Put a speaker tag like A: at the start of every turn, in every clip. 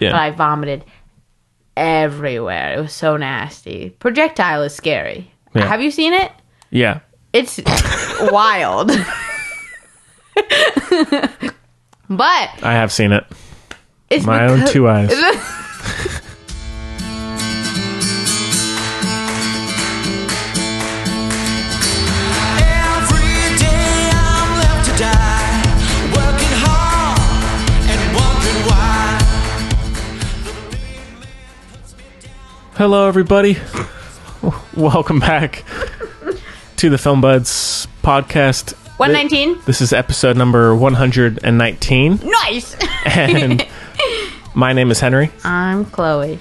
A: Yeah.
B: But I vomited everywhere. It was so nasty. Projectile is scary.
A: Yeah.
B: Have you seen it?
A: Yeah.
B: It's wild. but
A: I have seen it.
B: it's
A: My own
B: becau-
A: two eyes.
C: Every day I'm left to die, working hard and wondering why.
A: Hello, everybody. Welcome back to the Film Buds podcast.
B: 119?
A: This is episode number 119.
B: Nice.
A: And my name is Henry.
B: I'm Chloe.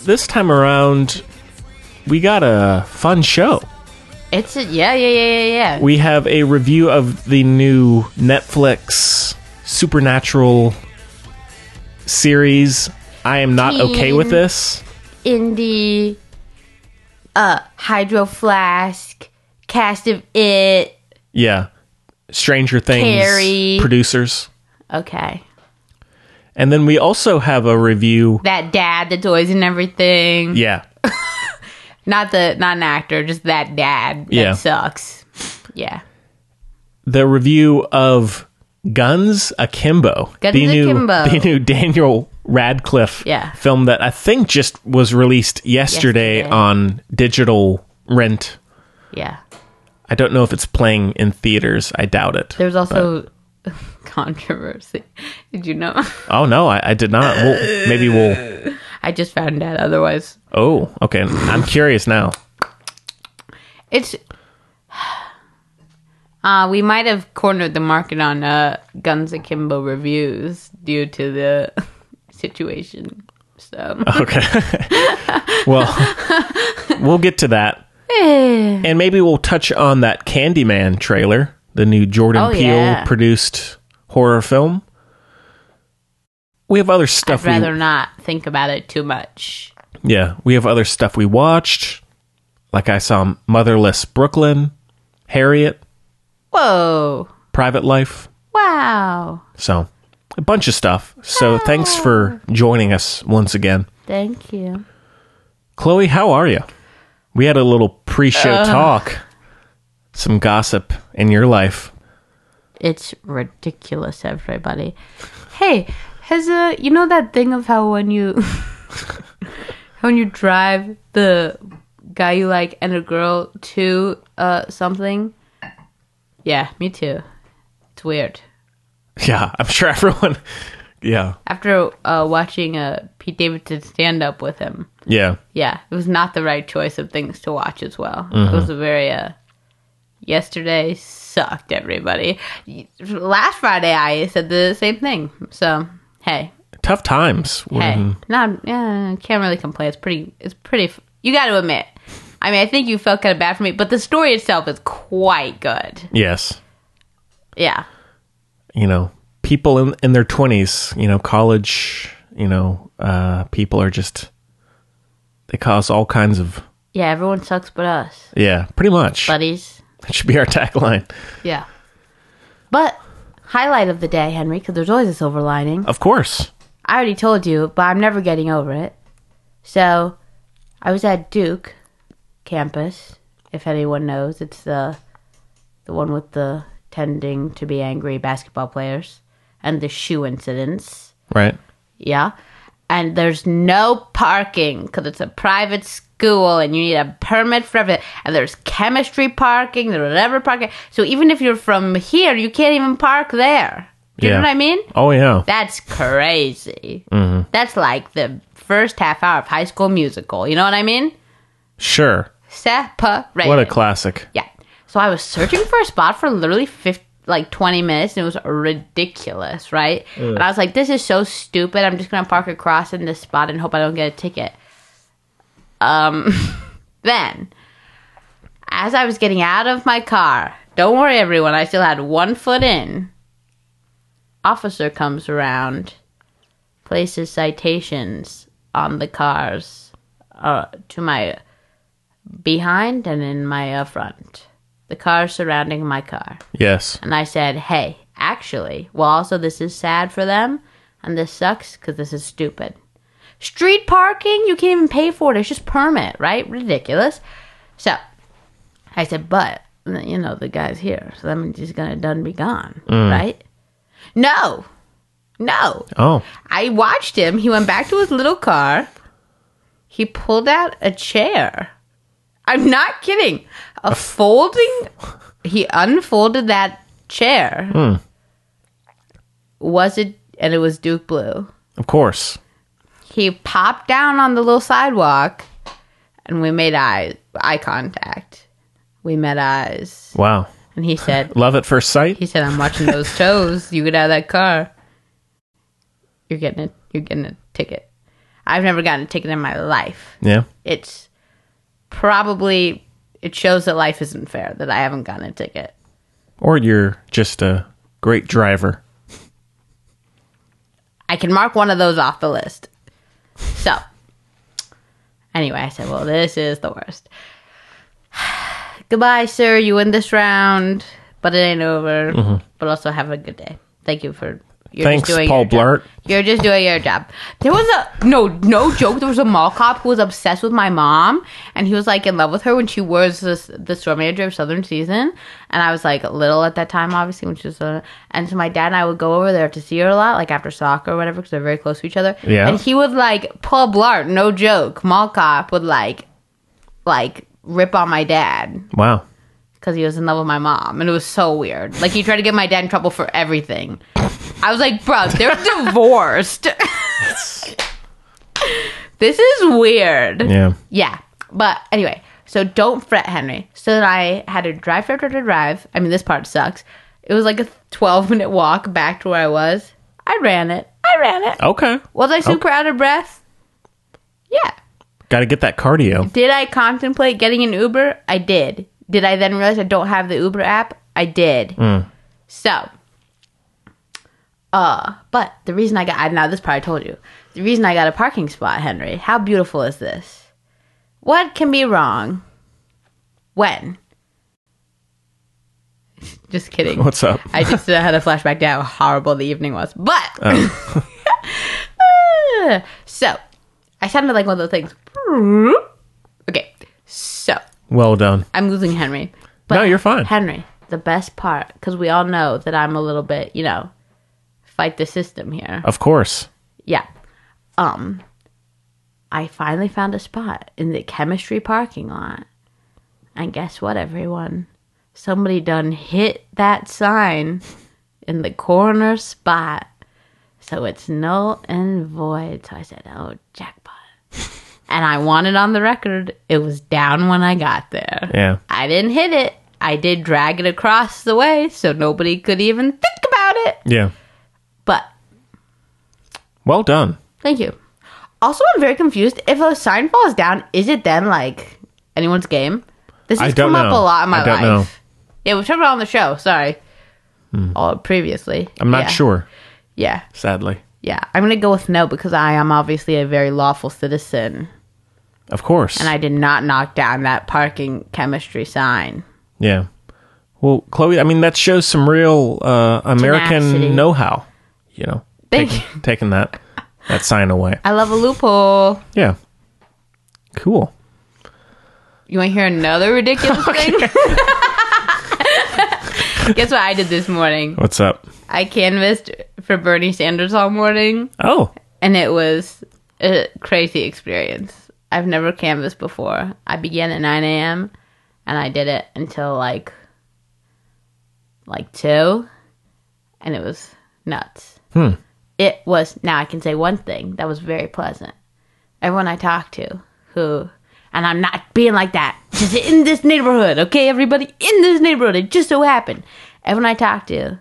A: This time around, we got a fun show.
B: It's a, yeah, yeah, yeah, yeah, yeah.
A: We have a review of the new Netflix supernatural series. I am not okay with this.
B: in the uh hydro flask cast of it
A: Yeah. Stranger Things
B: Carrie.
A: producers.
B: okay
A: And then we also have a review.
B: that dad the toys and everything
A: Yeah.
B: not the not an actor just that dad that
A: Yeah.
B: sucks yeah
A: The review of Guns Akimbo.
B: Guns
A: the new,
B: Akimbo.
A: The new Daniel Radcliffe
B: Yeah.
A: film that I think just was released yesterday,
B: Yesterday.
A: on digital rent.
B: yeah
A: I don't know if it's playing in theaters. I doubt it.
B: there's also controversy did you know
A: Oh no, I, I did not. We'll, maybe we'll.
B: i just found out otherwise
A: Oh, okay. I'm curious now.
B: it's uh we might have cornered the market on uh guns akimbo reviews due to the situation so
A: Okay. well, we'll get to that, and maybe we'll touch on that Candyman trailer, the new Jordan
B: Oh,
A: Peele
B: yeah.
A: produced horror film. We have other stuff.
B: I'd rather
A: we,
B: not think about it too much.
A: yeah, we have other stuff we watched. Like I saw Motherless Brooklyn, Harriet,
B: Whoa.
A: Private Life.
B: Wow.
A: So, a bunch of stuff. So, thanks for
B: Oh.
A: joining us once again.
B: Thank you.
A: Chloe, how are you? We had a little pre show talk, some gossip in your life.
B: It's ridiculous, everybody. Hey, has a you know that thing of how when you when you drive the guy you like and a girl to uh something? Yeah, me too. It's weird.
A: Yeah, I'm sure everyone. Yeah,
B: After uh, watching uh, Pete Davidson stand up with him,
A: yeah,
B: yeah, it was not the right choice of things to watch as well. It was a very uh yesterday sucked everybody. Last Friday I said the same thing. So, hey.
A: tough times.
B: Hey.
A: when-
B: No, yeah, can't really complain. It's pretty it's pretty f- you got to admit. I mean, I think you felt kind of bad for me, but the story itself is quite good.
A: Yes,
B: Yeah.
A: you know, people in in their 20s, you know, college, you know, uh, people are just they cause all kinds of
B: Yeah, everyone sucks but us.
A: yeah, pretty much.
B: Buddies.
A: that should be our tagline.
B: Yeah. But highlight of the day, Henry, cuz there's always a silver lining.
A: Of course.
B: I already told you, but I'm never getting over it. So, I was at Duke campus. If anyone knows, it's the the one with the tending to be angry basketball players and the shoe incidents.
A: Right.
B: Yeah. And there's no parking because it's a private school and you need a permit for everything. And there's chemistry parking, there's whatever parking. So even if you're from here, you can't even park there. Do you
A: Yeah.
B: know what I mean?
A: Oh yeah.
B: That's crazy.
A: Mm-hmm.
B: That's like the first half hour of High School Musical. You know what I mean?
A: Sure.
B: Separated.
A: What a classic.
B: yeah. So I was searching for a spot for literally 50, like 20 minutes and it was ridiculous, right? And I was like, this is so stupid. I'm just going to park across in this spot and hope I don't get a ticket. Um, then, as I was getting out of my car, don't worry, everyone, I still had one foot in. Officer comes around, places citations on the cars uh, to my behind and in my uh, front. The car surrounding my car.
A: Yes.
B: And I said, hey, actually, well, also, this is sad for them, and this sucks because this is stupid. Street parking, you can't even pay for it. It's just permit, right? Ridiculous. So I said, but you know the guy's here, so that means he's gonna done be gone, right? No, no.
A: Oh,
B: I watched him. He went back to his little car. He pulled out a chair. I'm not kidding. A folding. He unfolded that chair. Was it? And it was Duke Blue.
A: of course.
B: He popped down on the little sidewalk, and we made eye eye contact. We met eyes,
A: Wow.
B: and he said,
A: Love at first sight.
B: "He said, I'm watching those toes. You get out of that car. You're getting it. You're getting a ticket. I've never gotten a ticket in my life.
A: Yeah.
B: It's probably it shows that life isn't fair that I haven't gotten a ticket.
A: Or you're just a great driver.
B: I can mark one of those off the list. So, anyway, I said, well, this is the worst. Goodbye, sir. You win this round, but it ain't over. But also, have a good day. Thank you for. You're
A: Mm-hmm. Thanks, Paul
B: your job.
A: Blart.
B: You're just doing your job. There was a no, no joke. There was a mall cop who was obsessed with my mom, and he was like in love with her when she was this, the store manager of Southern Season. And I was like little at that time, obviously, when she was. Uh, and so my dad and I would go over there to see her a lot, like after soccer or whatever, because they're very close to each other.
A: Yeah.
B: And he would like Paul Blart, no joke, mall cop would like, like rip on my dad
A: Wow.
B: because he was in love with my mom, and it was so weird. Like he tried to get my dad in trouble for everything. I was like, bro, they're divorced. this is weird.
A: Yeah.
B: Yeah. But anyway, so don't fret, Henry. So then I had to drive, drive, drive, drive, drive. I mean, this part sucks. It was like a 12 minute walk back to where I was. I ran it. I ran it.
A: Okay.
B: Was I super out of breath? Yeah.
A: Got to get that cardio.
B: Did I contemplate getting an Uber? I did. Did I then realize I don't have the Uber app? I did. So, uh, but the reason I got, I, now this part I told you, the reason I got a parking spot, Henry, how beautiful is this? What can be wrong? When? Just kidding.
A: What's up?
B: I just uh, had a flashback to how horrible the evening was. But Ah. so I sounded like one of those things. Okay, so
A: Well done.
B: I'm losing Henry.
A: No, you're fine.
B: Henry, the best part, because we all know that I'm a little bit, you know, fight the system here.
A: Of course.
B: Yeah. Um, I finally found a spot in the chemistry parking lot. And guess what, everyone? Somebody done hit that sign in the corner spot. So it's null and void. So I said, oh, jackpot. and I want it on the record. It was down when I got there.
A: Yeah.
B: I didn't hit it. I did drag it across the way so nobody could even think about it.
A: Yeah.
B: But
A: Well done.
B: Thank you. Also, I'm very confused. If a sign falls down, is it then like anyone's game? This
A: I
B: has
A: don't
B: come up
A: know.
B: a lot in my
A: I don't
B: life.
A: know. Hmm.
B: Yeah, we've talked about it on the show. Sorry. Or previously.
A: I'm not
B: Yeah.
A: sure,
B: Yeah,
A: sadly.
B: yeah. I'm gonna go with no because I am obviously a very lawful citizen,
A: Of course.
B: and I did not knock down that parking chemistry sign.
A: yeah. Well, Chloe, I mean, that shows some real uh,
B: Tenacity.
A: American know how, you know,
B: Thank
A: taking, taking that, that sign away.
B: I love a loophole.
A: Yeah. Cool.
B: You want to hear another ridiculous thing? Guess what I did this morning?
A: What's up?
B: I canvassed for Bernie Sanders all morning.
A: Oh,
B: and it was a crazy experience. I've never canvassed before. I began at 9 a.m. and I did it until like like two, and it was nuts. It was now I can say one thing that was very pleasant. Everyone I talked to who and I'm not being like that. Just in this neighborhood, okay, everybody in this neighborhood. It just so happened. Everyone I talked to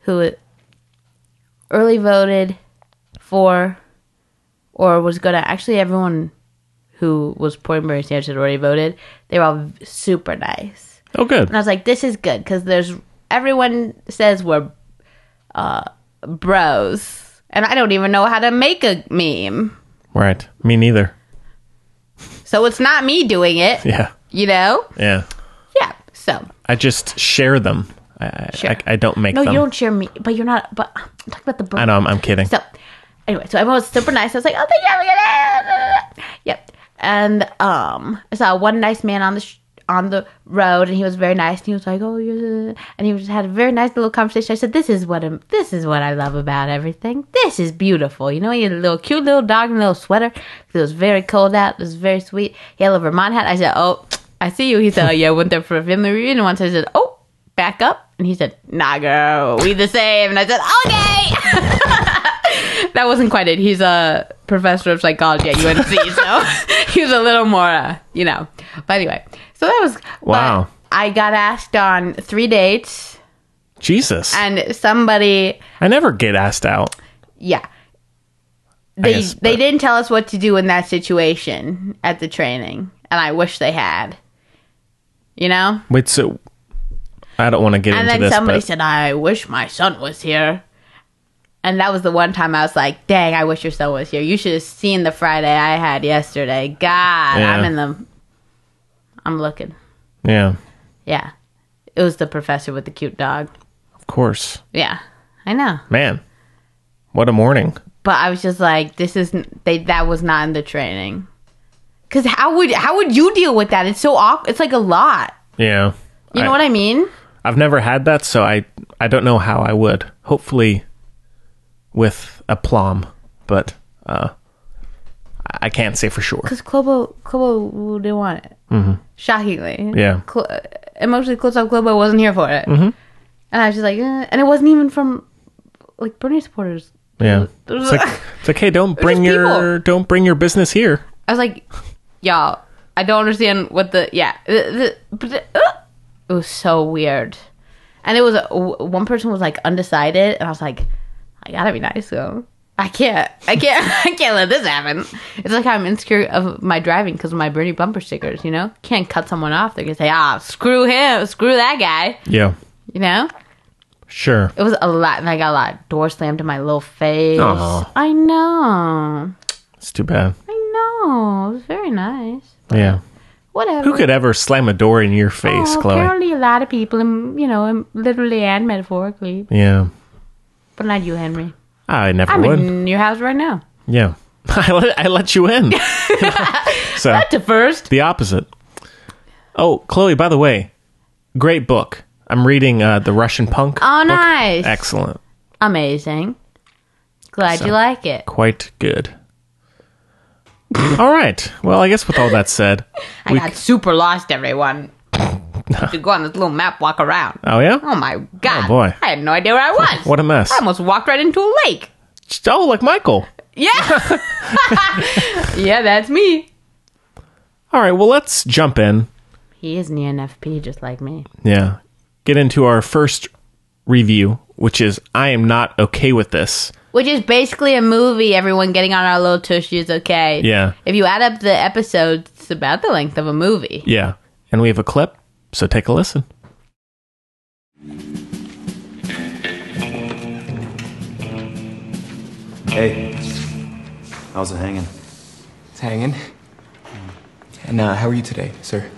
B: who early voted for or was gonna actually everyone who was pouring Bernie Sanders had already voted. They were all v- super nice,
A: oh, good.
B: and I was like, "This is good because there's everyone says we're uh, bros, and I don't even know how to make a meme,
A: Right. Me neither.
B: so it's not me doing it,
A: Yeah.
B: you know?
A: Yeah.
B: Yeah. So
A: I just share them. I, I-
B: Sure.
A: I, I don't make
B: no,
A: them.
B: you don't share me, but you're not. But I'm talking about the. Bro-
A: I know. I'm, I'm kidding.
B: So anyway, so everyone was super nice. I was like, oh, thank you. I'm gonna-" Yep. And um, I saw one nice man on the sh- on the road, and he was very nice. And he was like, oh, you're, and he just had a very nice little conversation. I said, this is what i this is what I love about everything. This is beautiful. You know, he had a little cute little dog in a little sweater. It was very cold out. It was very sweet. He had a little Vermont hat. I said, oh, I see you. He said, oh yeah, I went there for a family reunion once. I said, oh, back up. And he said, nah, girl, we the same. And I said, okay. That wasn't quite it. He's a professor of psychology at UNC, so he was a little more, uh, you know. But anyway, so that was but
A: Wow.
B: I got asked on three dates,
A: Jesus.
B: and somebody,
A: I never get asked out.
B: yeah, they
A: guess,
B: they
A: but-
B: didn't tell us what to do in that situation at the training, and I wish they had. You know,
A: Wait, so I don't want to get
B: and
A: into
B: then
A: this.
B: somebody
A: but
B: said, "I wish my son was here." And that was the one time I was like, "Dang, I wish your son was here. You should have seen the Friday I had yesterday. God,
A: Yeah.
B: I'm in the, I'm looking.
A: yeah,
B: Yeah, it was the professor with the cute dog.
A: of course,
B: Yeah, I know.
A: man. What a morning.
B: But I was just like, this isn't they. That was not in the training. Cause how would how would you deal with that? It's so awkward. It's like a lot.
A: Yeah.
B: You know what I mean?
A: I've never had that, so I I don't know how I would. Hopefully, with aplomb, but uh, I I can't say for sure.
B: Because Clobo, Clobo didn't want it. Shockingly.
A: Yeah.
B: Cl- emotionally closed off Globo wasn't here for it. And I was just like, eh. and it wasn't even from like Bernie supporters.
A: Yeah,
B: There's
A: it's
B: a-
A: like it's like hey, don't bring
B: just
A: your don't bring your business here.
B: I was like, y'all, I don't understand what the yeah. the- the- but the- uh, it was so weird, and it was uh, w- one person was like undecided, and I was like, I gotta be nice though. I can't, I can't, I can't let this happen. It's like I'm insecure of my driving because of my Bernie bumper stickers. You know, can't cut someone off. They're gonna say, ah, screw him, screw that guy.
A: Yeah,
B: You know.
A: sure.
B: It was a lot, and I got a lot of door slammed in my little face.
A: Aw.
B: I know.
A: It's too bad.
B: I know. It was very nice.
A: Yeah,
B: Whatever.
A: who could ever slam a door in your face,
B: Oh,
A: Chloe?
B: Apparently, a lot of people, um, you know, um, literally and metaphorically,
A: Yeah,
B: but not you, Henry.
A: I never
B: I'm
A: would.
B: in your house right now.
A: Yeah, I let, I let you in. so
B: To first,
A: the opposite. Oh, Chloe, by the way, great book. I'm reading uh, the Russian Punk.
B: Oh,
A: book.
B: nice.
A: Excellent.
B: amazing. Glad you like it.
A: Quite good. all right. Well, I guess with all that said,
B: I got super lost, everyone. to go on this little map, walk around.
A: oh yeah,
B: Oh my god!
A: boy.
B: I had no idea where I was.
A: what a mess.
B: I almost walked right into a lake.
A: Oh, like Michael.
B: Yeah, yeah, that's me.
A: All right. Well, let's jump in.
B: He is an E ENFP, just like me.
A: Yeah. Get into our first review, which is I am not okay with this.
B: Which is basically a movie, everyone getting on our little tushies, okay?
A: Yeah.
B: If you add up the episodes, it's about the length of a movie.
A: Yeah. And we have a clip, so take a listen.
D: Hey, how's it hanging?
E: It's hanging. And uh, how are you today, sir?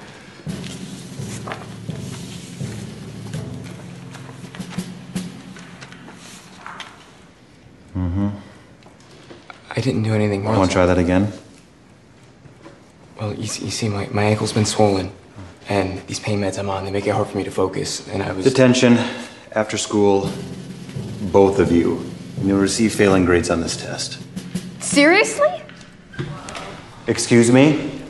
E: Mm-hmm. I didn't do anything wrong.
D: Want to try that again?
E: Well, you, see- you see, my, my ankle's been swollen. And these pain meds I'm on, they make it hard for me to focus. And I was...
D: Detention, after school, both of you. And you'll receive failing grades on this test.
F: Seriously?
D: Excuse me?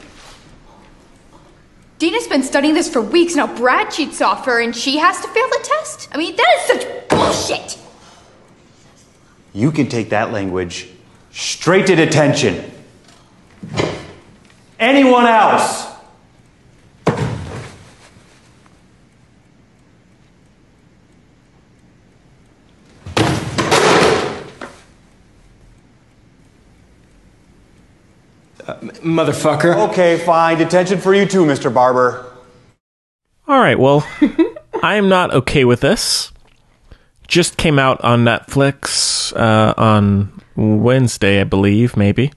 F: Dina's been studying this for weeks. Now Brad cheats off her and she has to fail the test? I mean, that is such bullshit!
D: You can take that language straight to detention. Anyone else?
E: Motherfucker.
D: Okay, fine. Detention for you too, Mr. Barber.
A: All right. Well, I am not okay with this. Just came out on Netflix uh, on Wednesday, I believe, maybe.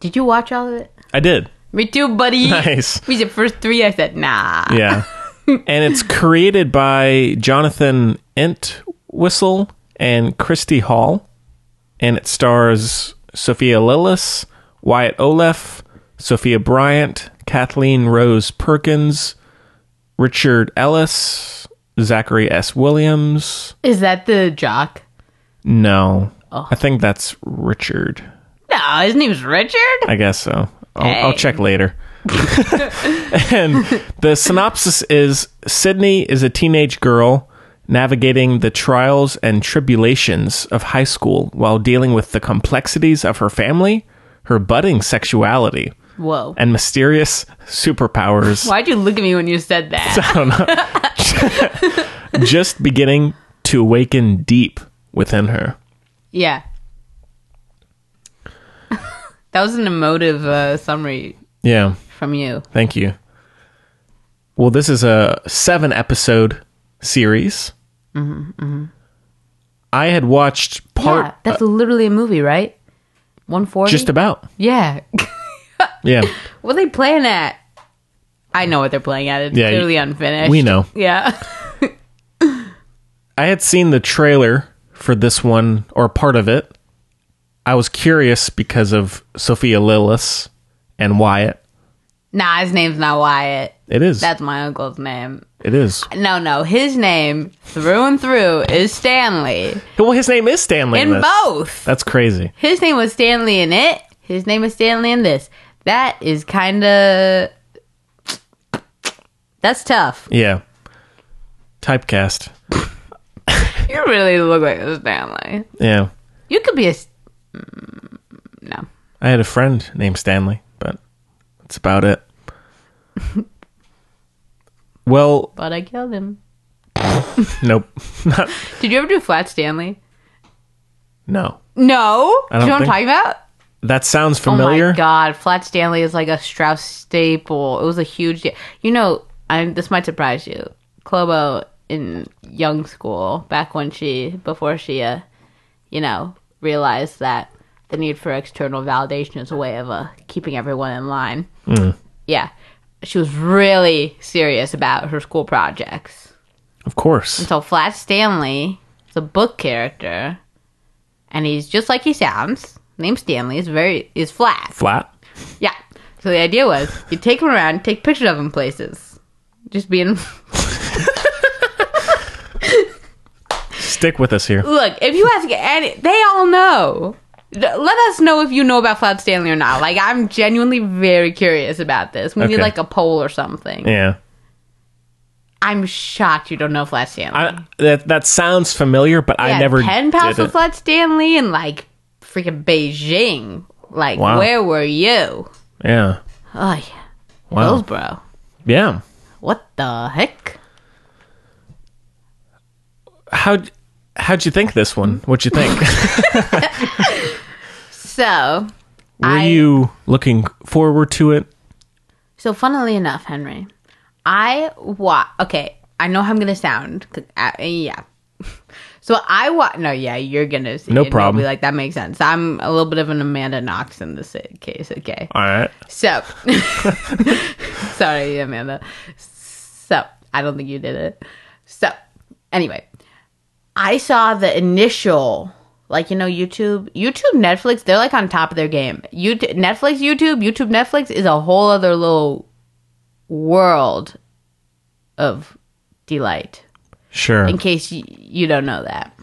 B: Did you watch all of it?
A: I did.
B: Me too, buddy.
A: Nice.
B: We said first three, I said, nah.
A: Yeah. and it's created by Jonathan Entwistle and Christy Hall. And it stars Sophia Lillis, Wyatt Olef, Sophia Bryant, Kathleen Rose Perkins, Richard Ellis, Zachary S. Williams.
B: Is that the jock?
A: No. I think that's Richard.
B: No, his name's Richard.
A: I guess so. I'll, I'll check later. and the synopsis is Sydney is a teenage girl navigating the trials and tribulations of high school while dealing with the complexities of her family, her budding sexuality,
B: Whoa.
A: and mysterious superpowers
B: Why'd you look at me when you said that?
A: just beginning to awaken deep within her.
B: yeah. that was an emotive uh, summary
A: Yeah.
B: from you.
A: Thank you. Well, this is a seven episode series. I had watched
B: Mm-hmm,
A: part
B: yeah, Oh, that's literally a movie, right? One forty.
A: just about.
B: yeah.
A: Yeah.
B: what are they playing at? I know what they're playing at. It's
A: Yeah,
B: clearly
A: you-
B: unfinished.
A: we know.
B: Yeah.
A: I had seen the trailer for this one or part of it. I was curious because of Sophia Lillis and Wyatt.
B: nah, his name's not Wyatt.
A: It is.
B: That's my uncle's name.
A: it is.
B: No, no, his name through and through is Stanley.
A: Well, his name is Stanley.
B: In
A: this.
B: both.
A: That's crazy.
B: His name was Stanley in it. His name is Stanley in this. That is kind of. That's tough.
A: Yeah. Typecast.
B: You really look like a Stanley.
A: Yeah.
B: You could be a. s- mm, No.
A: I had a friend named Stanley, but that's about it. well,
B: But I killed him.
A: nope. Not,
B: Did you ever do Flat Stanley?
A: no.
B: No?
A: I
B: Do you know
A: don't
B: what I'm
A: think-
B: talking about?
A: That sounds
B: Oh
A: familiar.
B: my god, Flat Stanley is like a Strauss staple. It was a huge. de- You know, I this might surprise you. Clobo in young school, back when she before she, uh, you know, realized that the need for external validation is a way of uh, keeping everyone in line. Yeah, she was really serious about her school projects.
A: Of course.
B: So Flat Stanley is a book character, and he's just like he sounds. Named Stanley is very is flat.
A: Flat.
B: Yeah. So the idea was you take him around, take pictures of him places. Just being
A: Stick with us here.
B: look, if you ask any they all know. D- Let us know if you know about Flat Stanley or not. Like I'm genuinely very curious about this. We need
A: Okay.
B: like a poll or something.
A: Yeah.
B: I'm shocked you don't know Flat Stanley.
A: I, that that sounds familiar, but I
B: Yeah,
A: never
B: ten pounds
A: did
B: of
A: it.
B: Flat Stanley and like freaking Beijing. Like
A: Wow.
B: where were you?
A: Yeah.
B: Oh yeah.
A: Wow.
B: Hillsborough.
A: Yeah.
B: What the heck?
A: How how'd you think this
B: Mm.
A: one? What'd you think?
B: So
A: Were
B: I-
A: you looking forward to it?
B: So, funnily enough, Henry, I wa Okay, I know how I'm gonna sound. 'cause I, yeah. So I wa No, yeah, you're gonna. See
A: No
B: it and you'll
A: problem.
B: Be like that makes sense. I'm a little bit of an Amanda Knox in this uh, case. Okay.
A: All right.
B: So, sorry, Amanda. So, I don't think you did it. So, anyway, I saw the initial, like, you know, YouTube, YouTube, Netflix, they're like on top of their game. YouTube, Netflix, YouTube, YouTube, Netflix is a whole other little world of delight,
A: Sure.
B: in case you, you don't know that.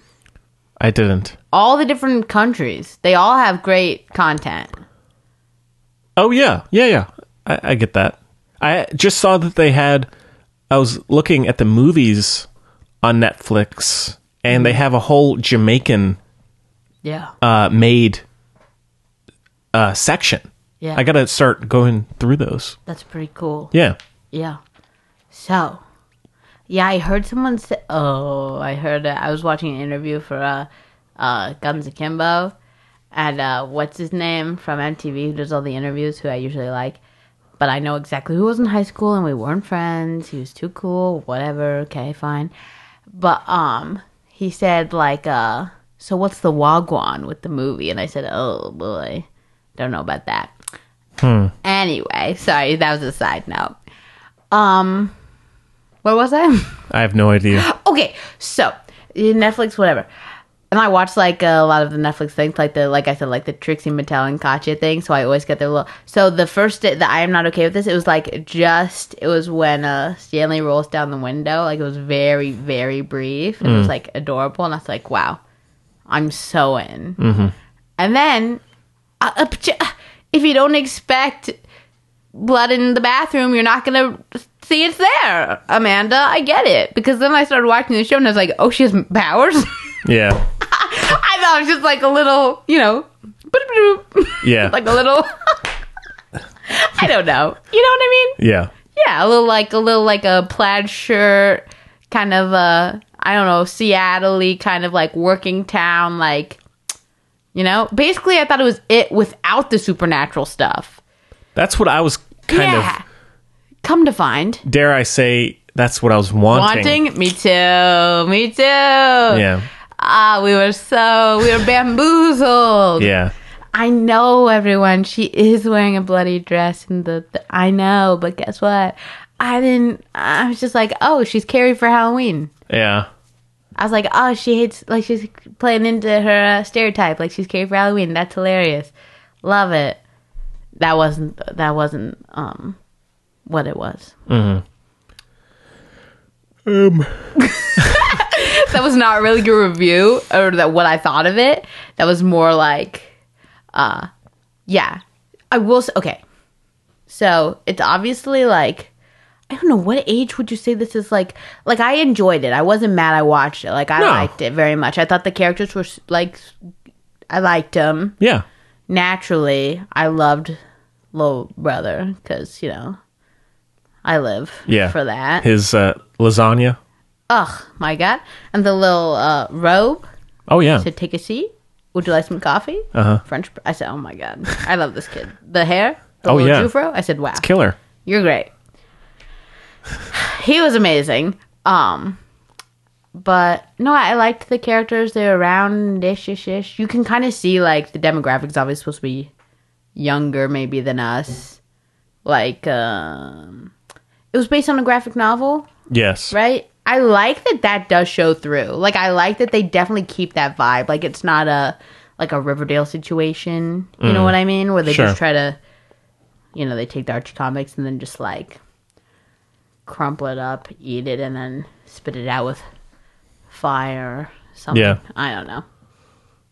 A: I didn't.
B: All the different countries, they all have great content.
A: Oh yeah, yeah, yeah. I, I get that. I just saw that they had. I was looking at the movies on Netflix, and they
B: Mm-hmm.
A: have a whole Jamaican
B: Yeah.
A: uh, made uh, section.
B: Yeah.
A: I gotta start going through those.
B: That's pretty cool.
A: Yeah,
B: Yeah. So, yeah, I heard someone say. Oh, I heard. Uh, I was watching an interview for uh, uh, Guns Akimbo, and uh, what's his name from MTV who does all the interviews, who I usually like. But I know exactly who was in high school, and we weren't friends. He was too cool. Whatever. Okay, fine. But um, he said like uh, so what's the wagwan with the movie? And I said, oh boy, don't know about that. Anyway, sorry, that was a side note. Um, where was I?
A: I have no idea.
B: okay, so Netflix, whatever. and I watch like a lot of the Netflix things, like the like I said, like the Trixie Mattel and Katya thing. So I always get their little. So the first day that I am not okay with this, it was like just it was when uh Stanley rolls down the window, like it was very very brief. and It was like adorable, and I was like, wow, I'm so in. And then, uh, uh, j- if you don't expect blood in the bathroom, you're not gonna see it's there, Amanda. I get it because then I started watching the show and I was like, oh, she has powers.
A: Yeah.
B: I thought it was just like a little, you know,
A: Yeah.
B: like a little. I don't know. You know what I mean?
A: yeah.
B: Yeah, a little like a little like a plaid shirt, kind of a I don't know Seattle-y kind of like working town, like you know. Basically, I thought it was it without the supernatural stuff.
A: That's what I was kind
B: yeah. Come to find,
A: of dare I say that's what I was wanting.
B: wanting. Me too. Me too. Yeah.
A: Yeah.
B: Ah, we were so we were bamboozled.
A: Yeah.
B: I know everyone. She is wearing a bloody dress in the, the I know, but guess what? I didn't I was just like, "Oh, she's Carrie for Halloween."
A: Yeah.
B: I was like, "Oh, she hates like she's playing into her uh, stereotype like she's Carrie for Halloween. That's hilarious. Love it." That wasn't that wasn't um what it was. Mhm. Um That was not really your review or that what I thought of it. That was more like uh, yeah. I will say, okay. So it's obviously like, I don't know, what age would you say this is like? Like, I enjoyed it. I wasn't mad I watched it. Like, I
A: No.
B: liked it very much. I thought the characters were s- like, s- I liked them.
A: Yeah.
B: Naturally, I loved Little Brother because, you know, I live
A: Yeah.
B: for that.
A: His uh, lasagna.
B: Ugh, my God. And the little uh, robe
A: Oh yeah.
B: said, "Take a seat. Would you like some coffee?" Uh-huh. French. I said, "Oh my god, I love this kid. The hair, the
A: Oh,
B: little
A: yeah.
B: Jufro." I said, "Wow,
A: Killer.
B: you're great." he was amazing. Um, but no, I liked the characters. They're around ish ish ish. You can kind of see like the demographics. Obviously, supposed to be younger maybe than us. Like, um, it was based on a graphic novel
A: Yes.
B: right? I like that that does show through. Like I like that they definitely keep that vibe. Like it's not a like a Riverdale situation. You know what I mean? Where they
A: Sure.
B: just try to, you know, they take the Archie comics and then just like crumple it up, eat it, and then spit it out with fire. Or something.
A: Yeah.
B: I don't know.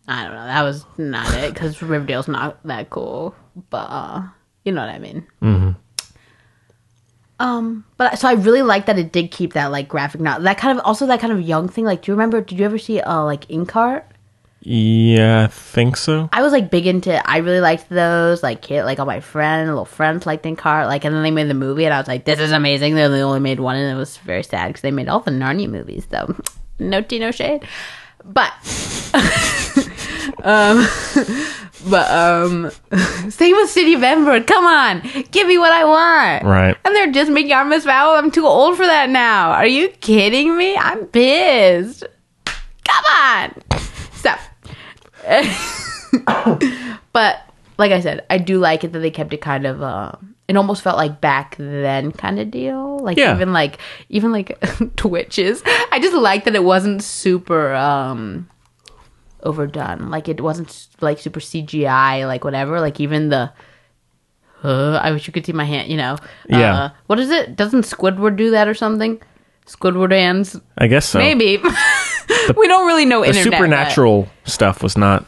B: I don't know. That was not it because Riverdale's not that cool. But uh, you know what I mean. Um, but so I really like that it did keep that like graphic novel. That kind of also that kind of young thing. Like, do you remember? Did you ever see uh like Inkart?
A: Yeah, I think so.
B: I was like big into. I really liked those. Like kid, like all my friend, little friends liked Inkart. Like, and then they made the movie, and I was like, this is amazing. They only made one, and it was very sad because they made all the Narnia movies. So, no tea, no shade. But, um, but um, same with City of Edinburgh. Come on, give me what I want.
A: Right.
B: And they're just making Artemis Fowl. I'm too old for that now. Are you kidding me? I'm pissed. Come on. Stop. but like I said, I do like it that they kept it kind of uh it almost felt like back then kind of deal. Like
A: Yeah.
B: even like even like twitches. I just like that it wasn't super um overdone. Like it wasn't like super CGI like whatever. Like even the uh, I wish you could see my hand, you know.
A: Yeah.
B: Uh, what is it? Doesn't Squidward do that or something? Squidward hands?
A: I guess so.
B: Maybe. we don't really know
A: Oh. The
B: internet. but-
A: supernatural stuff was not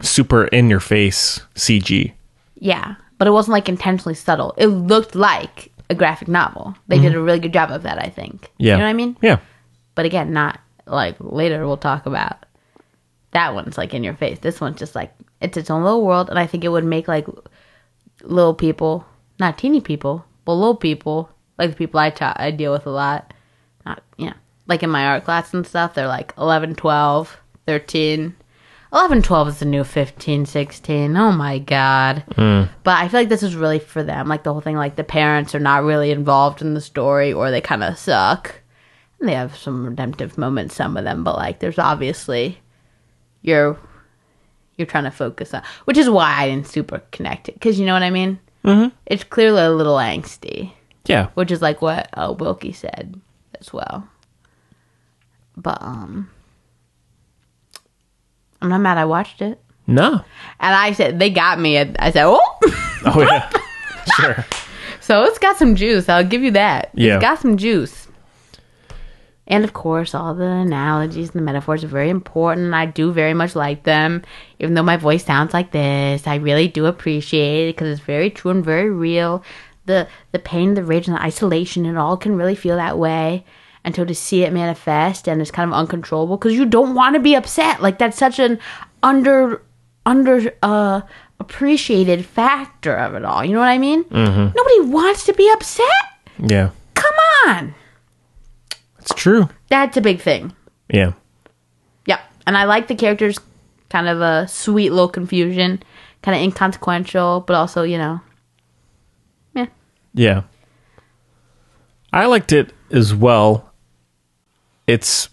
A: super in your face CG.
B: Yeah, but it wasn't like intentionally subtle. It looked like a graphic novel. They did a really good job of that, I think.
A: Yeah.
B: You know what I mean?
A: Yeah.
B: But again, not like later we'll talk about that one's like in your face. This one's just like it's its own little world and I think it would make like little people, not teeny people, but little people, like the people I ta- I deal with a lot. Not, you know, like in my art class and stuff, they're like 11, 12, 13. 11, 12 is the new 15, 16. Oh my God. But I feel like this is really for them. Like the whole thing, like the parents are not really involved in the story or they kind of suck. And they have some redemptive moments, some of them, but like there's obviously you're you're trying to focus on, which is why I didn't super connect it because you know what I mean. Mm-hmm. It's clearly a little angsty,
A: Yeah.
B: which is like what uh, Wilkie said as well. But um, I'm not mad. I watched it.
A: No.
B: And I said, they got me. I I said, oh.
A: Oh yeah. sure.
B: so it's got some juice. I'll give you that.
A: Yeah.
B: It's got some juice. And of course, all the analogies and the metaphors are very important. And I do very much like them. Even though my voice sounds like this, I really do appreciate it because it's very true and very real. The, the pain, the rage, and the isolation, it all can really feel that way. And so to see it manifest and it's kind of uncontrollable because you don't want to be upset. Like, that's such an under, under, uh, appreciated factor of it all. You know what I mean? Nobody wants to be upset.
A: Yeah.
B: Come on.
A: It's true.
B: That's a big thing.
A: Yeah.
B: Yeah, and I like the characters. Kind of a sweet little confusion, kind of inconsequential, but also you know, yeah.
A: Yeah. I liked it as well. It's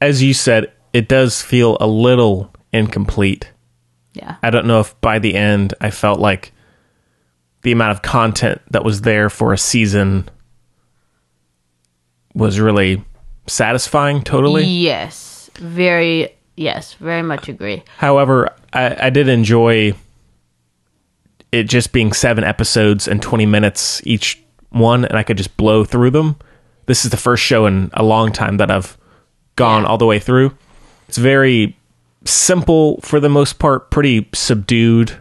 A: as you said, it does feel a little incomplete.
B: Yeah.
A: I don't know if by the end I felt like the amount of content that was there for a season was really satisfying totally.
B: Yes, very yes, very much agree.
A: However, I, I did enjoy it just being seven episodes and 20 minutes each one, and I could just blow through them. This is the first show in a long time that I've gone all the way through. It's very simple for the most part, pretty subdued,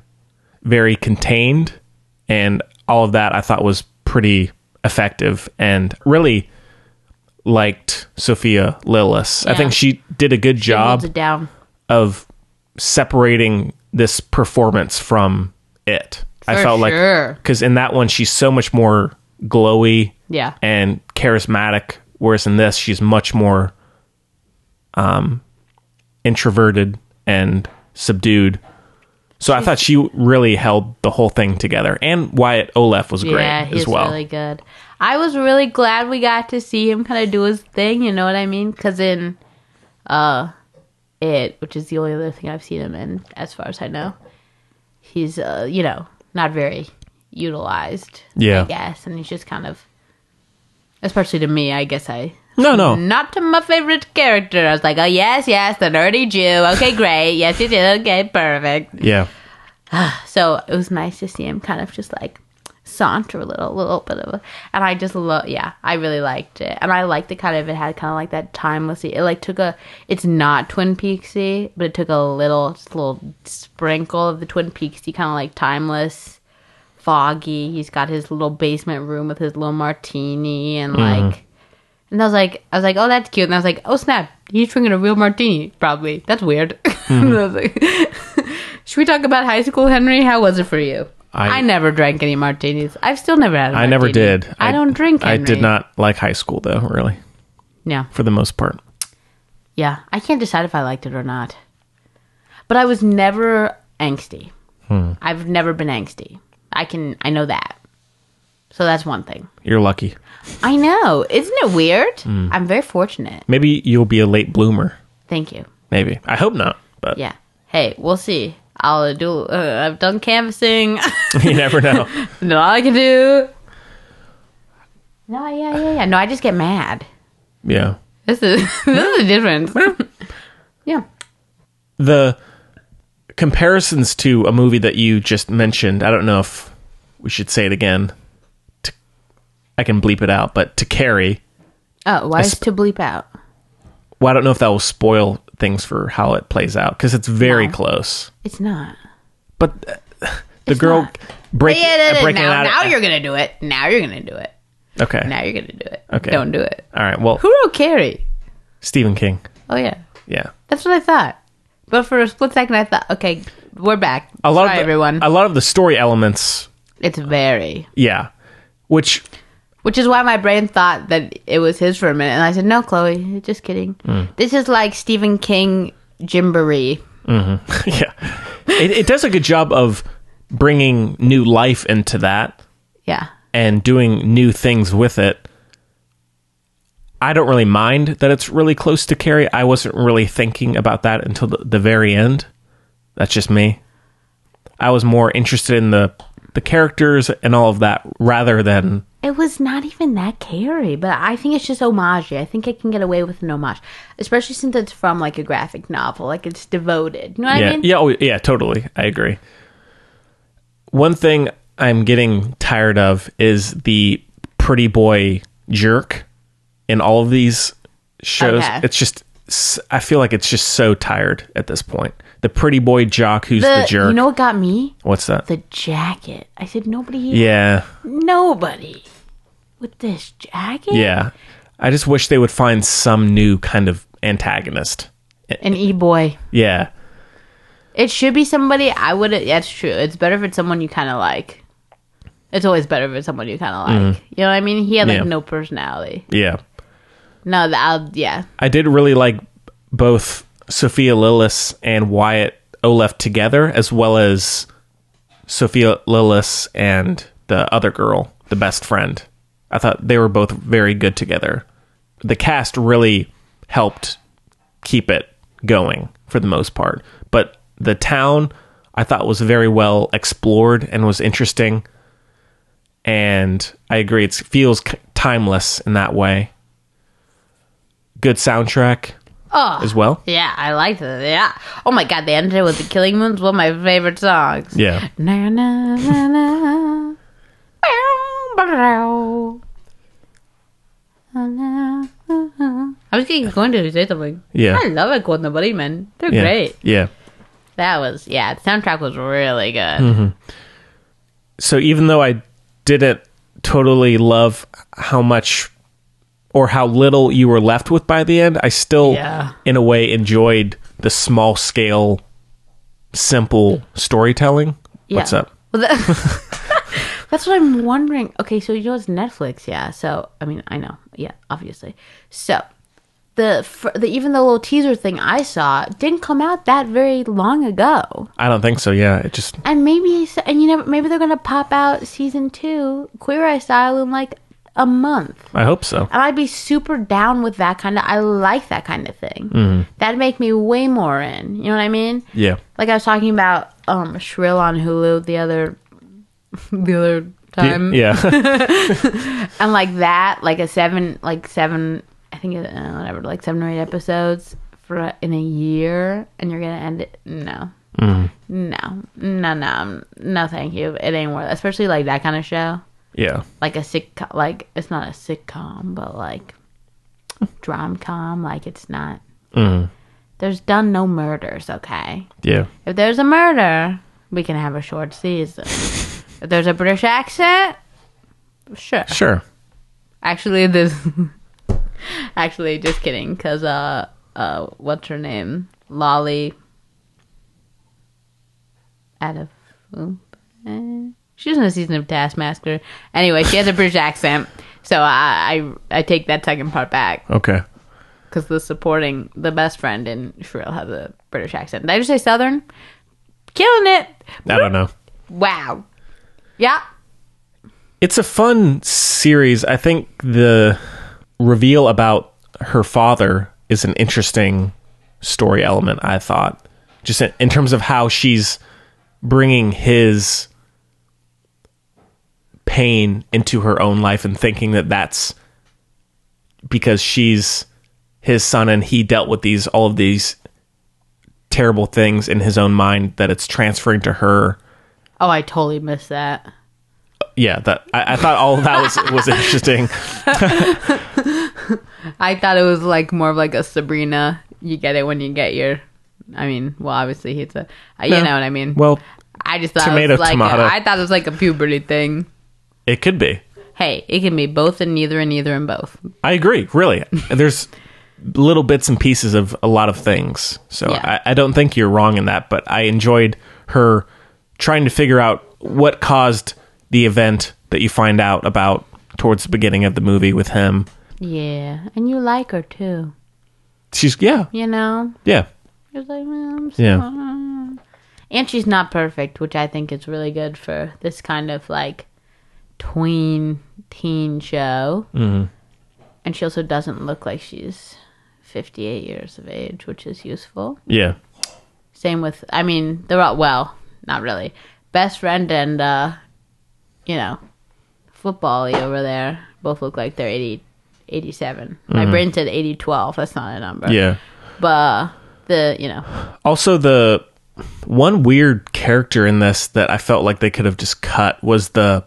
A: very contained, and all of that I thought was pretty effective and really liked Sophia Lillis. I
B: Yeah.
A: think she did a good job
B: Holds it down.
A: of separating this performance from it. I
B: For
A: felt
B: sure.
A: like because in that one she's so much more glowy,
B: Yeah.
A: and charismatic. Whereas in this she's much more um, introverted and subdued. So I thought she really held the whole thing together, and Wyatt Olaf was great
B: yeah, he's
A: as well.
B: really good. I was really glad we got to see him kind of do his thing. You know what I mean? Because in uh, it, which is the only other thing I've seen him in, as far as I know, he's uh, you know not very utilized.
A: Yeah.
B: I guess, and he's just kind of, especially to me, I guess I.
A: no, no,
B: Not my favorite character. I was like, oh, yes, yes, the nerdy Jew. Okay, great. Yes, you did. Okay, perfect.
A: yeah,
B: So it was nice to see him kind of just like saunter a little, little bit of a, and I just love, yeah, I really liked it. And I liked the kind of, it had kind of like that timeless, it like took a, it's not Twin Peaksy, but it took a little, just a little sprinkle of the Twin Peaksy kind of like timeless, foggy. He's got his little basement room with his little martini and
A: Mm-hmm.
B: like, and I was like, I was like, oh, that's cute. And I was like, oh snap, he's drinking a real martini, probably. That's weird.
A: Mm-hmm.
B: And I was like, Should we talk about high school, Henry? How was it for you?
A: I-
B: I, never drank any martinis. I've still never had. a
A: I never
B: martini.
A: did.
B: I, don't drink.
A: I
B: Henry.
A: did not like high school though, really,
B: Yeah,
A: for the most part.
B: yeah. I can't decide if I liked it or not. But I was never angsty.
A: Hmm.
B: I've never been angsty. I can. I know that. So that's one thing.
A: You're lucky.
B: I know. Isn't it weird?
A: Hmm.
B: I'm very fortunate.
A: Maybe you'll be a late bloomer.
B: Thank you.
A: Maybe. I hope not, but
B: Yeah. Hey, we'll see. I'll do. Uh, I've done canvassing.
A: you never know.
B: No, I can do. No, yeah, yeah, yeah. No, I just get mad.
A: Yeah.
B: This is this is the difference. yeah.
A: The comparisons to a movie that you just mentioned, I don't know if we should say it again. T- I can bleep it out, but to carry.
B: Oh, why is
A: sp-
B: to bleep out?
A: Well, I don't know if that will spoil things for how it plays out because it's very close.
B: It's not.
A: But uh, the girl
B: not.
A: break,
B: Yeah, yeah, yeah,
A: uh, breaking it
B: now,
A: out.
B: now you're gonna do it. Now you're gonna do it.
A: okay.
B: Now you're gonna do it.
A: Okay.
B: Don't do it.
A: All right. Well,
B: Who wrote Carrie?
A: Stephen King.
B: Oh yeah,
A: Yeah.
B: that's what I thought. But for a split second, I thought, okay, we're back.
A: A lot
B: Sorry,
A: of the,
B: everyone.
A: A lot of the story elements.
B: it's very,
A: Yeah. Which
B: which is why my brain thought that it was his for a minute, and I said, no, Chloe, just kidding.
A: Hmm.
B: This is like Stephen King Jimboree.
A: yeah it, it does a good job of bringing new life into that
B: Yeah.
A: and doing new things with it i don't really mind that it's really close to carrie i wasn't really thinking about that until the, the very end that's just me i was more interested in the the characters and all of that rather than
B: It was not even that carry, but I think it's just homage. I think I can get away with an homage, especially since it's from like a graphic novel, like it's devoted. You know what
A: yeah,
B: I mean?
A: yeah, oh, yeah, totally. I agree. One thing I'm getting tired of is the pretty boy jerk in all of these shows.
B: Okay.
A: It's just, s- I feel like it's just so tired at this point. The pretty boy jock who's the,
B: The-
A: jerk.
B: You know what got me?
A: What's that?
B: The jacket. I said nobody.
A: yeah,
B: Nobody with this jacket.
A: yeah. I just wish they would find some new kind of antagonist.
B: An e boy.
A: Yeah,
B: It should be somebody I would. That's true. It's better if it's someone you kind of like. It's always better if it's someone you kind of like. You know what I mean? He had like
A: Mm-hmm. Yeah.
B: no personality.
A: yeah.
B: No, that I'll, yeah.
A: I did really like both Sophia Lillis and Wyatt Olef together, as well as Sophia Lillis and the other girl, the best friend. I thought they were both very good together. The cast really helped keep it going for the most part. But the town I thought was very well explored and was interesting. And I agree, it feels k- timeless in that way good soundtrack
B: Ah.
A: as well.
B: Yeah, I liked it. Yeah. Oh my god, they ended it with the Killing Moons, one of my favorite songs.
A: Yeah.
B: Na, na, na, na. Bow, bow. Na, na, na, na. I was getting going to say something.
A: Yeah.
B: I love it, Golden Buddy Man. They're
A: Yeah.
B: great.
A: Yeah.
B: That was yeah, the soundtrack was really good.
A: So even though I didn't totally love how much or how little you were left with by the end, I still
B: Yeah.
A: in a way enjoyed the small scale simple storytelling.
B: Yeah.
A: What's up?
B: Well, that- That's what I'm wondering. Okay, so you know it's Netflix, yeah. So I mean, I know, yeah, obviously. So the, fir- the even the little teaser thing I saw didn't come out that very long ago,
A: I don't think so. Yeah, it just
B: and maybe it's- and you never maybe they're gonna pop out season two Queer Eye style in like a month,
A: I hope so.
B: and I'd be super down with that kind of. I like that kind of thing. That'd make me way more in. You know what I mean?
A: Yeah.
B: like I was talking about um Shrill on Hulu the other the other time
A: yeah.
B: and like that like a seven like seven I think it- uh, whatever like seven or eight episodes for a, in a year and you're gonna end it no
A: Mm-hmm.
B: no no no no thank you it ain't worth especially like that kind of show
A: yeah.
B: like a sitcom like it's not a sitcom but like drom com like it's not
A: Mm-hmm.
B: there's done no murders okay
A: Yeah.
B: if there's a murder, we can have a short season. if there's a British accent, sure.
A: Sure.
B: Actually, this. actually, just kidding. Cause uh, uh, what's her name? Lolly. Out of. She was in a season of Taskmaster. Anyway, she has a British accent, so I I, I take that second part back
A: Okay.
B: because the supporting the best friend in Shrill has a British accent. Did I just say Southern? Killing it!
A: I don't know.
B: Wow. Yeah.
A: it's a fun series. I think the reveal about her father is an interesting story element. I thought, just in, in terms of how she's bringing his pain into her own life and thinking that that's because she's his son and he dealt with these all of these terrible things in his own mind that it's transferring to her
B: Oh, I totally missed that.
A: yeah, that I, I thought all of that was was interesting.
B: I thought it was like more of like a Sabrina. You get it when you get your. I mean, well, obviously he's a. uh, You know what I mean.
A: Well,
B: I just thought it
A: tomato,
B: was like a,
A: tomato.
B: I thought it was like a puberty thing.
A: it could be.
B: Hey, it can be both and neither and neither and both.
A: I agree. Really, there's little bits and pieces of a lot of things. So
B: Yeah.
A: I, I don't think you're wrong in that. But I enjoyed her trying to figure out what caused the event that you find out about towards the beginning of the movie with him.
B: Yeah, and you like her too.
A: She's yeah,
B: You know,
A: yeah,
B: It's like, "Well, I'm
A: yeah.
B: And she's not perfect, which I think is really good for this kind of like tween teen show. Mm-hmm. And she also doesn't look like she's 58 years of age, which is useful.
A: Yeah.
B: Same with, I mean, they're all, well, not really. Best friend and, uh, you know, football over there both look like they're 80, 87. My brain said 80 12. That's not a number.
A: Mm-hmm. Yeah.
B: But uh, the, you know,
A: Also, the one weird character in this that I felt like they could have just cut was the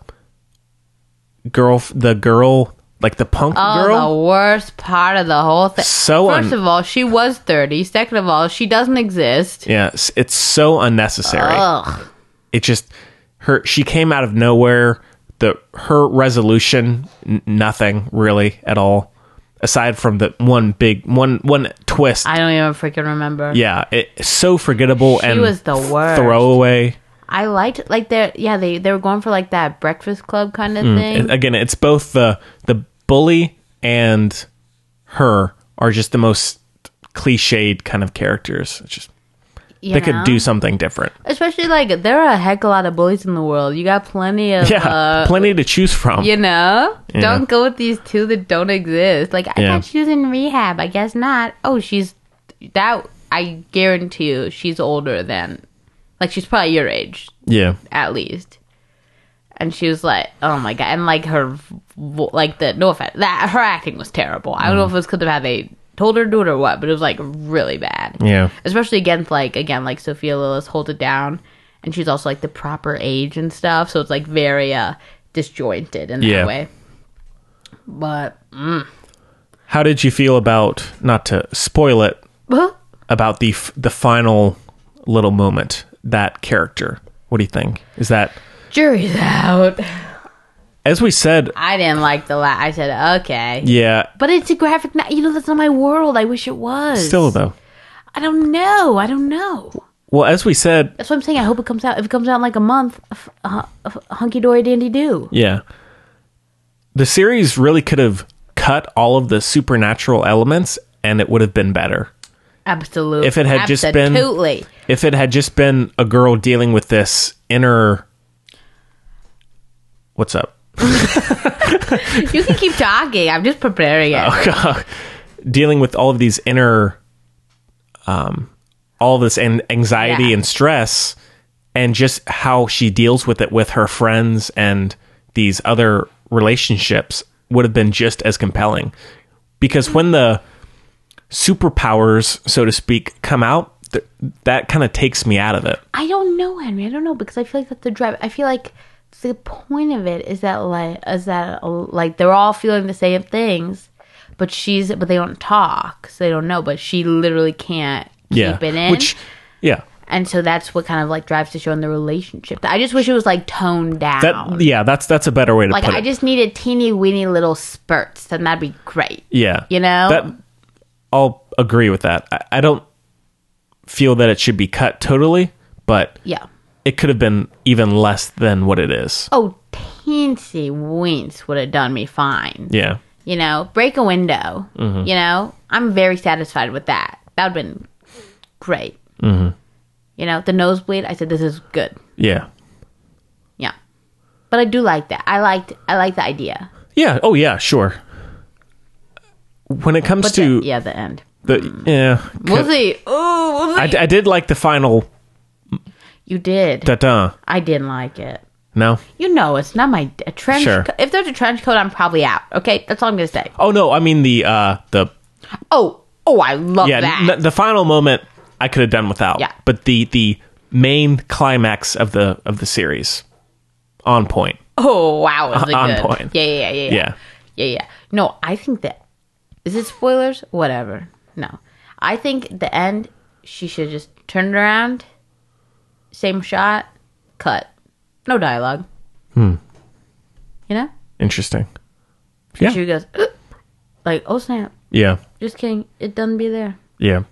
A: girl, the girl, like the punk
B: oh,
A: girl.
B: the worst part of the whole thing.
A: So
B: First
A: un-
B: of all, she was 30. Second of all, she doesn't exist.
A: Yeah, it's, it's so unnecessary.
B: Ugh.
A: It just her. She came out of nowhere. The her resolution, n- nothing really at all, aside from the one big one one twist.
B: I don't even freaking remember.
A: yeah, it, so forgettable
B: She
A: and
B: was the worst.
A: throwaway.
B: I liked like they yeah they they were going for like that Breakfast Club kind of thing.
A: And again, it's both the the bully and her are just the most cliched kind of characters. It's just
B: you
A: they could
B: know?
A: do something different.
B: especially like there are a heck of a lot of bullies in the world. You got plenty of
A: Yeah,
B: uh,
A: plenty to choose from.
B: you know.
A: Yeah.
B: Don't go with these two that don't exist. Like I
A: Yeah.
B: thought she was in rehab. I guess not. Oh, she's that. I guarantee you, she's older than like she's probably your age
A: yeah,
B: at least. And she was like, "Oh my god!" And like her, vo- like the no offense, that her acting was terrible. I
A: Mm.
B: don't know if it was because of how they told her to do it or what, but it was like really bad.
A: yeah,
B: Especially against like again like Sophia Lillis holds it down, and she's also like the proper age and stuff, so it's like very uh disjointed in that
A: Yeah.
B: way. But
A: How did you feel about not to spoil it about the f- the final little moment that character? What do you think? Is that
B: jury's out.
A: as we said?
B: I didn't like the la I said okay,
A: Yeah,
B: but it's a graphic. No- you know that's not my world. I wish it was.
A: still though.
B: I don't know. I don't know.
A: Well, as we said,
B: That's what I'm saying. I hope it comes out. If it comes out in like a month, f- uh, f- hunky dory dandy do.
A: Yeah. The series really could have cut all of the supernatural elements and it would have been better.
B: Absolutely.
A: If it had just been-
B: Absolutely.
A: If it had just been a girl dealing with this inner What's up?
B: You can keep talking. I'm just preparing it.
A: Oh. dealing with all of these inner um all this an- anxiety
B: Yeah.
A: and stress and just how she deals with it with her friends and these other relationships would have been just as compelling because when the superpowers so to speak come out th- that kind of takes me out of it
B: I don't know, Henry. I don't know because I feel like that's the drive. I feel like the point of it is that like is that uh, like they're all feeling the same things, but she's but they don't talk, so they don't know. But she literally can't keep
A: yeah
B: it in.
A: which yeah
B: and so that's what kind of like drives the show in the relationship. I just wish it was like toned down.
A: that yeah that's that's a better way to
B: Like
A: put
B: I
A: it
B: just needed teeny weeny little spurts, and that'd be great.
A: Yeah.
B: You know?
A: That I'll agree with that. I, I don't feel that it should be cut totally, but
B: Yeah.
A: it could have been even less than what it is.
B: Oh, teensy weens would have done me fine.
A: Yeah.
B: You know, break a window.
A: Mm-hmm.
B: You know, I'm very satisfied with that. That would have been great. Mm-hmm. You know, the nosebleed. I said this is good.
A: Yeah.
B: Yeah, but I do like that. I liked. I like the idea.
A: Yeah. Oh yeah, sure. When it comes
B: But
A: to
B: the, yeah, the end.
A: the yeah,
B: We'll see. Oh,
A: I, I did like the final
B: you did.
A: da da.
B: I didn't like it.
A: No.
B: You know, it's not my a trench.
A: Sure.
B: Co- if there's a trench coat, I'm probably out. Okay, that's all I'm gonna say.
A: Oh no, I mean the uh the
B: Oh, oh, I love
A: yeah,
B: that.
A: n- the final moment I could have done without.
B: Yeah.
A: But the the main climax of the of the series on point.
B: oh wow, is it
A: uh, On
B: good?
A: point.
B: Yeah, yeah, yeah, yeah, yeah,
A: Yeah.
B: yeah, No, I think that is it. Spoilers, whatever. No, I think the end. She should just turn it around. Same shot, cut. No dialogue. Hmm. You know,
A: Interesting.
B: she goes like, "Oh snap!
A: Yeah.
B: Just kidding. It doesn't be there."
A: Yeah.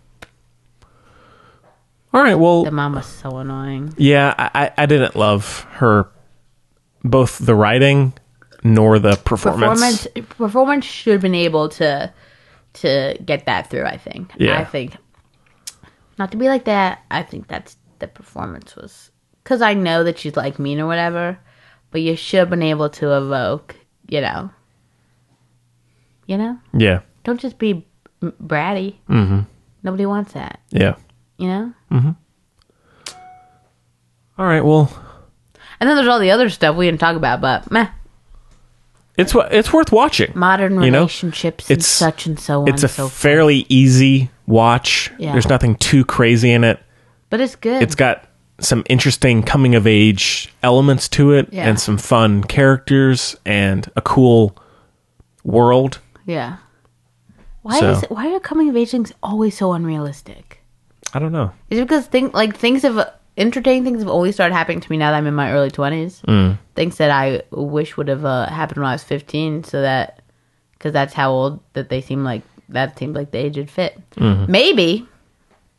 A: All right. Well,
B: The mom was so annoying.
A: yeah, I, I- I didn't love her, both the writing nor the performance.
B: performance performance should have been able to to get that through i think
A: Yeah.
B: i think not to be like that i think that's the performance was because i know that she's like mean or whatever but you should have been able to evoke you know you know
A: Yeah.
B: don't just be m- bratty mm-hmm. nobody wants that
A: Yeah.
B: you know
A: All right. Well,
B: and then there's all the other stuff we didn't talk about but meh
A: It's what it's worth watching.
B: Modern
A: You know,
B: relationships and
A: it's-
B: such and so on.
A: it's a
B: and so forth.
A: fairly easy watch.
B: Yeah.
A: There's nothing too crazy in it.
B: but it's good.
A: It's got some interesting coming of age elements to it
B: Yeah.
A: and some fun characters and a cool world.
B: yeah. Why
A: So-
B: is it, why are coming of age things always so unrealistic?
A: I don't know.
B: Is it because thing like things have entertaining things have only started happening to me now that I'm in my early twenties.
A: Mm.
B: Things that I wish would have uh, happened when I was fifteen, so that because that's how old that they seem like that seems like the age would fit.
A: Mm-hmm.
B: Maybe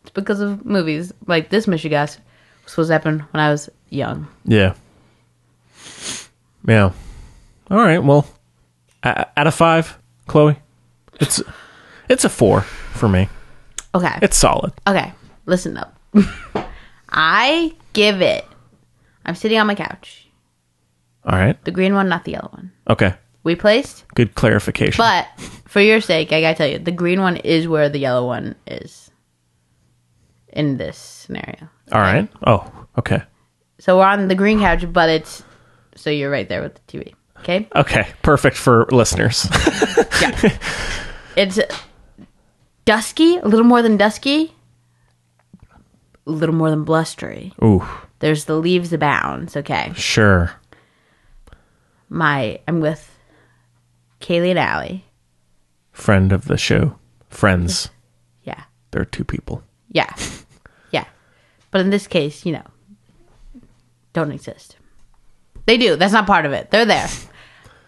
B: it's because of movies like this. Michigas was supposed to happen when I was young.
A: Yeah. Yeah. All right. Well, o- out of five, Chloe, it's it's a four for me.
B: Okay,
A: It's solid.
B: okay, listen up. I give it. I'm sitting on my couch.
A: All right.
B: The green one, not the yellow one.
A: Okay.
B: We placed.
A: Good clarification.
B: But for your sake, I gotta tell you, the green one is where the yellow one is in this scenario.
A: All right. Oh. Okay.
B: So we're on the green couch, but it's so you're right there with the TV. Okay,
A: Okay. Perfect for listeners.
B: it's dusky, a little more than dusky, a little more than blustery.
A: Ooh.
B: There's the leaves abounds. Okay,
A: Sure.
B: my I'm with Kaylee and Allie.
A: Friend of the show. Friends.
B: Yeah,
A: There are two people.
B: yeah, yeah. But in this case, you know, don't exist. They do. That's not part of it. They're there.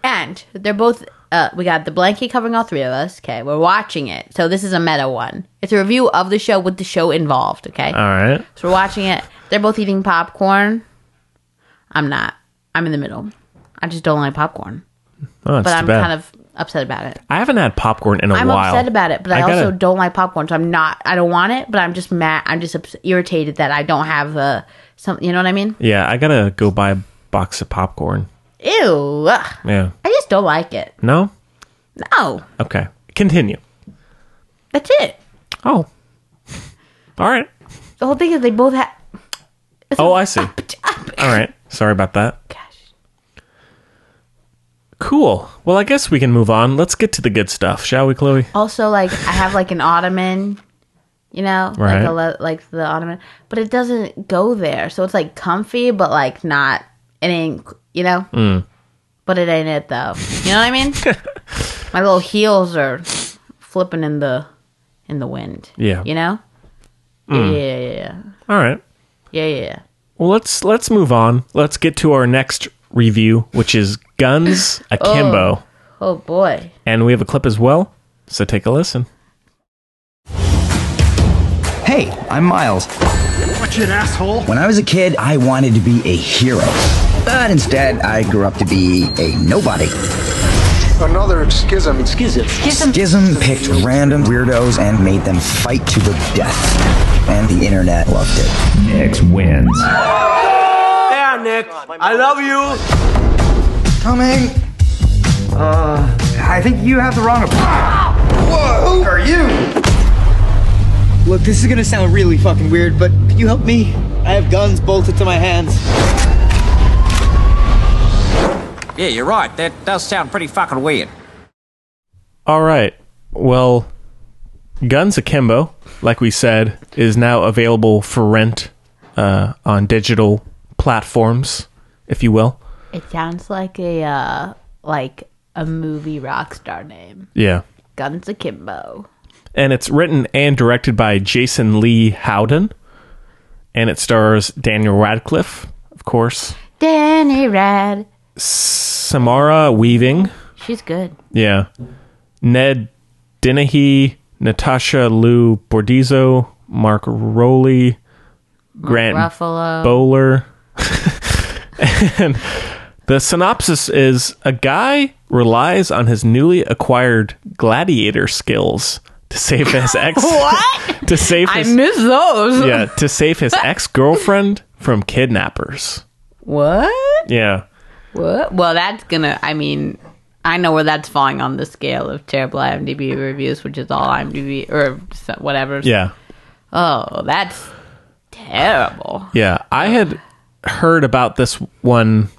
B: And they're both. Uh, we got the blanket covering all three of us. Okay, we're watching it. So this is a meta one. It's a review of the show with the show involved. Okay,
A: All right.
B: so we're watching it. They're both eating popcorn. I'm not. I'm in the middle. I just don't like popcorn,
A: Oh, that's
B: but
A: too
B: I'm
A: bad.
B: kind of upset about it.
A: I haven't had popcorn in a
B: I'm
A: while.
B: upset about it, but I,
A: I gotta-
B: also don't like popcorn, so I'm not. I don't want it, but I'm just mad. I'm just ups- irritated that I don't have a some. You know what I mean?
A: Yeah, I gotta go buy a box of popcorn.
B: Ew. ugh.
A: Yeah.
B: I just don't like it.
A: No.
B: No,
A: Okay. Continue.
B: that's it.
A: Oh. All right.
B: The whole thing is they both have.
A: Oh, I see. All right. Sorry about that.
B: Gosh.
A: Cool. Well, I guess we can move on. Let's get to the good stuff, shall we, Chloe?
B: Also, like I have like an ottoman, you know,
A: Right.
B: like a le- like the ottoman, but it doesn't go there. So it's like comfy, but like not. It ain't you know.
A: Mm.
B: But it ain't it though. You know what I mean? My little heels are flipping in the in the wind.
A: Yeah. Mm.
B: You know. Yeah, yeah, yeah,
A: All right.
B: yeah, yeah, yeah.
A: Well, let's let's move on. Let's get to our next review, which is Guns Akimbo,
B: Oh boy.
A: and we have a clip as well. So take a listen.
G: Hey, I'm Miles. Watch it, asshole. When I was a kid, I wanted to be a hero. But instead, I grew up to be a nobody.
H: Another schism. Schism.
G: Schism picked random weirdos and made them fight to the death. And the internet loved it.
I: X wins.
H: Yeah, Nick. I love you.
G: Coming. Uh, I think you have the wrong Whoa, who are you?
J: Look, this is gonna sound really fucking weird, but can you help me? I have guns bolted to my hands.
K: Yeah, you're right. That does sound pretty fucking weird.
A: All right. Well, Guns Akimbo, like we said, is now available for rent uh, on digital platforms, if you will.
B: It sounds like a uh like a movie rock star name.
A: Yeah.
B: Guns Akimbo.
A: and it's written and directed by Jason Lee Howden, and it stars Daniel Radcliffe, of course,
B: Danny Rad.
A: Samara Weaving,
B: She's good.
A: yeah, Ned Dennehy, Natasha Lou Bordizzo, Mark Rowley, Grant
B: Ruffalo.
A: Bowler. and the synopsis is a guy relies on his newly acquired gladiator skills to save his ex.
B: What?
A: to save his
B: miss those.
A: yeah, to save his ex girlfriend from kidnappers.
B: What?
A: Yeah.
B: What? Well, that's gonna. I mean, I know where that's falling on the scale of terrible IMDb reviews, which is all IMDb or so- whatever.
A: Yeah.
B: Oh, that's terrible.
A: Yeah. I had heard about this one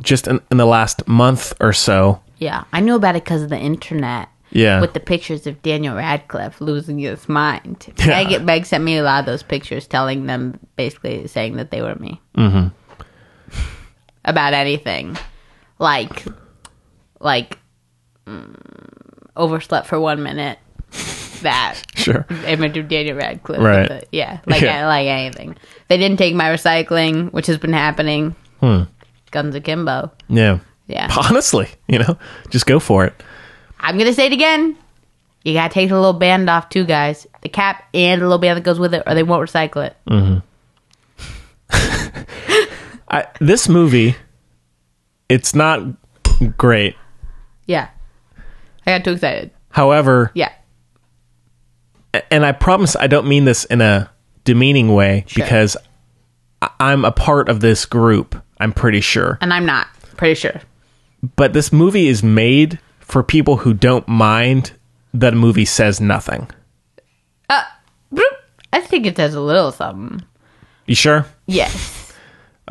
A: just in, in the last month or so
B: Yeah, I knew about it because of the internet.
A: Yeah.
B: With the pictures of Daniel Radcliffe losing his mind.
A: Yeah.
B: Meg, Meg sent me a lot of those pictures telling them, basically saying that they were me
A: Mm-hmm.
B: about anything. Like, like, mm, overslept for one minute. That.
A: Sure.
B: Image of Daniel Radcliffe.
A: Right.
B: But, yeah. Like,
A: Yeah.
B: like anything. They didn't take my recycling, which has been happening.
A: Hmm.
B: Guns akimbo.
A: Yeah.
B: Yeah.
A: Honestly, you know, just go for it.
B: I'm gonna say it again. You gotta take the little band off too, guys. The cap and the little band that goes with it, or they won't recycle it.
A: hmm I, this movie, it's not great.
B: Yeah. I got too excited.
A: However,
B: Yeah.
A: a- and I promise I don't mean this in a demeaning way because I- I'm a part of this group. I'm pretty sure.
B: And I'm not. Pretty sure.
A: But this movie is made for people who don't mind that a movie says nothing.
B: Bloop. I think it does a little something.
A: You sure?
B: Yes.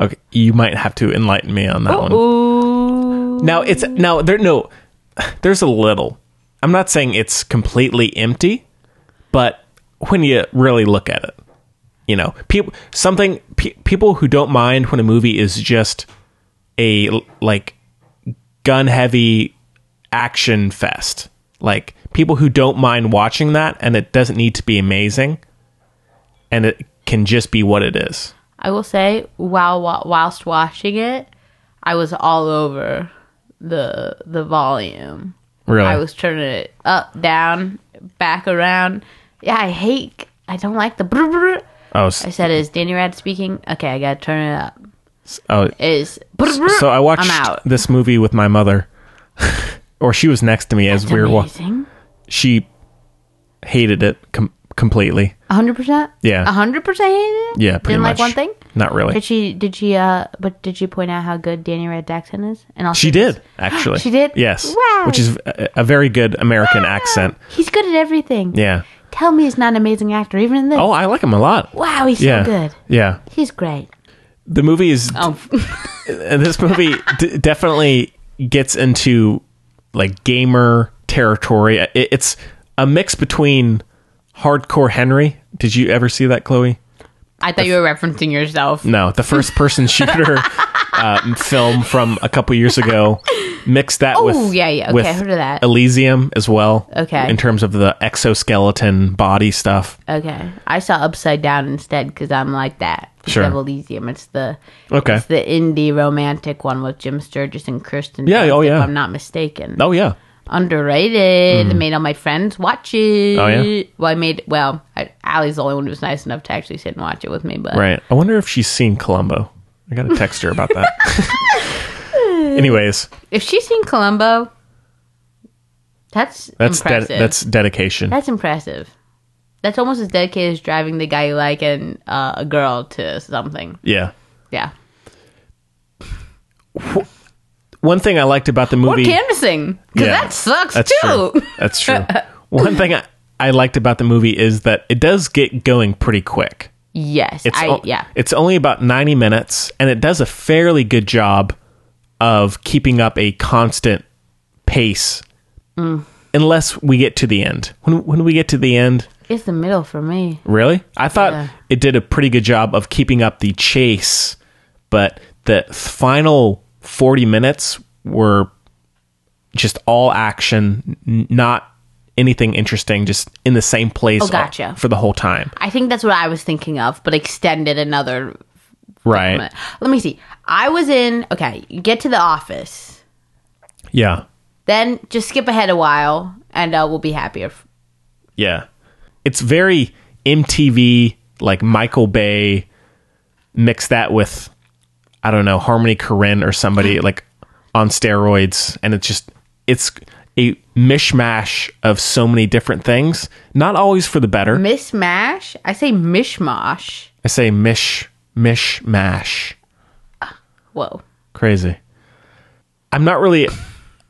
A: Okay, you might have to enlighten me on that one. Now it's now there no there's a little. I'm not saying it's completely empty, but when you really look at it, you know, people something pe- people who don't mind when a movie is just a like gun heavy action fest. Like people who don't mind watching that and it doesn't need to be amazing and it can just be what it is.
B: I will say, while wa- whilst watching it, I was all over the the volume.
A: Really?
B: I was turning it up, down, back around. Yeah, I hate. I don't like the. brr, brr.
A: Oh,
B: I
A: s-
B: said, is Danny Rad speaking? Okay, I gotta turn it up.
A: Oh,
B: Is brr, brr.
A: so I watched
B: I'm out.
A: this movie with my mother, or she was next to me as we were
B: amazing.
A: watching. She hated it com- completely.
B: hundred percent.
A: Yeah.
B: hundred percent.
A: Yeah, pretty
B: Didn't like
A: much.
B: one thing.
A: Not really.
B: Did she? Did she? Uh, but did she point out how good Danny Rad's accent is? And also,
A: She did actually.
B: She did?
A: Yes.
B: Wow.
A: Which is a, a very good American accent.
B: he's good at everything.
A: Yeah.
B: Tell me he's not an amazing actor, even in this.
A: Oh, I like him a lot.
B: Wow, he's so
A: yeah.
B: good. Oh.
A: Yeah.
B: He's great.
A: The movie is. and this movie d- definitely gets into like gamer territory. It, it's a mix between hardcore Henry. Did you ever see that, Chloe?
B: I thought you were referencing yourself.
A: No, the first person shooter uh, film from a couple years ago. Mixed that
B: Oh,
A: with
B: yeah, yeah, okay,
A: with
B: I heard of that.
A: Elysium as well.
B: Okay.
A: in terms of the exoskeleton body stuff.
B: Okay, I saw Upside Down instead because I'm like that.
A: Sure. Oh,
B: Instead of Elysium, it's the
A: Okay.
B: it's the indie romantic one with Jim Sturgis and Kirsten.
A: Yeah,
B: Dunst,
A: oh,
B: if
A: yeah.
B: I'm not mistaken.
A: Oh yeah,
B: Underrated.
A: Mhm.
B: Made all my friends watch it.
A: Oh, yeah?
B: Well, I made. Well, I, Allie's the only one who was nice enough to actually sit and watch it with me. But
A: right. I wonder if she's seen Columbo. I got to text her about that. Anyways,
B: if she's seen Columbo, that's
A: that's de-
B: impressive.
A: that's dedication.
B: That's impressive. That's almost as dedicated as driving the guy you like and uh, a girl to something.
A: yeah.
B: Yeah.
A: One thing I liked about the movie.
B: Or canvassing. Because
A: Yeah,
B: that sucks
A: that's
B: too.
A: true. That's true. One thing I, I liked about the movie is that it does get going pretty quick.
B: yes.
A: It's
B: I,
A: o-
B: yeah.
A: It's only about 90 minutes and it does a fairly good job of keeping up a constant pace
B: Mm.
A: unless we get to the end. When when we get to the end,
B: It's the middle for me.
A: really? I thought
B: Yeah.
A: it did a pretty good job of keeping up the chase, but the final 40 minutes were just all action, n- not anything interesting, just in the same place
B: Oh,
A: all-
B: gotcha.
A: for the whole time.
B: I think that's what I was thinking of, but extended another
A: Right.
B: minute. Let me see. I was in, okay, you get to the office,
A: Yeah.
B: then just skip ahead a while, and uh, we'll be happier.
A: Yeah. It's very MTV, like Michael Bay, mix that with, I don't know, Harmony Korine or somebody like on steroids. And it's just, it's a mishmash of so many different things. Not always for the better.
B: Mishmash? I say mishmash.
A: I say mish, mishmash.
B: Whoa.
A: Crazy. I'm not really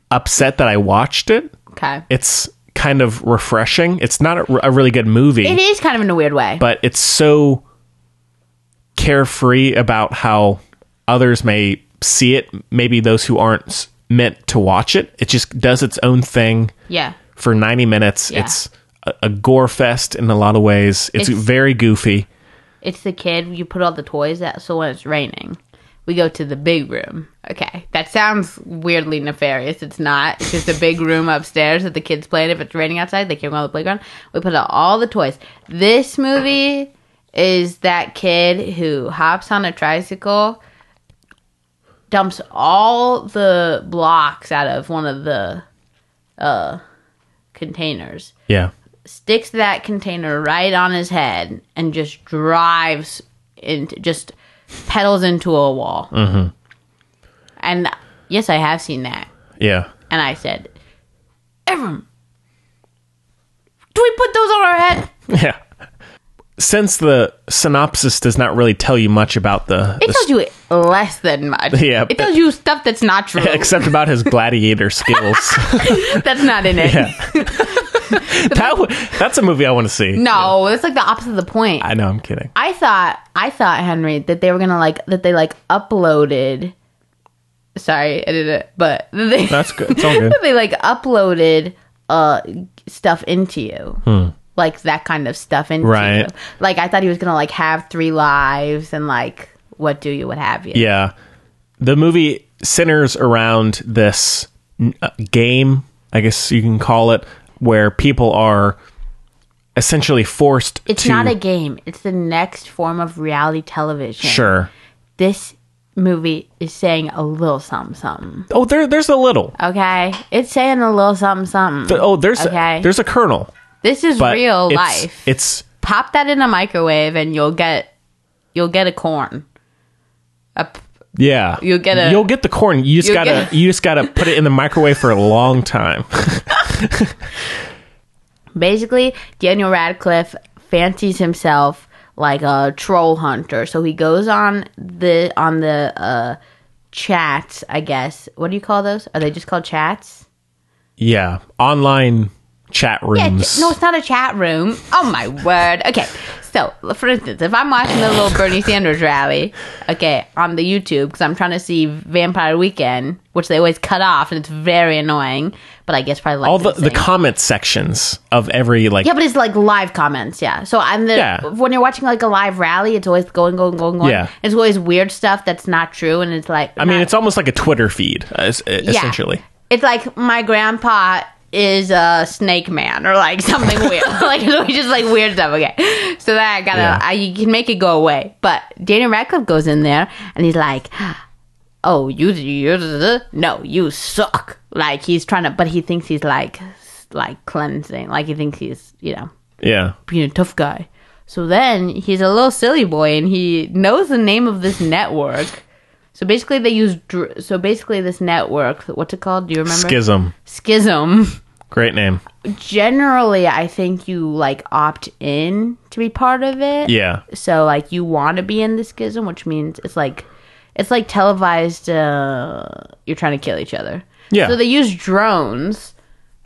A: upset that I watched it.
B: Okay.
A: It's kind of refreshing. It's not a, a really good movie.
B: It is kind of in a weird way.
A: but it's so carefree about how others may see it. Maybe those who aren't s- meant to watch it. It just does its own thing
B: Yeah.
A: for 90 minutes.
B: Yeah.
A: It's a, a gore fest in a lot of ways. It's,
B: It's-
A: very goofy.
B: It's the kid. You put all the toys out, so when it's raining, we go to the big room. Okay, that sounds weirdly nefarious. It's not. It's just a big room upstairs that the kids play in. If it's raining outside, they can go on the playground. We put out all the toys. This movie is that kid who hops on a tricycle, dumps all the blocks out of one of the uh, containers
A: Yeah.
B: sticks that container right on his head and just drives into just pedals into a wall.
A: hmm
B: And yes, I have seen that.
A: Yeah.
B: And I said, Evan, do we put those on our head?
A: Yeah. Since the synopsis does not really tell you much about the,
B: It
A: the
B: tells you less than much.
A: Yeah,
B: It tells you stuff that's not true.
A: except about his gladiator skills.
B: that's not in it.
A: yeah. that w- that's a movie I want to see.
B: No, it's like the opposite of the point.
A: I know I'm kidding.
B: I thought I thought Henry that they were gonna like that they like uploaded. Sorry, I did it, but they,
A: That's good. It's all good.
B: they like uploaded uh stuff into you,
A: Hmm.
B: like that kind of stuff into
A: Right.
B: you. Like I thought he was gonna like have three lives and like what do you what have you?
A: Yeah. The movie centers around this n- uh, game, I guess you can call it, where people are essentially forced
B: It's
A: to
B: not a game. It's the next form of reality television.
A: Sure.
B: This movie is saying a little something something.
A: Oh, there there's a little.
B: Okay, it's saying a little something something.
A: Th- Oh, there's
B: Um, okay.
A: a, there's a kernel.
B: This is
A: but
B: real
A: it's-
B: life.
A: It's
B: Pop that in a microwave and you'll get you'll get a corn. A p-
A: yeah.
B: You'll get a-
A: You'll get the corn. You just
B: You'll
A: gotta
B: get-
A: you just gotta put it in the microwave for a long time.
B: Basically, Daniel Radcliffe fancies himself like a troll hunter, so he goes on the on the uh, chats. I guess what do you call those? Are they just called chats?
A: yeah. Online chat
B: Yeah,
A: rooms.
B: ch- no, it's not a chat room. Oh my word. Okay. So, for instance, if I'm watching the little Bernie Sanders rally, okay, on the YouTube, because I'm trying to see Vampire Weekend, which they always cut off, and it's very annoying, but I guess probably like
A: all the, the
B: same.
A: comment sections of every like
B: yeah, but it's like live comments, yeah. So I'm the
A: Yeah.
B: when you're watching like a live rally, it's always going, going, going, going.
A: Yeah.
B: It's always weird stuff that's not true, and it's like
A: I mean, it's almost like a Twitter feed, uh, es- essentially.
B: it's like my grandpa is a snake man or like something weird like it's just like weird stuff okay so that i gotta
I: Yeah.
B: I, you can make it go away but daniel radcliffe goes in there and he's like oh you, you no you suck like he's trying to but he thinks he's like s- like cleansing like he thinks he's you know
A: Yeah.
B: being a tough guy so then he's a little silly boy and he knows the name of this network so basically they use dr- so basically this network what's it called do you remember
A: Schism.
B: Schism.
A: Great name.
B: Generally, I think you like opt in to be part of it.
A: Yeah.
B: So like you want to be in the schism, which means it's like it's like televised. Uh, you're trying to kill each other.
A: Yeah.
B: So they use drones.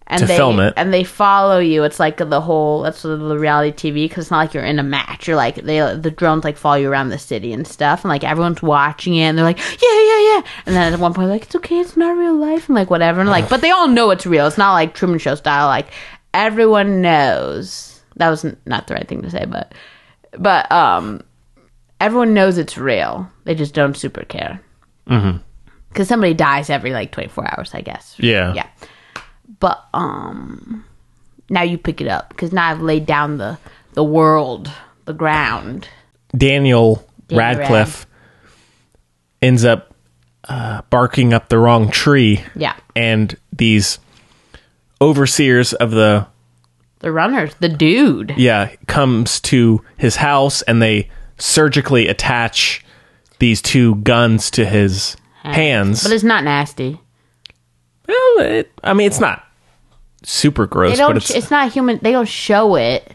B: And
A: To
B: they
A: film it.
B: and they follow you. It's like the whole that's sort of the reality TV because it's not like you're in a match. You're like they the drones like follow you around the city and stuff, and like everyone's watching it. and They're like, yeah, yeah, yeah. And then at one point, like it's okay, it's not real life, and like whatever, and like but they all know it's real. It's not like Truman Show style. Like everyone knows that was n- not the right thing to say, but but um, everyone knows it's real. They just don't super care
A: Mm-hmm.
B: because somebody dies every like 24 hours i guess
A: Yeah.
B: yeah but um now you pick it up because now i've laid down the the world the ground
A: Daniel
B: Daniel
A: Radcliffe ends up uh, barking up the wrong tree.
B: Yeah.
A: And these overseers of the
B: the runners the dude
A: yeah comes to his house and they surgically attach these two guns to his hands.
B: but it's not nasty
A: well, it, I mean, it's not super gross,
B: they don't
A: but
B: it's,
A: it's
B: not human they don't show it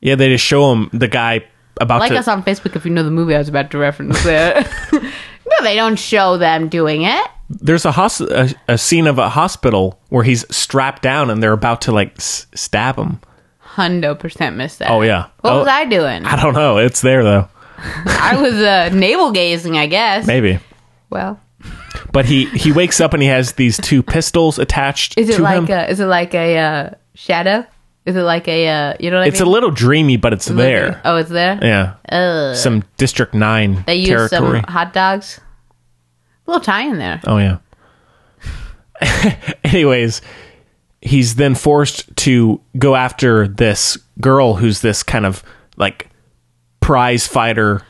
A: yeah. They just show him the guy about
B: like
A: to
B: us on facebook if you know the movie i was about to reference there no they don't show them doing it
A: there's a, hos- a a scene of a hospital where he's strapped down and they're about to like s- stab him.
B: hundo percent missed that
A: Oh yeah.
B: what
A: Oh,
B: was i doing
A: I don't know. It's there though.
B: i was uh, navel gazing i guess
A: Maybe.
B: well
A: But he he wakes up and he has these two pistols attached
B: Is it
A: to
B: like
A: him.
B: a? Is it like a uh, shadow? Is it like a? Uh, you know what
A: it's
B: I
A: a
B: mean?
A: little dreamy, but it's there.
B: Oh, it's there.
A: Yeah.
B: Ugh.
A: Some District Nine
B: They use
A: territory.
B: some hot dogs. A little tie in there.
A: Oh yeah. Anyways, he's then forced to go after this girl who's this kind of like prize fighter.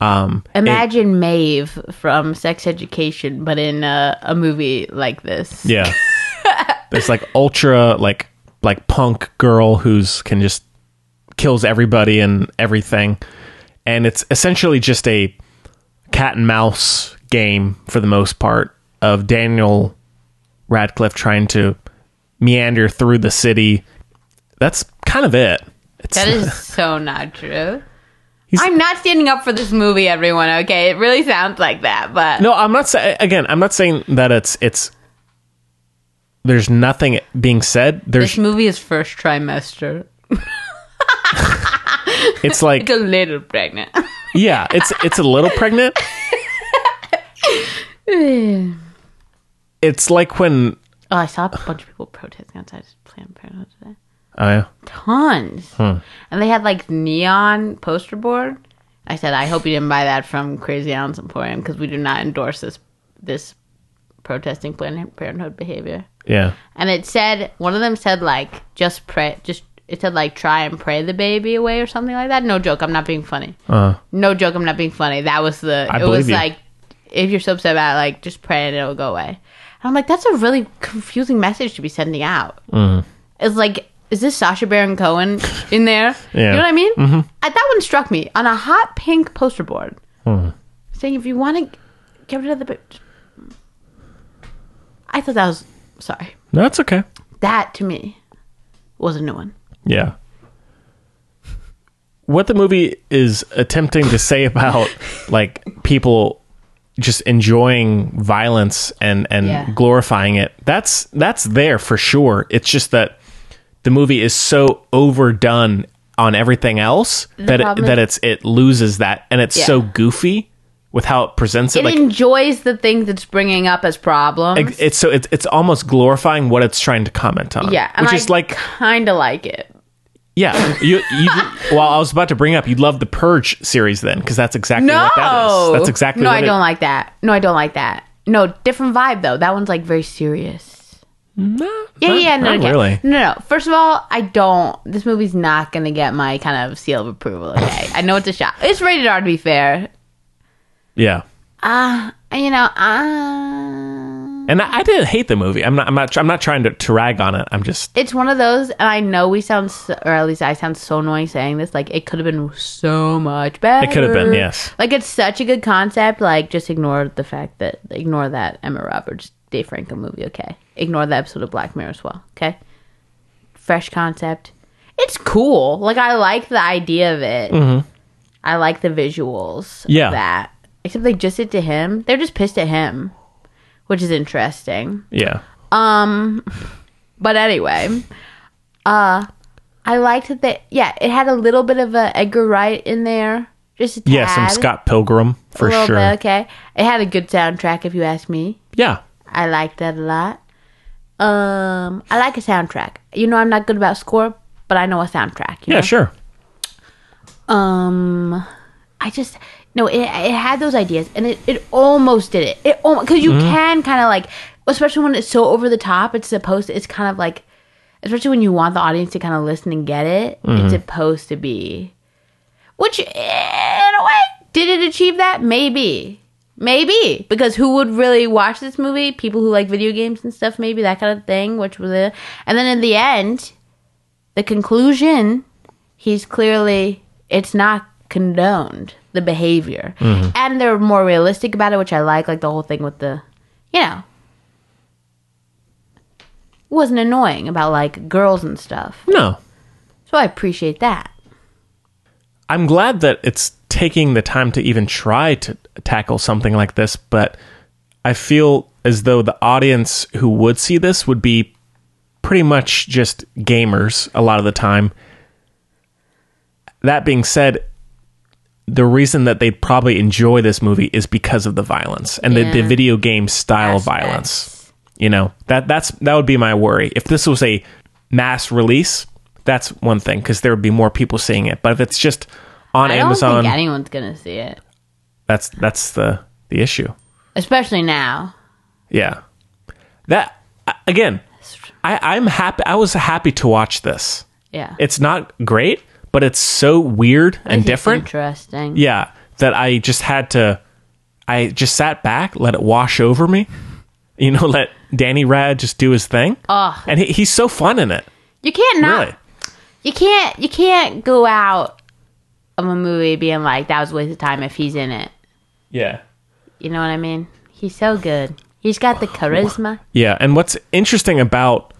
A: Um,
B: Imagine Maeve from Sex Education, but in uh, a movie like this.
A: yeah, this like ultra like like punk girl who's can just kills everybody and everything, and it's essentially just a cat and mouse game for the most part of Daniel Radcliffe trying to meander through the city. That's kind of it. It's,
B: That is so not true. I'm not standing up for this movie, everyone. Okay, it really sounds like that, but
A: no. I'm not saying again. I'm not saying that it's it's. There's nothing being said.
B: this
A: There's
B: movie is first trimester.
A: it's like
B: It's a little pregnant.
A: yeah. It's it's a little pregnant.
B: oh,
A: It's like when
B: I saw a bunch of people protesting outside Planned Parenthood today.
A: oh yeah.
B: Tons,
A: Hmm.
B: and they had like neon poster board. I said, I hope you didn't buy that from Crazy Allen's Emporium because we do not endorse this this protesting Planned Parenthood behavior.
A: yeah.
B: and it said one of them said like just pray just it said like try and pray the baby away or something like that no joke i'm not being funny
A: Uh,
B: no joke i'm not being funny that was the
A: I
B: it was
A: believe you.
B: like if you're so upset about it like just pray and it'll go away and i'm like that's a really confusing message to be sending out
A: mm.
B: it's like is this sasha baron cohen in there you
A: Yeah.
B: know what i mean
A: Mhm.
B: I, that one struck me on a hot pink poster board
A: Hmm.
B: saying if you want to get rid of the bitch i thought that was sorry
A: No, that's okay.
B: that to me was a new one.
A: Yeah. What the movie is attempting to say about like people just enjoying violence and and
B: Yeah.
A: glorifying it. That's that's there for sure. It's just that the movie is so overdone on everything else
B: The
A: that it,
B: problem
A: that
B: is-
A: it's it loses that and it's
B: Yeah.
A: so goofy with how it presents it.
B: It
A: like
B: enjoys the things it's bringing up as problems.
A: it- it's so it's it's almost glorifying what it's trying to comment on.
B: yeah, and
A: which
B: I
A: is like
B: kind of like it.
A: Yeah, you. you well, I was about to bring up. You'd love the Purge series then, because that's exactly
B: No,
A: what that is. That's exactly.
B: No,
A: what
B: I
A: it-
B: don't like that. No, I don't like that. No, different vibe though. That one's like very serious.
A: No.
B: Yeah,
A: Not-
B: yeah, no,
A: not
B: okay.
A: really.
B: No, no. First of all, I don't. This movie's not gonna get my kind of seal of approval. Okay, I know it's a shot. It's rated R to be fair.
A: Yeah,
B: Ah, uh, you know, ah.
A: and I, I didn't hate the movie. I'm not. I'm not. I'm not trying to, to rag on it. I'm just.
B: It's one of those, and I know we sound, so, or at least I sound so annoying saying this. Like it could have been so much better.
A: It could have been, yes.
B: Like it's such a good concept. Like just ignore the fact that ignore that Emma Roberts, Dave Franco movie. Okay, ignore the episode of Black Mirror as well. Okay, fresh concept. It's cool. Like I like the idea of it.
A: Mhm.
B: I like the visuals. of
A: Yeah.
B: that. Except they just did to him. They're just pissed at him, which is interesting.
A: Yeah.
B: Um, but anyway, uh, I liked that. Yeah, it had a little bit of a Edgar Wright in there. Just a tad,
A: Yeah. Some Scott Pilgrim
B: a
A: for
B: little
A: sure.
B: bit, okay, it had a good soundtrack. If you ask me,
A: Yeah.
B: I liked that a lot. Um, I like a soundtrack. You know, I'm not good about score, but I know a soundtrack. you
A: Yeah.
B: know?
A: Sure.
B: Um, I just no. It, it had those ideas, and it, it almost did it. It because you
I: Mhm.
B: can kind of like, especially when it's so over the top. It's supposed. To, it's kind of like, especially when you want the audience to kind of listen and get it.
I: Mhm.
B: It's supposed to be, which eh, in a way did it achieve that? Maybe, maybe because who would really watch this movie? People who like video games and stuff, maybe that kind of thing. Which was it, and then in the end, the conclusion he's clearly it's not condoned the behavior
A: Mm-hmm.
I: Mhm.
B: and they're more realistic about it which i like like the whole thing with the you know wasn't annoying about like girls and stuff
A: No.
B: so i appreciate that
A: I'm glad that it's taking the time to even try to tackle something like this, but I feel as though the audience who would see this would be pretty much just gamers a lot of the time. That being said, the reason that they'd probably enjoy this movie is because of the violence and the,
B: Yeah.
A: the video game style violence. You know that that's that would be my worry. If this was a mass release, that's one thing because there would be more people seeing it. But if it's just on
B: I don't
A: Amazon,
B: think anyone's gonna see it,
A: that's that's the the issue.
B: especially now.
A: Yeah. That a- again, I, I'm happy. I was happy to watch this.
B: Yeah,
A: It's not great, but it's so weird and
B: It's
A: different.
B: Interesting.
A: Yeah, that I just had to. I just sat back, let it wash over me. You know, let Danny Rad just do his thing.
B: Ugh.
A: and he, he's so fun in it.
B: You can't not.
A: Really.
B: You can't. You can't go out of a movie being like that was a waste of time if he's in it.
A: Yeah.
B: You know what I mean? He's so good. He's got the charisma.
A: Yeah, and what's interesting about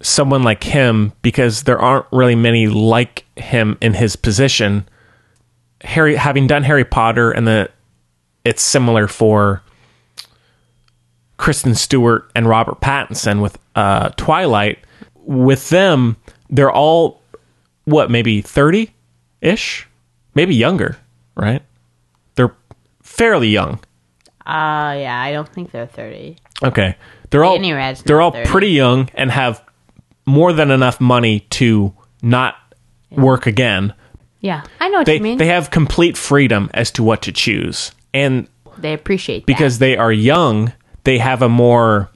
A: someone like him because there aren't really many like him in his position. Harry having done Harry Potter and the it's similar for Kristen Stewart and Robert Pattinson with uh Twilight. With them, they're all what, maybe 30 ish? Maybe younger, right? They're fairly young.
B: Uh yeah. I don't think they're thirty.
A: Okay. They're all
B: Danny Rad's
A: they're
B: not
A: all
B: 30.
A: pretty young and have more than enough money to not work again.
B: Yeah, I know what
A: They
B: you mean.
A: they have complete freedom as to what to choose. And
B: They appreciate that.
A: because they are young, they have a more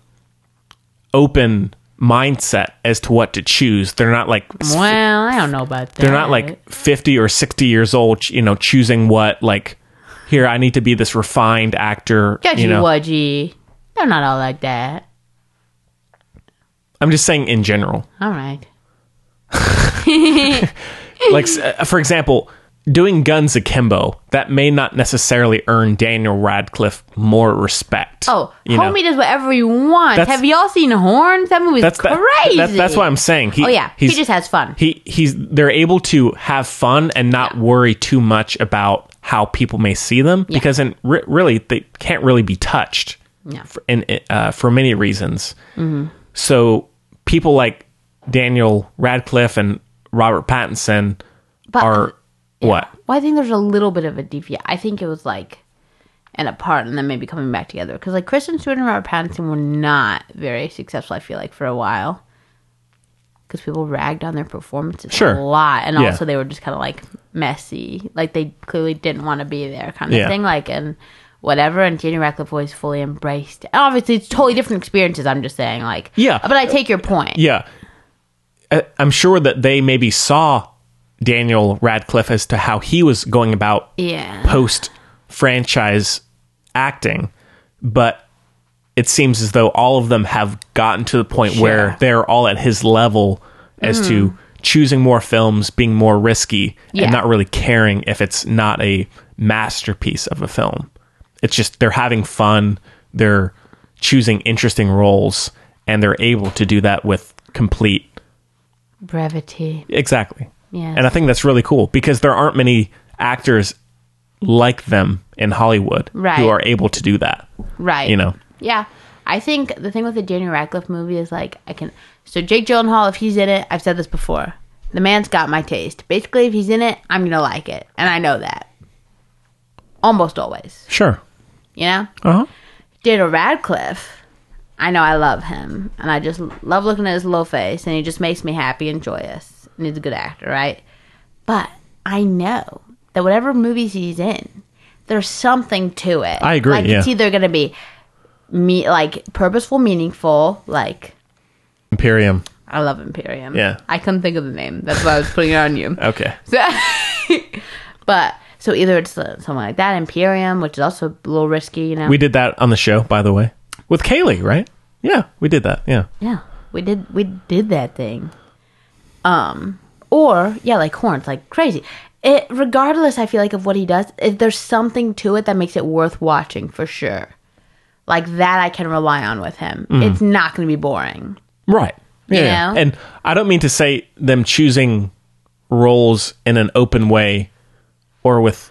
A: open mindset as to what to choose. They're not like s-
B: Well, I don't know about that.
A: they're not like 50 or 60 years old, ch- you know, choosing what like here I need to be this refined actor,
B: judgy
A: you know.
B: wudgy. They're not all like that.
A: I'm just saying in general.
B: All right.
A: like s- uh, for example doing guns akimbo that may not necessarily earn daniel radcliffe more respect
B: Oh,
A: You know?
B: homie does whatever he wants.
A: That's-
B: Have y'all seen Horns? That movie's
A: that's that-
B: crazy.
A: that- that's what i'm saying he,
B: oh yeah, he
A: he's,
B: just has fun.
A: he he's they're able to have fun and not worry too much about how people may see them because in re- really they can't really be touched
B: No.
A: for, in, uh, for many reasons
B: Mm-hmm.
A: so people like daniel radcliffe and robert pattinson
B: But-
A: are what
B: Well, I think there's a little bit of a deviation. I think it was like an apart and then maybe coming back together because like Kristen Stewart and Robert Pattinson were not very successful. I feel like for a while because people ragged on their performances
A: Sure.
B: a lot, and
A: Yeah.
B: also they were just kind of like messy, like they clearly didn't want to be there, kind of
A: Yeah.
B: thing. Like and whatever. And Daniel Radcliffe always fully embraced. And obviously, it's totally different experiences. I'm just saying, like
A: Yeah.
B: But I take your point.
A: Yeah. I- I'm sure that they maybe saw Daniel Radcliffe as to how he was going about
B: Yeah.
A: post franchise acting, but it seems as though all of them have gotten to the point where
B: Sure.
A: they're all at his level as to choosing more films, being more risky,
B: Yeah.
A: and not really caring if it's not a masterpiece of a film. It's just they're having fun, they're choosing interesting roles, and they're able to do that with complete
B: Brevity.
A: Exactly.
B: Yeah.
A: And I think that's really cool because there aren't many actors like them in Hollywood
B: Right.
A: who are able to do that.
B: Right.
A: You know.
B: Yeah. I think the thing with the Daniel Radcliffe movie is like I can so Jake Gyllenhaal if he's in it, I've said this before. The man's got my taste. Basically, if he's in it, I'm gonna like it, and I know that. Almost always,
A: Sure.
B: you know.
A: Uh huh.
B: Daniel Radcliffe, I know I love him, and I just love looking at his little face, and he just makes me happy and joyous. And he's a good actor, right? But I know that whatever movies he's in, there's something to it.
A: I agree,
B: Like it's
A: yeah.
B: either gonna be me like purposeful, meaningful, like
A: Imperium.
B: I love Imperium.
A: Yeah.
B: I couldn't think of the name. That's why I was putting it on you.
A: Okay.
B: But so either it's uh, something like that, Imperium, which is also a little risky, you know.
A: We did that on the show, by the way. With Kaylee, right? Yeah, we did that. Yeah.
B: Yeah, we did we did that thing. Um, or yeah, like horns, like crazy. It regardless, I feel like of what he does, if there's something to it that makes it worth watching for sure. Like that, I can rely on with him.
A: Mm-hmm.
B: It's not going to be boring.
A: Right. Yeah. yeah.
B: know?
A: And I don't mean to say them choosing roles in an open way or with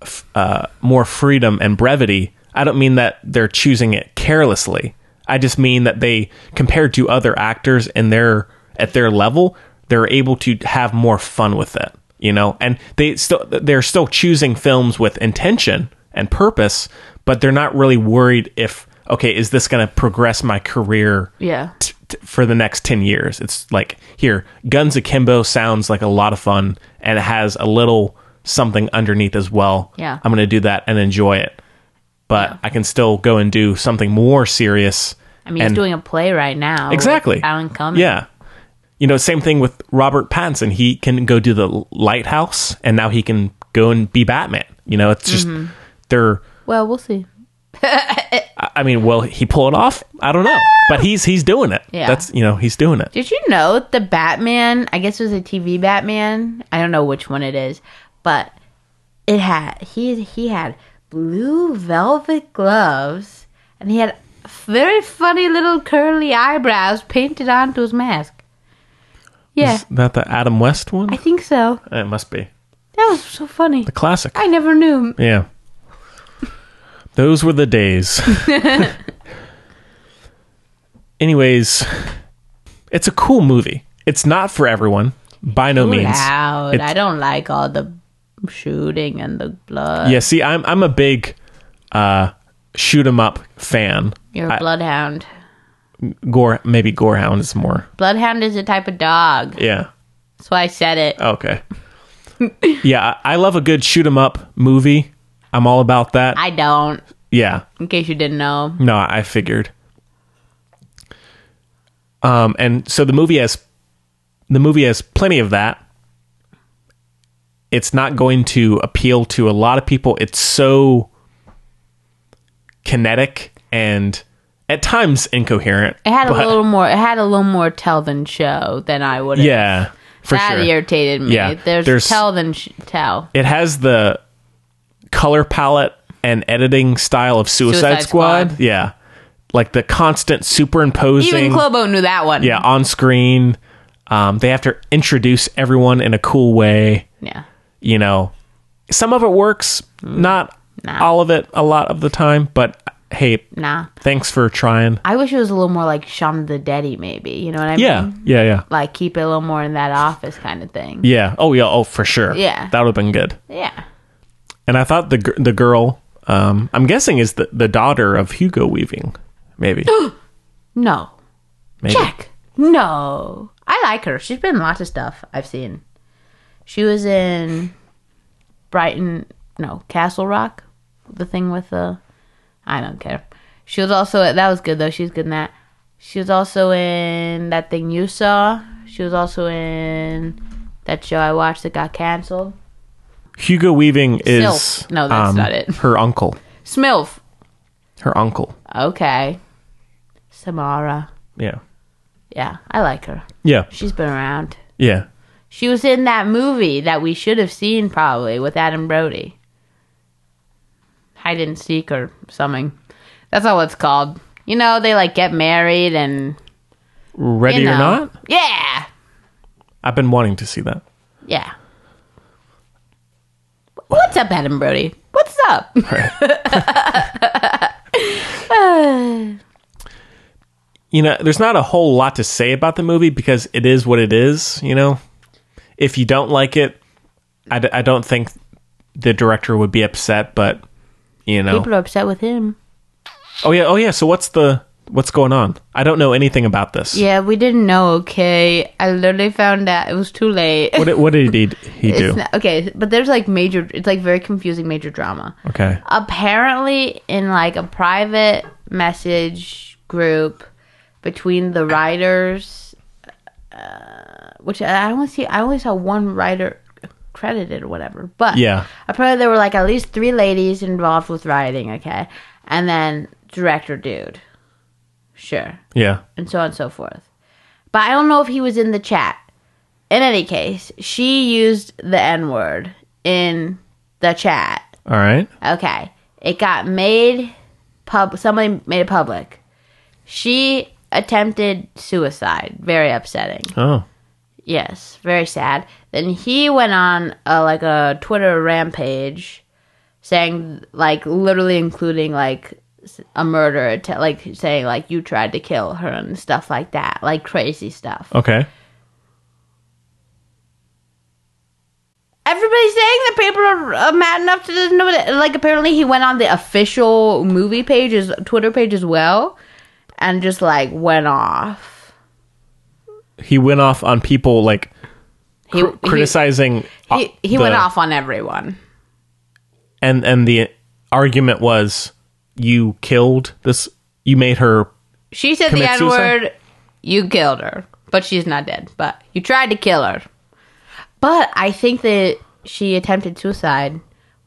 A: f- uh, more freedom and brevity. I don't mean that they're choosing it carelessly. I just mean that they, compared to other actors in their at their level, they're able to have more fun with it. you know and they still they're still choosing films with intention and purpose but they're not really worried if okay is this going to progress my career
B: Yeah.
A: t- t- for the next 10 years it's like here guns akimbo sounds like a lot of fun and it has a little something underneath as well
B: Yeah.
A: i'm going to do that and enjoy it but i can still go and do something more serious
B: I mean, he's
A: and-
B: doing a play right now. with
A: Exactly.
B: Alan Cumming.
A: yeah. You know, same thing with Robert Pattinson. He can go do the lighthouse and now he can go and be Batman. You know, it's just
B: Mm-hmm.
A: they're
B: Well, we'll see.
A: I I mean, will he pull it off? I don't know. But he's he's doing it.
B: Yeah.
A: That's you know, he's doing it.
B: Did you know the Batman? I guess it was a TV Batman. I don't know which one it is, but it had he he had blue velvet gloves and he had very funny little curly eyebrows painted onto his mask. Yeah,
A: Is that the Adam West one?
B: I think so.
A: it must be.
B: That was so funny.
A: The classic.
B: I never knew.
A: Yeah. Those were the days. Anyways, it's a cool movie. It's not for everyone, by no means.
B: Loud.
A: It's-
B: I don't like all the shooting and the blood.
A: yeah, see, I'm I'm a big uh shoot 'em up fan.
B: You're a
A: I-
B: bloodhound.
A: Gore maybe Gorehound is more.
B: Bloodhound is a type of dog.
A: Yeah.
B: That's why I said it.
A: Okay. yeah, I I love a good shoot 'em up movie. I'm all about that.
B: I don't.
A: yeah.
B: In case you didn't know.
A: No, I figured. Um, and so the movie has the movie has plenty of that. It's not going to appeal to a lot of people. It's so kinetic and at times incoherent.
B: It had a
A: but-
B: little more. It had a little more tell than show than I would. have.
A: Yeah, for
B: that
A: sure.
B: irritated me.
A: Yeah,
B: there's,
A: there's-
B: tell than sh- tell.
A: It has the color palette and editing style of Suicide,
B: Suicide
A: Squad.
B: Squad.
A: Yeah, like the constant superimposing.
B: Even Clobo knew that one.
A: yeah on screen um, they have to introduce everyone in a cool way
B: yeah.
A: you know some of it works not all of it a lot of the time but hey
B: Nah.
A: thanks for trying
B: I wish it was a little more like Shaun the Deaddy, maybe. You know what I
A: yeah
B: mean?
A: yeah yeah
B: Like keep it a little more in that office kind of thing.
A: yeah oh yeah oh for sure
B: Yeah.
A: that would have been good
B: Yeah.
A: and i thought the gir- the girl um, i'm guessing is the, the daughter of hugo weaving maybe
B: No.
A: maybe
B: Jack. No. I like her. She's been in lots of stuff I've seen. She was in Brighton, no, Castle Rock, the thing with the. I don't care. She was also that was good though. She was good in that. She was also in that thing you saw. She was also in that show I watched that got canceled.
A: hugo weaving is
B: Sylph. No, that's
A: um,
B: not it.
A: her uncle
B: Smilf.
A: her uncle
B: Okay. Samara.
A: yeah
B: Yeah, I like her.
A: yeah
B: She's been around.
A: yeah
B: She was in that movie that we should have seen probably with Adam Brody. Hide and seek or something. That's all it's called. You know, they like get married and
A: ready
B: you know.
A: or not
B: Yeah.
A: I've been wanting to see that.
B: Yeah. What's up, Adam Brody? What's up?
A: You know, there's not a whole lot to say about the movie because it is what it is, you know? If you don't like it, I, d- I don't think the director would be upset, but, you know.
B: People are upset with him.
A: oh, yeah. Oh, yeah. So what's the. What's going on? I don't know anything about this.
B: Yeah, we didn't know, okay? I literally found out it was too late.
A: What, did- what did he, he do?
B: It's not- okay, but there's like major, it's like very confusing major drama.
A: okay.
B: apparently in like a private message group between the writers uh, which i only see i only saw one writer credited or whatever but
A: Yeah.
B: apparently there were like at least three ladies involved with writing okay and then director dude sure
A: Yeah.
B: and so on and so forth. But I don't know if he was in the chat. In any case, she used the N word in the chat.
A: All right.
B: Okay. It got made pub somebody made it public. She attempted suicide. Very upsetting.
A: Oh.
B: Yes, very sad. Then he went on a, like a Twitter rampage, saying like literally including like s- a murder attempt, like saying like you tried to kill her and stuff like that, like crazy stuff.
A: Okay.
B: Everybody's saying that people are uh, mad enough to know that. Like, apparently, he went on the official movie page, his Twitter page as well, and just like went off.
A: He went off on people like
B: He-
A: cr-
B: he-
A: criticizing. uh,
B: He, he went
A: the-
B: off on everyone.
A: and and the argument was you killed this. You made her.
B: She said the
A: Commit
B: N
A: suicide?
B: word. You killed her, but she's not dead. But you tried to kill her. But I think that she attempted suicide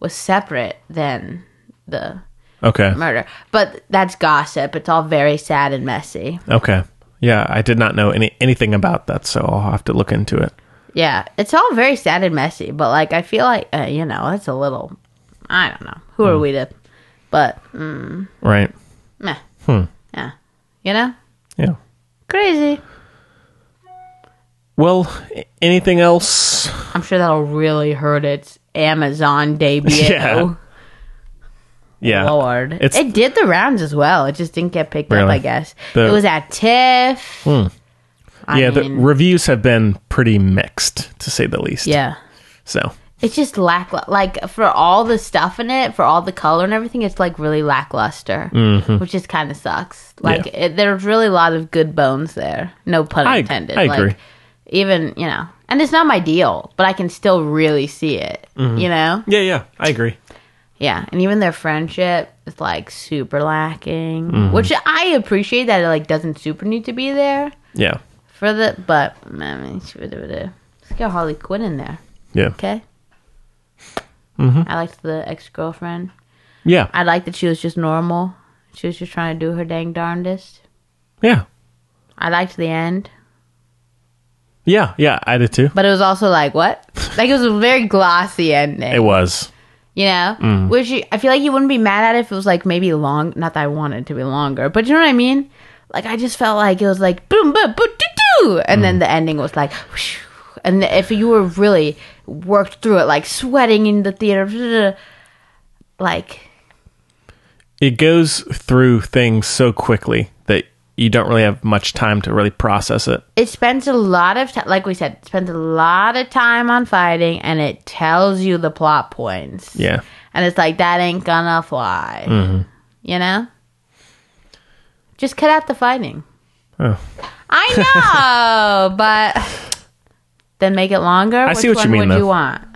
B: was separate than the
A: Okay.
B: murder. But that's gossip. It's all very sad and messy.
A: Okay. Yeah, I did not know any anything about that, so I'll have to look into it.
B: Yeah, it's all very sad and messy. But like, I feel like uh, you know, it's a little. I don't know. Who
A: Hmm.
B: are we to? But mm,
A: Right.
B: meh.
A: Hmm.
B: Yeah, you know,
A: Yeah.
B: crazy.
A: Well, a- anything else?
B: I'm sure that'll really hurt its Amazon debut.
A: Yeah. Yeah.
B: Lord.
A: It's
B: it did the rounds as well. It just didn't get picked up,
A: Really?
B: I guess.
A: The-
B: it was at TIFF.
A: Hmm.
B: I
A: yeah,
B: mean-
A: the reviews have been pretty mixed to say the least.
B: Yeah.
A: So,
B: It's just lack like for all the stuff in it, for all the color and everything, it's like really lackluster,
A: Mhm.
B: which just kind of sucks. Like
A: Yeah.
B: it, there's really a lot of good bones there. No pun
A: I-
B: intended.
A: I
B: like,
A: agree.
B: Even you know, and it's not my deal, but I can still really see it.
A: Mhm.
B: You know.
A: yeah, yeah, I agree.
B: Yeah, and even their friendship is like super lacking,
A: Mhm.
B: which I appreciate that it like doesn't super need to be there
A: Yeah.
B: for the but I mean, she would- would- let's get Harley Quinn in there.
A: Yeah.
B: Okay.
A: Mhm.
B: I liked the ex girlfriend.
A: Yeah.
B: I liked that she was just normal. She was just trying to do her dang darndest.
A: Yeah.
B: I liked the end,
A: Yeah, yeah, I did too.
B: but it was also like what? like it was a very glossy ending.
A: It was.
B: You know,
A: Mm.
B: which you, I feel like you wouldn't be mad at it if it was like maybe long. Not that I wanted it to be longer, but you know what I mean. Like I just felt like it was like boom, boom, boom, doo, doo, and then the ending was like, whoosh, and if you were really worked through it, like sweating in the theater, like
A: It goes through things so quickly that you don't really have much time to really process it.
B: it spends a lot of time. Like we said, it spends a lot of time on fighting, and it tells you the plot points,
A: Yeah.
B: and it's like that ain't gonna fly.
A: Mhm.
B: You know, just cut out the fighting.
A: Oh.
B: I know, but then make it longer.
A: I see what
B: one
A: you mean,
B: Would
A: though. Um,
B: you want?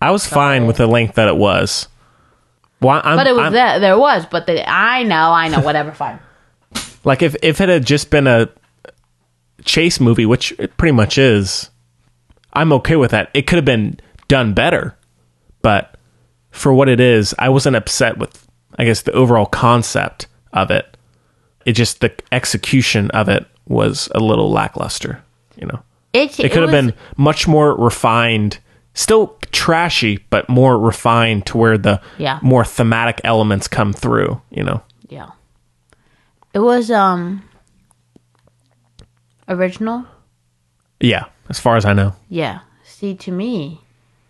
A: I was fine with the length that it was. Why? I'm,
B: but it was
A: I'm-
B: there. There was, but the, I know, I know. Whatever, fine.
A: Like if if it had just been a chase movie, which it pretty much is, I'm okay with that. It could have been done better, but for what it is, I wasn't upset with I guess the overall concept of it. It just the execution of it was a little lackluster, you know.
B: It,
A: It could have
B: was-
A: been much more refined, still trashy, but more refined to where the
B: Yeah.
A: more thematic elements come through, you know.
B: Yeah, it was um original.
A: Yeah, as far as I know.
B: Yeah. See, to me,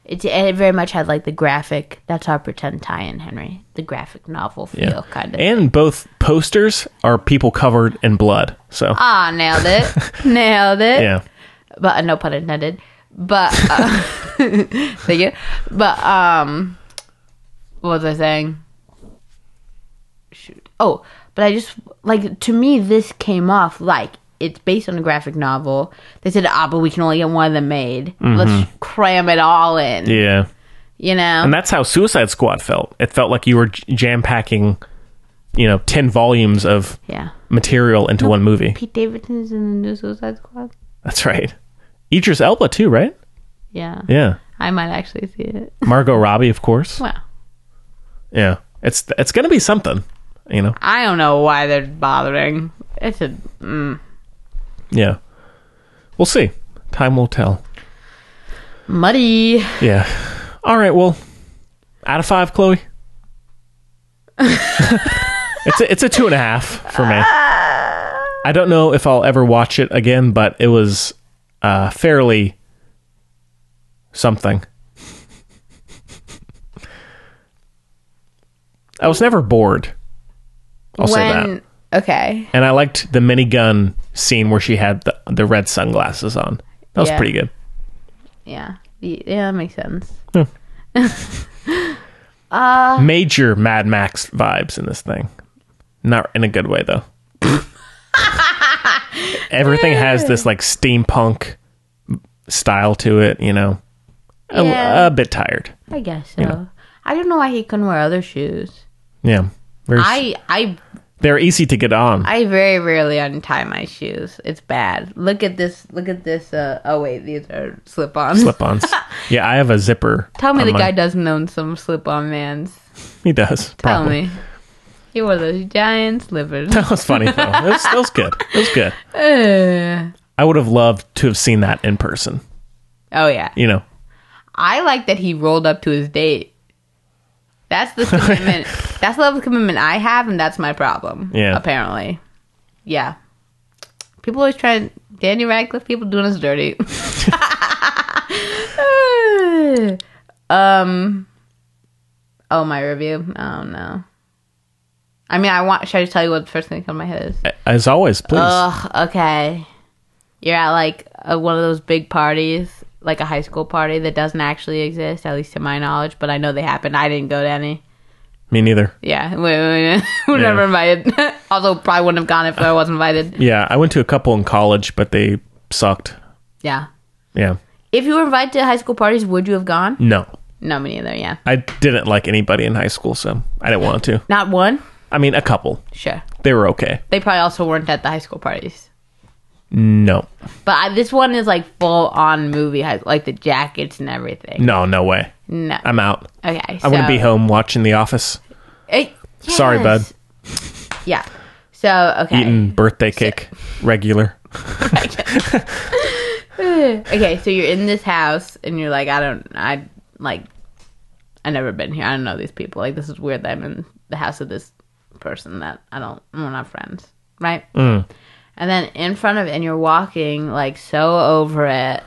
B: it, it very much had like the graphic. That's our pretend tie-in, Henry. The graphic novel feel, kind of.
A: And both posters are people covered in blood. So
B: Ah, nailed it, nailed it.
A: yeah,
B: But uh, no pun intended. But uh, thank you. But um, what was I saying? Shoot. Oh, but I just like to me this came off like it's based on a graphic novel. They said, ah, but we can only get one of them made.
A: Mhm.
B: Let's cram it all in.
A: yeah.
B: You know.
A: And that's how Suicide Squad felt. It felt like you were jam packing, you know, ten volumes of
B: Yeah.
A: material into one movie.
B: Pete Davidson's in the new Suicide Squad.
A: That's right. Idris Elba too, right?
B: Yeah.
A: Yeah.
B: I might actually see it.
A: Margot Robbie, of course.
B: Wow.
A: Yeah. It's it's gonna be something, you know.
B: I don't know why they're bothering. It's a. Mm.
A: Yeah. We'll see. Time will tell.
B: Muddy.
A: Yeah. All right. Well, out of five, Chloe. it's a, it's a two and a half for me. I don't know if I'll ever watch it again, but it was uh, fairly something. I was never bored. I'll say that.
B: Okay.
A: And I liked the minigun scene where she had the the red sunglasses on. That was
B: Yeah.
A: pretty good.
B: Yeah. Yeah, that makes sense.
A: Yeah.
B: uh,
A: Major Mad Max vibes in this thing. Not in a good way though. Everything has this like steampunk style to it, you know. A,
B: Yeah.
A: a bit tired.
B: I guess so.
A: Yeah.
B: I don't know why he couldn't wear other shoes.
A: Yeah. Very s-
B: I I
A: they're easy to get on.
B: I very rarely untie my shoes. It's bad. Look at this. Look at this. Uh, oh wait, these are slip-ons.
A: Slip-ons. yeah, I have a zipper.
B: Tell me
A: on
B: the
A: my-
B: guy doesn't own some slip-on man's.
A: He does.
B: Tell
A: probably.
B: me. He wore those giant slippers.
A: That was funny though. That was, that was good. That was good.
B: Uh,
A: I would have loved to have seen that in person.
B: oh yeah.
A: You know,
B: I like that he rolled up to his date. That's the commitment. that's the level of commitment I have, and that's my problem.
A: Yeah.
B: Apparently. Yeah. People always trying Danny Radcliffe. People doing us dirty. um. Oh, my review. Oh no. I mean, I want. Should I just tell you what the first thing that comes to my head is?
A: as always, please.
B: Ugh, okay. You're at like a, one of those big parties, like a high school party that doesn't actually exist, at least to my knowledge, but I know they happened. I didn't go to any.
A: me neither.
B: Yeah, we, we, we were
A: Yeah.
B: never invited. also, probably wouldn't have gone if I wasn't invited.
A: Yeah, I went to a couple in college, but they sucked.
B: Yeah.
A: Yeah,
B: If you were invited to high school parties, would you have gone?
A: no,
B: No, me neither, yeah.
A: I didn't like anybody in high school, so I didn't want to.
B: Not one?
A: I mean, a couple.
B: Sure.
A: They were okay.
B: They probably also weren't at the high school parties.
A: No,
B: But I, this one is like full on movie, high, like the jackets and everything.
A: no, no way.
B: No.
A: Mm, I'm out.
B: okay.
A: I'm gonna
B: so-
A: be home watching The Office.
B: Eh, yes.
A: Sorry, bud.
B: Yeah. So okay.
A: Eating Mm. birthday cake, regular.
B: okay, so you're in this house and you're like, I don't, I like, I never been here. I don't know these people. Like, this is weird that I'm in the house of this person that I don't, we're not friends, right?
C: Mm.
B: And then in front of, and you're walking like so over it,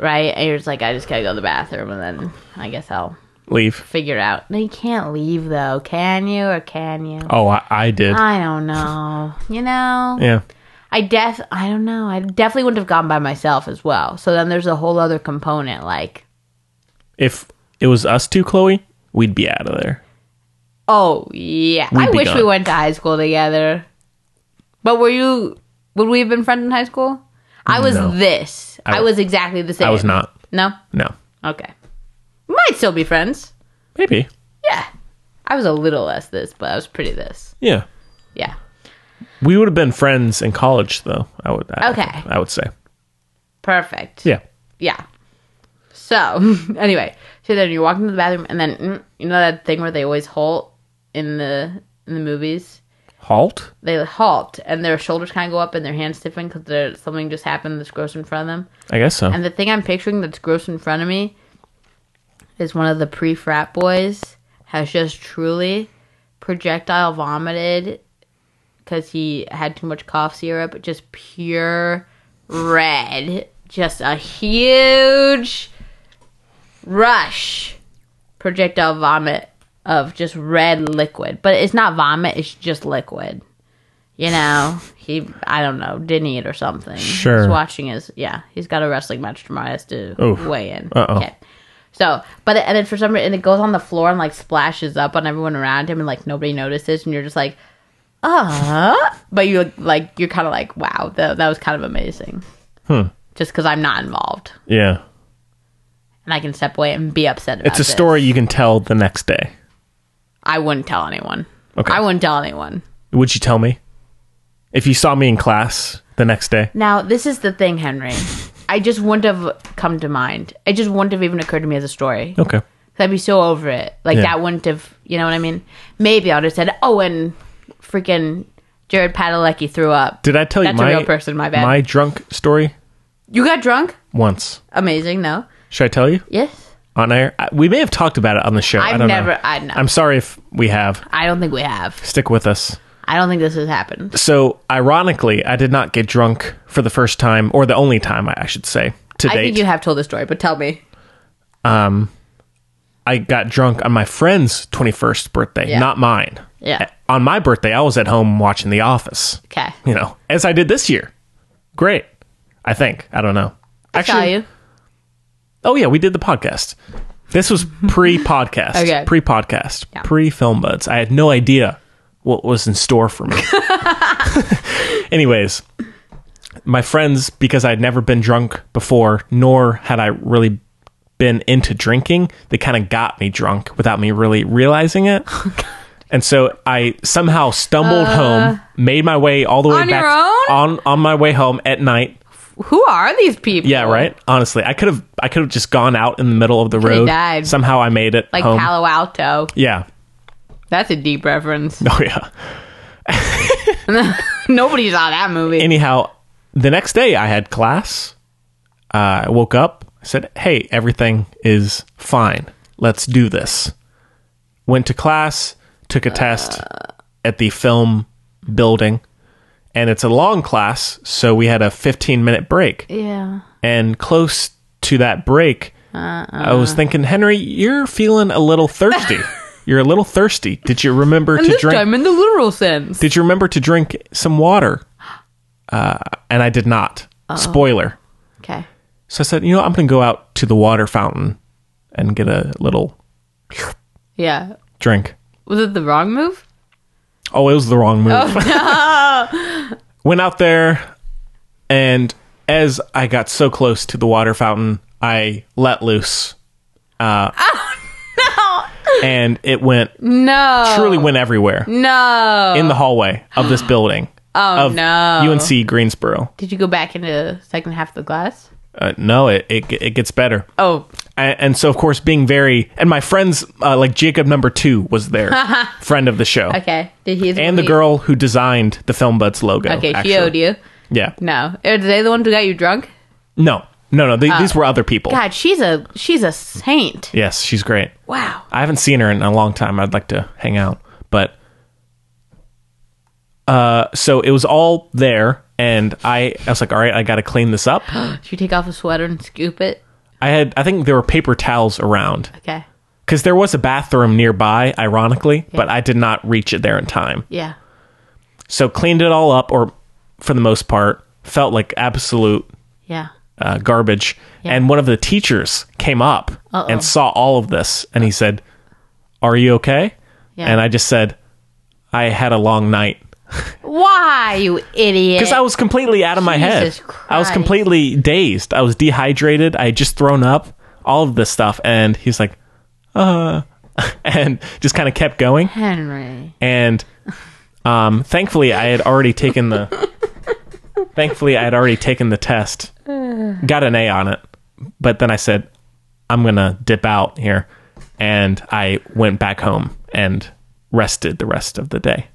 B: right? And you're just like, I just gotta go to the bathroom, and then I guess I'll
A: Leave.
B: figure it out. No, you can't leave though, can you? Or can you?
A: Oh, I, I did.
B: I don't know. You know?
A: yeah,
B: I def I don't know. I definitely wouldn't have gone by myself as well. So then there's a whole other component like,
A: if it was us two, Chloe, we'd be out of there.
B: oh yeah.
A: We'd
B: I
A: be
B: wish we
A: gone.
B: went to high school together. But were you would we have been friends in high school? I was
A: No.
B: this.
A: I-
B: I, was exactly the same.
A: I was not.
B: No?
A: No,
B: Okay. Might still be friends.
A: maybe.
B: Yeah. I was a little less this, but I was pretty this.
A: Yeah.
B: Yeah.
A: We would have been friends in college, though. I would. I,
B: Okay.
A: I would say.
B: Perfect.
A: Yeah.
B: Yeah. So anyway, so then you're walking to the bathroom, and then mm, you know that thing where they always halt in the in the movies.
A: Halt.
B: They halt, and their shoulders kind of go up, and their hands stiffen because something just happened that's gross in front of them.
A: I guess so.
B: And the thing I'm picturing that's gross in front of me is one of the pre frat boys has just truly projectile vomited because he had too much cough syrup, just pure red, just a huge rush projectile vomit of just red liquid. But it's not vomit, it's just liquid. You know, he, I don't know, didn't eat or something.
A: Sure.
B: He's watching his, yeah, he's got a wrestling match tomorrow. He has to
A: Oof.
B: weigh in.
A: Uh-oh.
B: So, but and then for some reason, it goes on the floor and like splashes up on everyone around him, and like nobody notices, and you're just like, uh But you like you're kind of like, wow, that that was kind of amazing,
A: Hmm.
B: just because I'm not involved
A: Yeah.
B: and I can step away and be upset. About
A: It's a
B: this.
A: story you can tell the next day.
B: I wouldn't tell anyone.
A: Okay.
B: I wouldn't tell anyone.
A: Would you tell me if you saw me in class the next day?
B: Now, this is the thing, Henry. I just wouldn't have come to mind. It just wouldn't have even occurred to me as a story.
A: Okay.
B: I'd be so over it. Like
A: Yeah.
B: that wouldn't have, you know what I mean? Maybe I'd have said, "Oh, and freaking Jared Padalecki threw up."
A: Did I tell you
B: That's
A: my
B: a real person? My bad.
A: my drunk story
B: you got drunk?
A: once?
B: Amazing. No.
A: Should I tell you
B: Yes.
A: on air? I- We may have talked about it on the show. I
B: I've
A: don't
B: never-
A: Know.
B: I know.
A: I'm sorry if we have.
B: I don't think we have.
A: Stick with us.
B: I don't think this has happened.
A: So, ironically, I did not get drunk for the first time, or the only time, I I should say, to
B: I
A: date.
B: think you have told the story, but tell me.
A: um, I got drunk on my friend's 21st birthday,
B: Yeah.
A: not mine.
B: Yeah.
A: On my birthday, I was at home watching The Office.
B: Okay.
A: You know, as I did this year. Great. I think. I don't know.
B: I saw you.
A: Oh yeah, we did the podcast. This was pre-podcast,
B: Okay.
A: pre-podcast, pre-film buds. I had no idea what was in store for me. Anyways, my friends, because I'd never been drunk before, nor had I really been into drinking, they kind of got me drunk without me really realizing it. and so I somehow stumbled
B: Oh, Uh,
A: home, made my way all the way
B: on
A: back
B: your own?
A: on on my way home at night.
B: Who are these people?
A: Yeah, right. Honestly, I could have I could have just gone out in the middle of the
B: Coulda
A: road.
B: died.
A: Somehow I made it
B: Like
A: home.
B: Palo Alto.
A: yeah.
B: That's a deep reference.
A: Oh yeah.
B: Nobody saw that movie.
A: Anyhow, the next day I had class. Uh, I woke up. I said, "Hey, everything is fine. Let's do this." Went to class, took a test
B: Uh.
A: at the film building, and it's a long class, so we had a 15-minute break.
B: yeah.
A: and close to that break, I was thinking, Henry, you're feeling a little thirsty. you're a little thirsty. Did you remember
B: And
A: to
B: this
A: drink?
B: time in the literal sense.
A: did you remember to drink some water? Uh, and I did not. Spoiler.
B: Okay.
A: So I said, you know, I'm going to go out to the water fountain and get a little
B: Yeah.
A: drink.
B: Was it the wrong move?
A: Oh, it was the wrong move.
B: Oh no.
A: Went out there, and as I got so close to the water fountain, I let loose. Uh,
B: Oh,
A: and it went
B: No.
A: truly went everywhere
B: No.
A: in the hallway of this building
B: Oh,
A: of
B: no.
A: UNC Greensboro.
B: Did you go back into the second half of the glass?
A: Uh, no, it, it it gets better.
B: Oh.
A: and, and so of course being very and my friends uh, like Jacob number two was there, friend of the show,
B: Okay. Did he?
A: and the
B: he-
A: girl who designed the Film Buds logo.
B: Okay,
A: actually.
B: she owed you.
A: Yeah,
B: No. Are they the ones who got you drunk?
A: no, no, no. They, these were other people.
B: God, she's a she's a saint.
A: Yes, she's great.
B: Wow.
A: I haven't seen her in a long time. I'd like to hang out, but uh, so it was all there, and I, I was like, all right, I got to clean this up.
B: Did you take off a sweater and scoop it?
A: I had, I think there were paper towels around
B: Okay.
A: because there was a bathroom nearby, ironically, but I did not reach it there in time.
B: Yeah.
A: So cleaned it all up, or for the most part, felt like absolute
B: Yeah.
A: uh, garbage. And one of the teachers came up
B: Uh-oh.
A: and saw all of this, and he said, "Are you okay?"
B: Yeah.
A: And I just said, "I had a long night."
B: Why, you idiot?
A: Because I was completely out of my
B: Eh, Jesus
A: head. I was
B: Christ.
A: completely dazed. I was dehydrated. I had just thrown up all of this stuff. And he's like, uh, and just kind of kept going.
B: Henry.
A: And um, thankfully, I had already taken the. thankfully, I had already taken the test, got an A on it. But then I said, I'm going to dip out here. And I went back home and rested the rest of the day.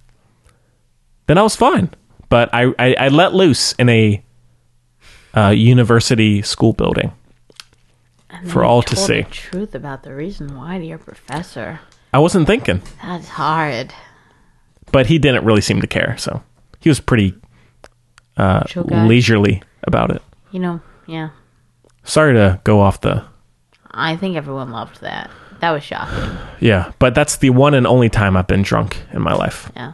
A: Then I was fine. But I, I, I let loose in a uh, university school building
B: And then
A: for
B: you
A: all to
B: told
A: see.
B: The truth about the reason why to your professor.
A: I wasn't thinking.
B: That's hard.
A: but he didn't really seem to care. So he was pretty uh,
B: Chill guy.
A: leisurely about it.
B: You know. Yeah.
A: Sorry to go off the
B: I think everyone loved that. That was shocking.
A: yeah, but that's the one and only time I've been drunk in my life.
B: Yeah.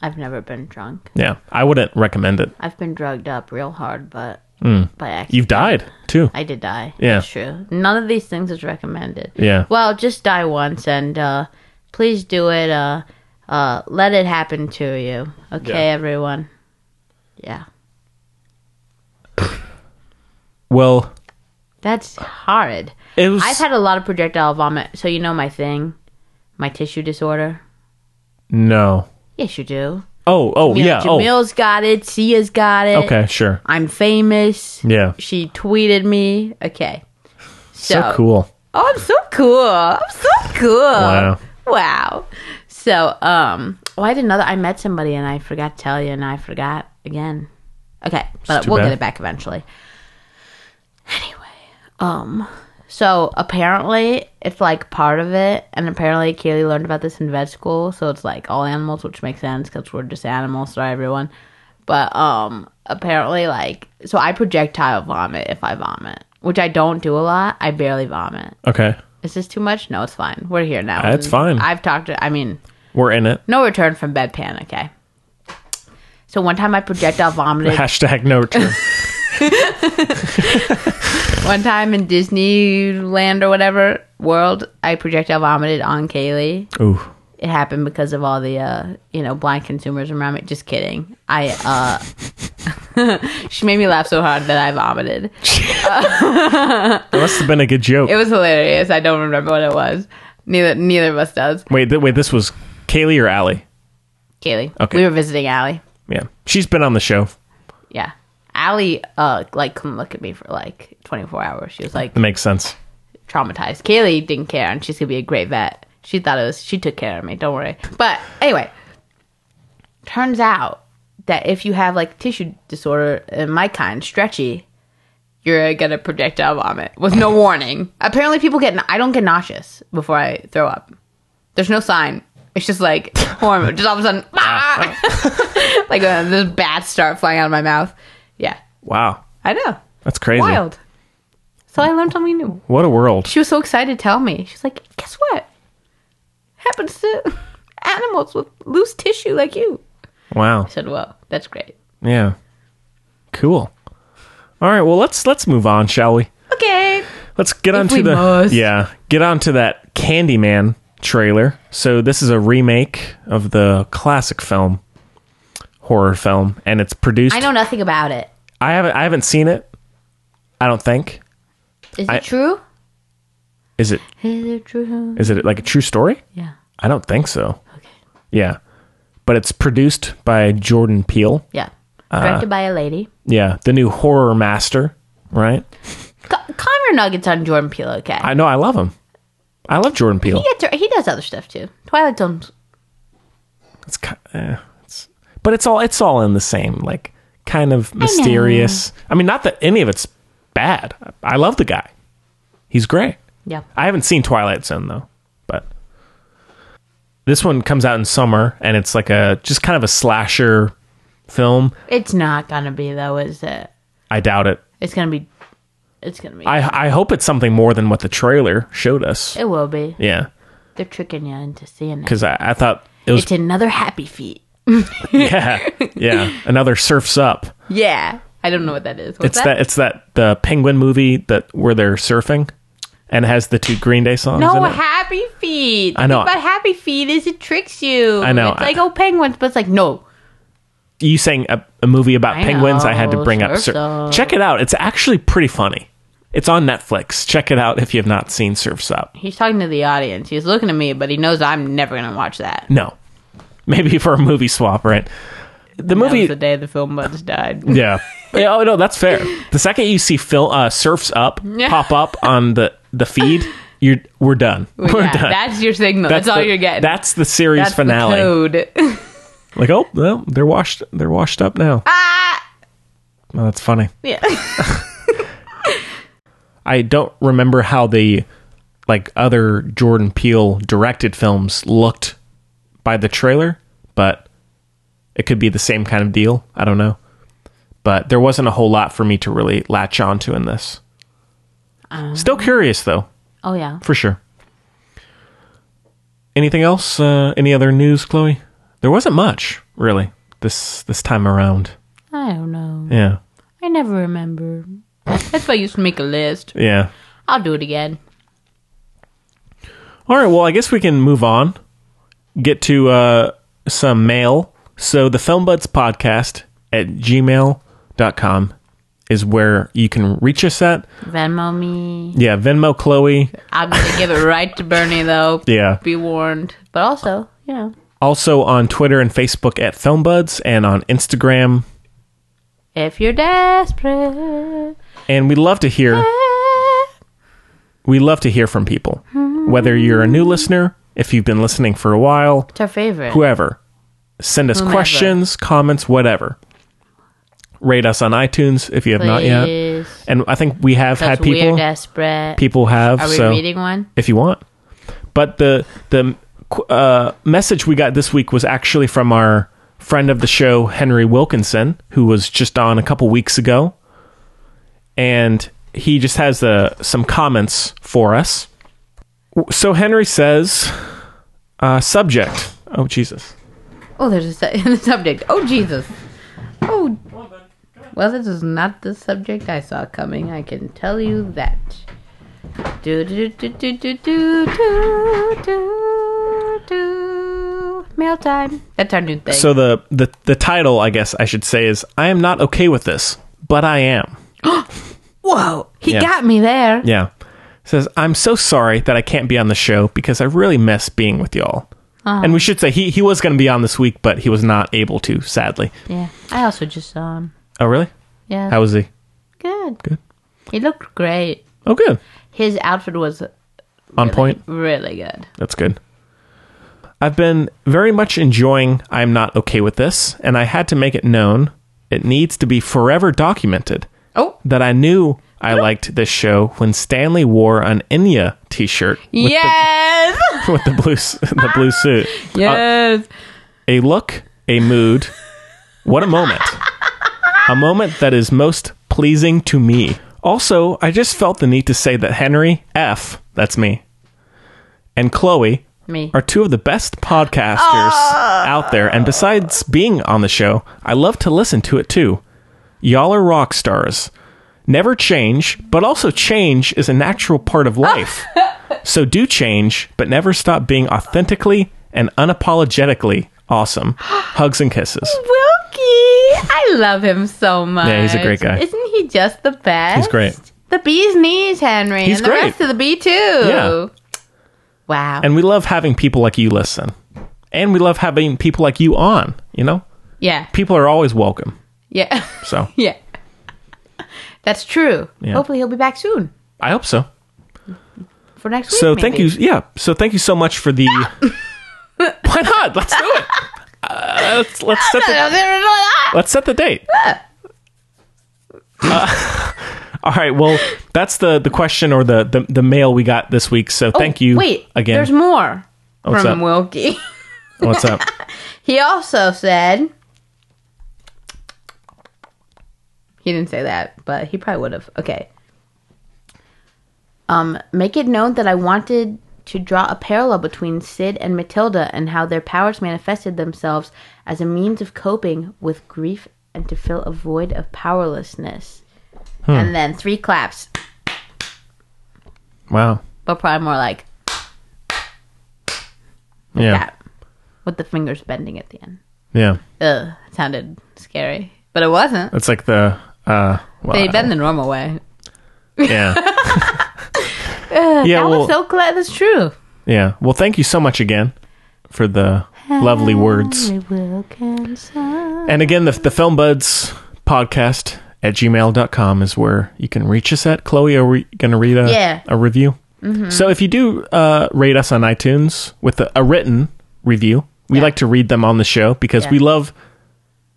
B: I've never been drunk.
A: Yeah, I wouldn't recommend it.
B: I've been drugged up real hard, but
A: Mm.
B: by accident.
A: You've died too.
B: I did die.
A: Yeah.
B: That's true. None of these things is recommended.
A: Yeah.
B: Well, just die once and uh please do it uh uh let it happen to you. Okay,
A: Yeah.
B: everyone. Yeah.
A: Well,
B: That's horrid.
A: It was-
B: I've had a lot of projectile vomit, so you know my thing. My tissue disorder.
A: no.
B: Yes you do.
A: Oh, oh,
B: You know,
A: yeah. Oh,
B: Jamil's got it, Sia's got it.
A: okay, sure.
B: I'm famous.
A: Yeah.
B: She tweeted me. Okay.
A: So, cool.
B: Oh, I'm so cool. I'm so cool.
A: Wow.
B: Wow. So, um, oh, I did another. I met somebody and I forgot to tell you, and I forgot again. Okay, but
I: too
B: we'll
I: bad.
B: get it back eventually. Anyway, um, so apparently it's like part of it, and apparently Kaylee learned about this in vet school, so it's like all animals, which makes sense because we're just animals. Sorry, everyone. But um, apparently, like, so I projectile vomit if I vomit, which I don't do a lot. I barely vomit.
A: Okay,
B: Is this too much? No, it's fine. We're here now.
A: That's
B: And
A: Uh, fine.
B: I've talked to, I mean,
A: we're in it.
B: no return from eh? bedpan, okay? So one time I projectile vomited.
A: Hashtag no return.
B: One time in Disneyland or whatever world, I projectile vomited on Kaylee.
A: Ooh.
B: It happened because of all the uh, you know blind consumers around me. Just kidding. I uh, she made me laugh so hard that I vomited.
A: That must have been a good joke.
B: It was hilarious. I don't remember what it was. Neither neither of us does.
A: wait, th- wait, this was Kaylee or Allie?
B: Kaylee.
A: Okay.
B: We were visiting Allie.
A: Yeah. She's been on the show.
B: Yeah. Allie uh like couldn't look at me for like twenty four hours. She was like
A: That makes sense.
B: traumatized. Kaylee didn't care, and she's gonna be a great vet. She thought it was she took care of me. Don't worry. But anyway, turns out that if you have like tissue disorder, in my kind, stretchy, you're gonna projectile vomit with no warning. Apparently, people get I don't get nauseous before I throw up. There's no sign. It's just like hormone. Just all of a sudden, "Ah!" like uh, the bats start flying out of my mouth. Yeah,
A: Wow.
B: I know.
A: That's crazy.
B: Wild. So I learned something new.
A: What a world.
B: She was so excited to tell me. She's like, guess what? Happens to animals with loose tissue like you.
A: Wow.
B: I said, well, that's great.
A: Yeah. Cool. All right, well, let's let's move on, shall we?
B: Okay.
A: Let's get on to
B: we
A: the
B: must.
A: yeah, get on to that Candyman trailer. So this is a remake of the classic film, horror film, and it's produced.
B: I know nothing about it.
A: I haven't I haven't seen it. I don't think.
B: Is it
A: I-
B: true?
A: Is it
B: Is it true?
A: is it like a true story?
B: Yeah.
A: I don't think so. Okay. Yeah, but it's produced by Jordan Peele.
B: Yeah.
A: Uh,
B: Directed by a lady.
A: Yeah, the new horror master, right?
B: C- calm your nuggets on Jordan Peele, okay?
A: I know I love him. I love Jordan Peele.
B: he, gets, he does other stuff too. Twilight Zone's
A: It's ki eh, it's but it's all it's all in the same like kind of mysterious. I, mean, not that any of it's bad. I love the guy. He's great.
B: Yeah.
A: I haven't seen Twilight Zone though, but this one comes out in summer and it's like a just kind of a slasher film.
B: It's not gonna be though, is it?
A: I doubt it.
B: It's gonna be. It's gonna be.
A: I I hope it's something more than what the trailer showed us.
B: it will be.
A: Yeah,
B: They're tricking you into seeing it.
A: because I, I thought it was
B: It's another happy feat.
A: yeah yeah another Surfs Up.
B: Yeah. I don't know what that is. What's
A: it's that? it's that the penguin movie that where they're surfing and it has the two Green Day songs
B: No,
A: in it.
B: Happy Feet. The
A: I know.
B: thing about Happy Feet is it tricks you.
A: I know.
B: It's like, oh, penguins, but it's like, no.
A: you sang a, a movie about
B: I
A: penguins I had to
B: know,
A: bring up
B: Surf's
A: Sur-
B: Up.
A: check it out it's actually pretty funny it's on Netflix check it out if you have not seen Surf's Up
B: He's talking to the audience. He's looking at me, but he knows I'm never going to watch that.
A: no maybe for a movie swap right the
B: That was
A: movie
B: the day the film buds died.
A: yeah Yeah, oh no that's fair the second you see Phil uh, Surf's Up pop up on the the feed you're we're done we're
B: Yeah,
A: done
B: That's your signal. That's, all
A: the-
B: you're getting.
A: That's the series
B: That's the
A: finale.
B: code.
A: Like, oh, well, they're washed. They're washed up now. Ah. Well, that's funny.
B: yeah.
A: I don't remember how the like other Jordan Peele directed films looked by the trailer, but it could be the same kind of deal. I don't know. But there wasn't a whole lot for me to really latch onto in this. Still curious though,
B: Oh, yeah.
A: for sure. Anything else? Uh, any other news, Chloe? There wasn't much, really, this this time around.
B: I don't know.
A: Yeah.
B: I never remember. That's why I used to make a list.
A: Yeah.
B: I'll do it again.
A: All right. Well, I guess we can move on. Get to uh, some mail. So the Film Buds podcast at gmail.com is where you can reach us at.
B: Venmo me.
A: Yeah, Venmo Chloe.
B: I'm going to give it right to Bernie, though.
A: Yeah.
B: Be warned. But also, you know,
A: Also on Twitter and Facebook at Film Buds and on Instagram.
B: if you're desperate.
A: And we love to hear we love to hear from people. Whether you're a new listener, if you've been listening for a while,
B: It's our favorite.
A: whoever. Send us
B: Whomever.
A: questions, comments, whatever. Rate us on iTunes if you have not yet.
B: Please.
A: and I think we have had
B: Because we're
A: people
B: desperate.
A: people have
B: Are we
A: so
B: reading one?
A: if you want. But the the uh, message we got this week was actually from our friend of the show Henry Wilkinson, who was just on a couple weeks ago, and he just has uh, some comments for us. W- So Henry says, uh, subject. Oh Jesus.
B: Oh, there's a se- the subject. Oh Jesus. Oh. What? Well, this is not the subject I saw coming. I can tell you that. Do do do do do do do do do. Mail time. That's our new thing.
A: So the, the the title, I guess I should say, is I am not okay with this, but I am.
B: Whoa, he
A: Yeah.
B: got me there.
A: Yeah. Says, I'm so sorry that I can't be on the show because I really miss being with y'all.
B: Aw.
A: And we should say he, he was going to be on this week, but he was not able to, sadly.
B: Yeah, I also just saw him.
A: Oh, really?
B: Yeah.
A: How was he?
B: Good. Good. He looked great.
A: Oh, good.
B: His outfit was
A: On point.
B: really good.
A: That's good. I've been very much enjoying I'm Not Okay With This, and I had to make it known. It needs to be forever documented
B: oh.
A: that I knew I liked this show when Stanley wore an Enya t shirt with,
B: yes.
A: the, with the, blue, s- the blue suit. Uh,
B: yes.
A: a look, a mood. What a moment. a moment that is most pleasing to me. Also, I just felt the need to say that Henry F, that's me, and Chloe
B: Me.
A: are two of the best podcasters out there. And besides being on the show, I love to listen to it too. Y'all are rock stars. Never change, but also change is a natural part of life. so do change, but never stop being authentically and unapologetically awesome. Hugs and kisses.
B: Wilkie. I love him so much.
A: Yeah, he's a great guy.
B: Isn't he just the best?
A: He's great.
B: The bee's knees, Henry.
A: He's
B: and the
A: great.
B: rest of the bee too.
A: Yeah.
B: Wow.
A: And we love having people like you listen. And we love having people like you on, you know?
B: yeah.
A: People are always welcome.
B: Yeah.
A: So
B: yeah. That's true.
A: Yeah.
B: Hopefully he'll be back soon
A: I hope so.
B: for next week.
A: So thank you.
B: maybe.
A: Yeah. So thank you so much for the. Why not? Let's do it. Uh, let's let's set the, let's set the date. Uh, all right. Well, that's the the question or the the, the mail we got this week. So
B: Oh,
A: thank you.
B: Wait,
A: again. Oh,
B: There's more
A: What's
B: from
A: up?
B: Wilkie.
A: What's up?
B: He also said he didn't say that, but he probably would have. Okay. Um, make it known that I wanted to draw a parallel between Sid and Matilda and how their powers manifested themselves as a means of coping with grief and to fill a void of powerlessness.
A: Hmm.
B: And then three claps,
A: Wow.
B: but probably more like
A: Yeah.
B: that, with the fingers bending at the end.
A: Yeah.
B: Ugh, it sounded scary, but it wasn't.
A: It's like the. Uh, well,
B: They bend the normal way.
A: Yeah.
B: Ugh,
A: Yeah,
B: that
A: well-
B: was so glad that's true.
A: Yeah. Well, thank you so much again for the lovely words. And again, the, the Film Buds podcast at gmail.com is where you can reach us at. Chloe, are we going to read a,
B: Yeah.
A: a review?
B: Mhm.
A: So if you do uh, rate us on iTunes with a, a written review, we like to read them on the show because
B: Yeah.
A: we love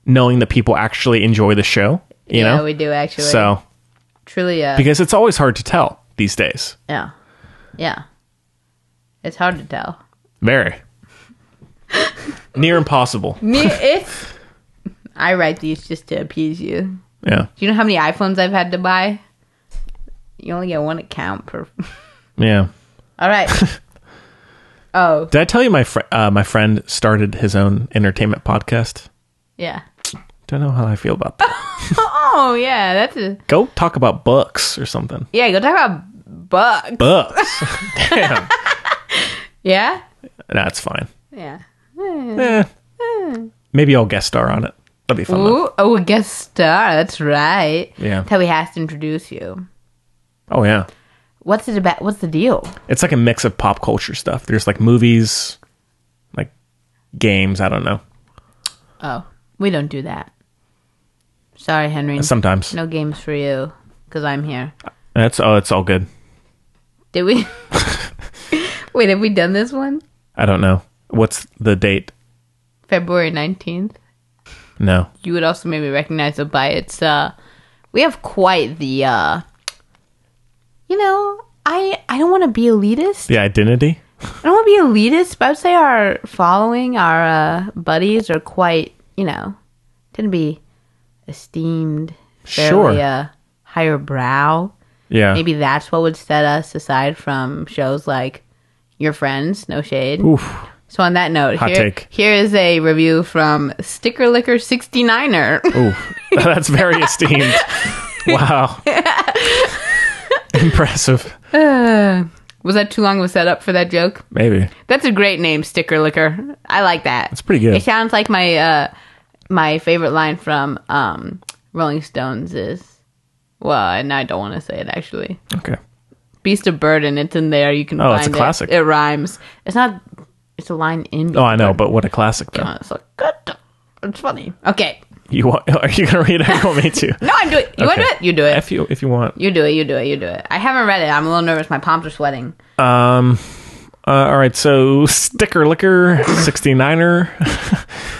A: knowing that people actually enjoy the show. You
B: yeah,
A: know?
B: we do actually.
A: So,
B: truly, uh,
A: because it's always hard to tell these days.
B: yeah, yeah, it's hard to tell.
A: Very. Near impossible.
B: Me, it's I write these just to appease you.
A: Yeah.
B: Do you know how many iPhones I've had to buy? You only get one account per.
A: Yeah.
B: All right. oh
A: Did I tell you my fr- uh, my friend started his own entertainment podcast?
B: yeah.
A: Don't know how I feel about that.
B: oh yeah, that's a,
A: Go talk about books or something.
B: yeah. Go talk about bugs.
A: Books. Damn.
B: Yeah.
A: That's fine.
B: Yeah. Hmm.
A: Eh. Maybe I'll guest star on it. That'd be fun. though.
B: Ooh, oh, a guest star. That's right.
A: Yeah.
B: That's how he has to introduce you.
A: Oh yeah.
B: What's it about? What's the deal?
A: It's like a mix of pop culture stuff. There's like movies, like games. I don't know.
B: Mm-hmm. Oh, we don't do that. Sorry, Henry.
A: Sometimes.
B: No games for you because I'm here.
A: That's oh, it's all good.
B: Did we? Wait, have we done this one?
A: I don't know. What's the date?
B: February 19th.
A: No.
B: You would also maybe recognize it by its, uh, we have quite the, uh, you know, I, I don't want to be elitist.
A: The identity.
B: I don't want to be elitist, but I would say our following, our uh, buddies are quite, you know, tend to be esteemed, fairly
A: Sure.
B: uh, higher brow.
A: Yeah.
B: Maybe that's what would set us aside from shows like Your Friends, No Shade.
A: Oof.
B: So on that note,
A: Hot
B: here,
A: take.
B: here is a review from Sticker Licker 69er.
A: Oh, That's very esteemed. Wow. Impressive.
B: Uh, was that too long of a setup for that joke?
A: Maybe.
B: That's a great name, Sticker Licker. I like that. It's
A: pretty good.
B: It sounds like my uh, my favorite line from um, Rolling Stones is, well, and I don't want to say it actually.
A: Okay.
B: Beast of Burden. It's in there. You can
A: Oh,
B: find
A: it's a
B: it.
A: classic.
B: It rhymes. It's not. It's a line in.
A: Oh, I know, but what a classic though.
B: Oh, It's like good. It's funny. Okay.
A: You want, are you gonna read it? or You want me to?
B: No, I'm doing. You want to do it? You do it.
A: If you if you want.
B: You do it. You do it. You do it. I haven't read it. I'm a little nervous. My palms are sweating.
A: Um. uh, all right. So sticker licker 69er.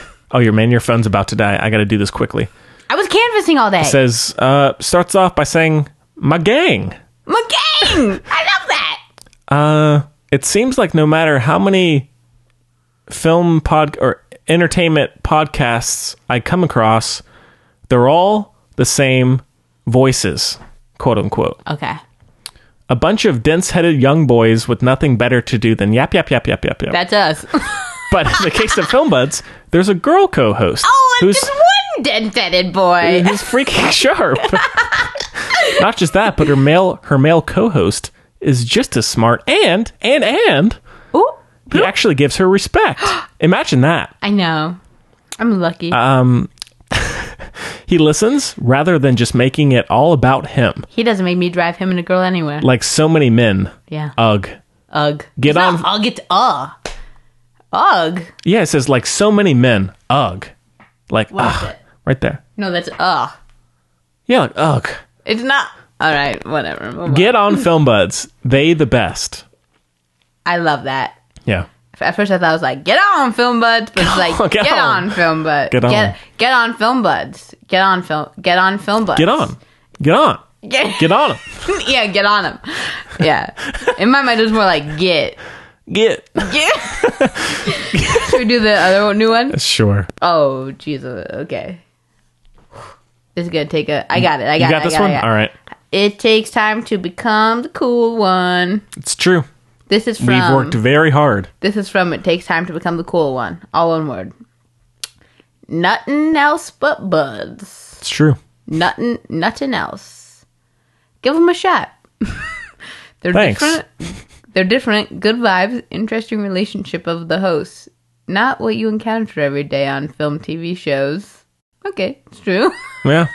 A: oh, your man, your phone's about to die. I got to do this quickly.
B: I was canvassing all day.
A: It says uh, starts off by saying my gang.
B: My gang. I love that.
A: Uh, it seems like no matter how many film pod or entertainment podcasts I come across, they're all the same voices, quote unquote.
B: Okay.
A: A bunch of dense-headed young boys with nothing better to do than yap yap yap yap yap yap.
B: That's us.
A: But in the case of Film Buds, there's a girl co-host
B: oh, and
A: who's
B: just one dented boy.
A: who's freaking sharp. Not just that, but her male her male co-host is just as smart and and and he actually gives her respect. Imagine that.
B: I know. I'm lucky.
A: Um, he listens rather than just making it all about him,
B: he doesn't make me drive him and a girl anywhere.
A: like so many men.
B: Yeah.
A: Ugh.
B: Ugh.
A: uh, Get
B: It's not
A: on.
B: Ugh. It's uh. Ugh.
A: Yeah, it says like so many men. Ugh. Like
B: What is
A: ugh,
B: it?
A: right there.
B: No, that's uh.
A: Yeah, like ugh.
B: It's not. All right. Whatever. Move
A: Get on film buds. They the best.
B: I love that.
A: Yeah.
B: At first, I thought I was like, "Get on, film buds," but it's like,
A: Get
B: "Get,
A: on.
B: on. film buds."
A: Get on.
B: Get, get on, film buds. Get on, film. Get on, film buds.
A: Get on. Get on.
B: Get,
A: Get on 'em.
B: yeah, get on them. Yeah. In my mind, it was more like get.
A: Get.
B: Get. Should we do the other one- new one?
A: Sure.
B: Oh Jesus. Okay. This is gonna take a. I got it. I got.
A: you got
B: it, I
A: this
B: it, I
A: one?
B: got it.
A: All right.
B: It takes time to become the cool one.
A: It's true.
B: This is from.
A: We've worked very hard.
B: This is from It Takes Time to Become the Cool One. All one word. Nothing else but buds.
A: It's true.
B: Nothing, nothing else. Give them a shot. they're
A: Thanks.
B: different. They're different. Good vibes. Interesting relationship of the hosts. Not what you encounter every day on film, TV shows. Okay, it's true.
A: Yeah.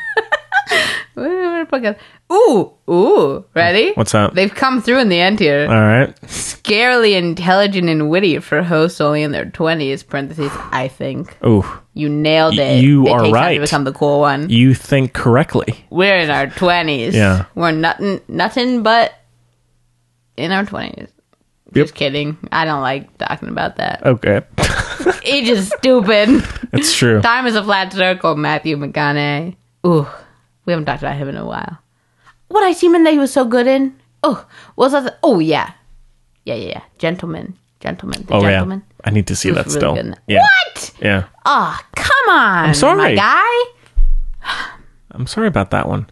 B: ooh, ooh. Ready?
A: What's up?
B: They've come through in the end here
A: All right.
B: scarily intelligent and witty for hosts only in their 20s parentheses i think
A: Ooh.
B: you nailed
A: Y-
B: it
A: you
B: It
A: are
B: takes time
A: right.
B: to become the cool one
A: You think correctly.
B: we're in our 20s
A: Yeah.
B: we're nothing nothing but in our 20s just kidding i don't like talking about that
A: Okay.
B: age is stupid
A: It's true.
B: time is a flat circle matthew mcconaughey ooh we haven't talked about him in a while what i seen him that he was so good in oh what was that oh yeah yeah yeah yeah gentleman gentleman the
A: oh
B: gentleman
A: yeah. I need to see
B: Who's
A: that
B: really
A: still.
B: good in that.
A: Yeah.
B: What?
A: Yeah.
B: Oh, come on.
A: I'm
B: My
A: sorry.
B: guy?
A: I'm sorry about that one.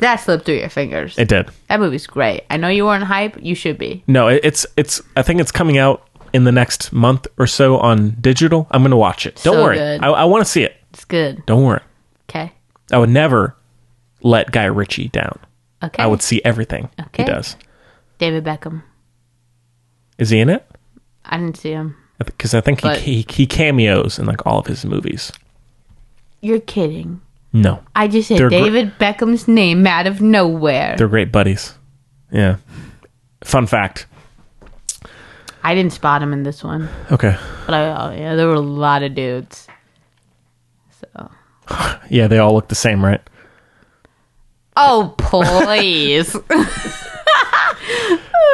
B: That slipped through your fingers.
A: It did.
B: that movie's great. I know you weren't hype. You should be.
A: No, it, it's it's. I think it's coming out in the next month or so on digital. I'm gonna watch it. Don't
B: So
A: worry.
B: good.
A: I, I want to see it.
B: It's good.
A: Don't worry.
B: Okay.
A: I would never let Guy Ritchie down.
B: Okay.
A: I would see everything
B: Okay.
A: he does.
B: David Beckham.
A: Is he in it?
B: I didn't see him.
A: Because I think he,
B: But-
A: he he cameos in like all of his movies.
B: You're kidding.
A: No,
B: I just said
A: They're gr-
B: David Beckham's name out of nowhere.
A: they're great buddies. Yeah. Fun fact.
B: I didn't spot him in this one.
A: Okay.
B: But I, oh, yeah, there were a lot of dudes. So.
A: Yeah, they all look the same, right?
B: Oh, please. Ah.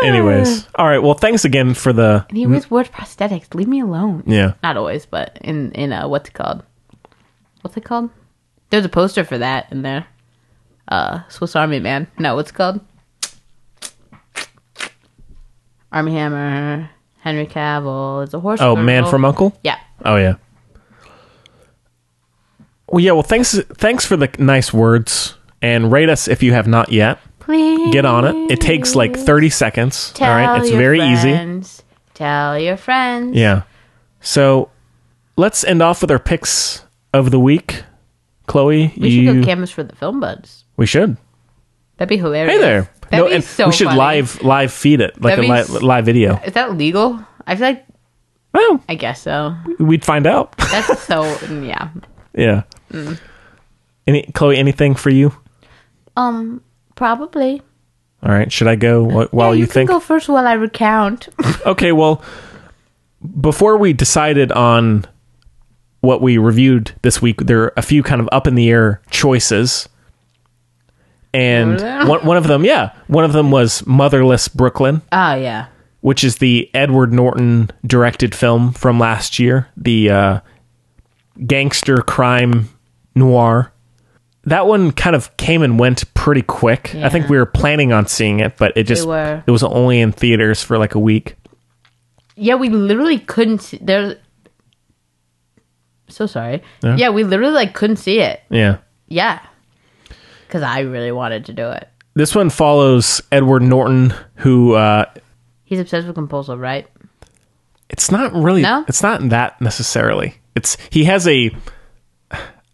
A: Anyways, all right. Well, thanks again for the
B: and he always wore prosthetics. Leave me alone.
A: yeah.
B: not always, but in in uh, what's it called? What's it called? There's a poster for that in there. Uh, Swiss Army Man. No, what's it called? Army Hammer. Henry Cavill. It's a horse.
A: Oh, Man
B: girl.
A: from Uncle.
B: Yeah.
A: Oh yeah. Well, yeah. Well, thanks thanks for the nice words and rate us if you have not yet.
B: Please
A: Get on it. It takes like thirty seconds.
B: Tell
A: all right, it's very easy.
B: easy. Tell your friends.
A: Yeah. So let's end off with our picks of the week. Chloe,
B: We
A: you.
B: should go cameras for the film buds.
A: we should.
B: That'd be hilarious.
A: Hey there.
B: That'd be
A: and
B: so
A: we should
B: funny.
A: live live feed it like
B: That'd
A: a
B: be
A: li-
B: s-
A: live video.
B: Is that legal? I feel like.
A: Well,
B: I guess so.
A: We'd find out.
B: That's so. yeah.
A: yeah.
B: Mm.
A: Any Chloe, anything for you?
B: Um. Probably.
A: All right. Should I go wh- while you,
B: Can
A: think?
B: go first while I recount.
A: okay, well, before we decided on what we reviewed this week, there are a few kind of up in the air choices. And
B: What are they?
A: one, one of them, yeah, one of them was Motherless Brooklyn,
B: Oh yeah.
A: which is the Edward Norton directed film from last year, the uh, gangster crime noir. That one kind of came and went pretty quick. I think
B: Yeah.
A: we were planning on seeing it, but it just
B: were.
A: it was only in theaters for like a week.
B: Yeah, we literally couldn't. See, there. So sorry.
A: Yeah.
B: Yeah. we literally like couldn't see it.
A: Yeah.
B: Yeah. Because I really wanted to do it.
A: This one follows Edward Norton, who uh,
B: He's obsessed with compulsive, right?
A: it's not really
B: No?
A: it's not that necessarily. It's he has a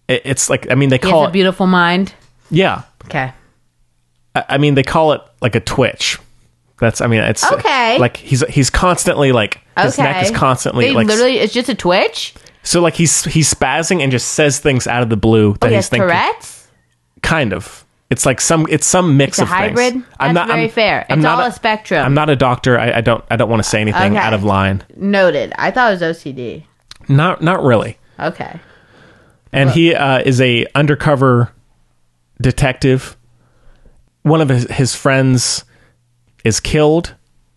A: it- it's like I mean they
B: He has
A: call
B: a
A: it
B: beautiful mind.
A: yeah
B: Okay.
A: I, I mean they call it like a twitch. That's I mean it's
B: Okay.
A: like he's he's constantly like his
B: okay.
A: neck is constantly
B: They
A: like
B: literally. It's just a twitch.
A: so like he's he's spazzing and just says things out of the blue that
B: Oh, he
A: he's
B: has
A: thinking
B: Tourette's.
A: kind of it's like some it's some mix
B: It's a
A: of things.
B: hybrid. That's very fair. It's all a spectrum.
A: I'm not a doctor. I, I don't I don't want to say anything
B: Okay.
A: out of line.
B: Noted. I thought it was OCD.
A: Not not really.
B: Okay.
A: and he uh, is a undercover detective. One of his, his friends is killed,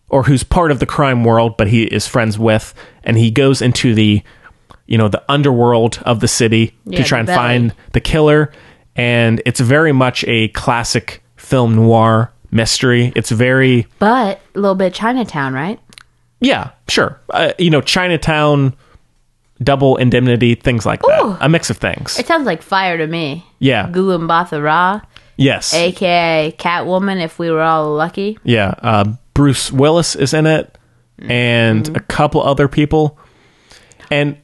A: or who's part of the crime world, but he is friends with, and he goes into the, you know, the underworld of the city
B: Yeah,
A: to try
B: the
A: and
B: belly.
A: find the killer. And it's very much a classic film noir mystery. It's very
B: But a little bit Chinatown, right?
A: yeah, sure, uh, you know, Chinatown, double indemnity, things like that,
B: Ooh.
A: a mix of things.
B: It sounds like fire to me.
A: Yeah.
B: Gulu Mbatha Ra,
A: Yes.
B: aka Catwoman, if we were all lucky.
A: Yeah, uh, Bruce Willis is in it, and
B: Mm-hmm.
A: a couple other people. And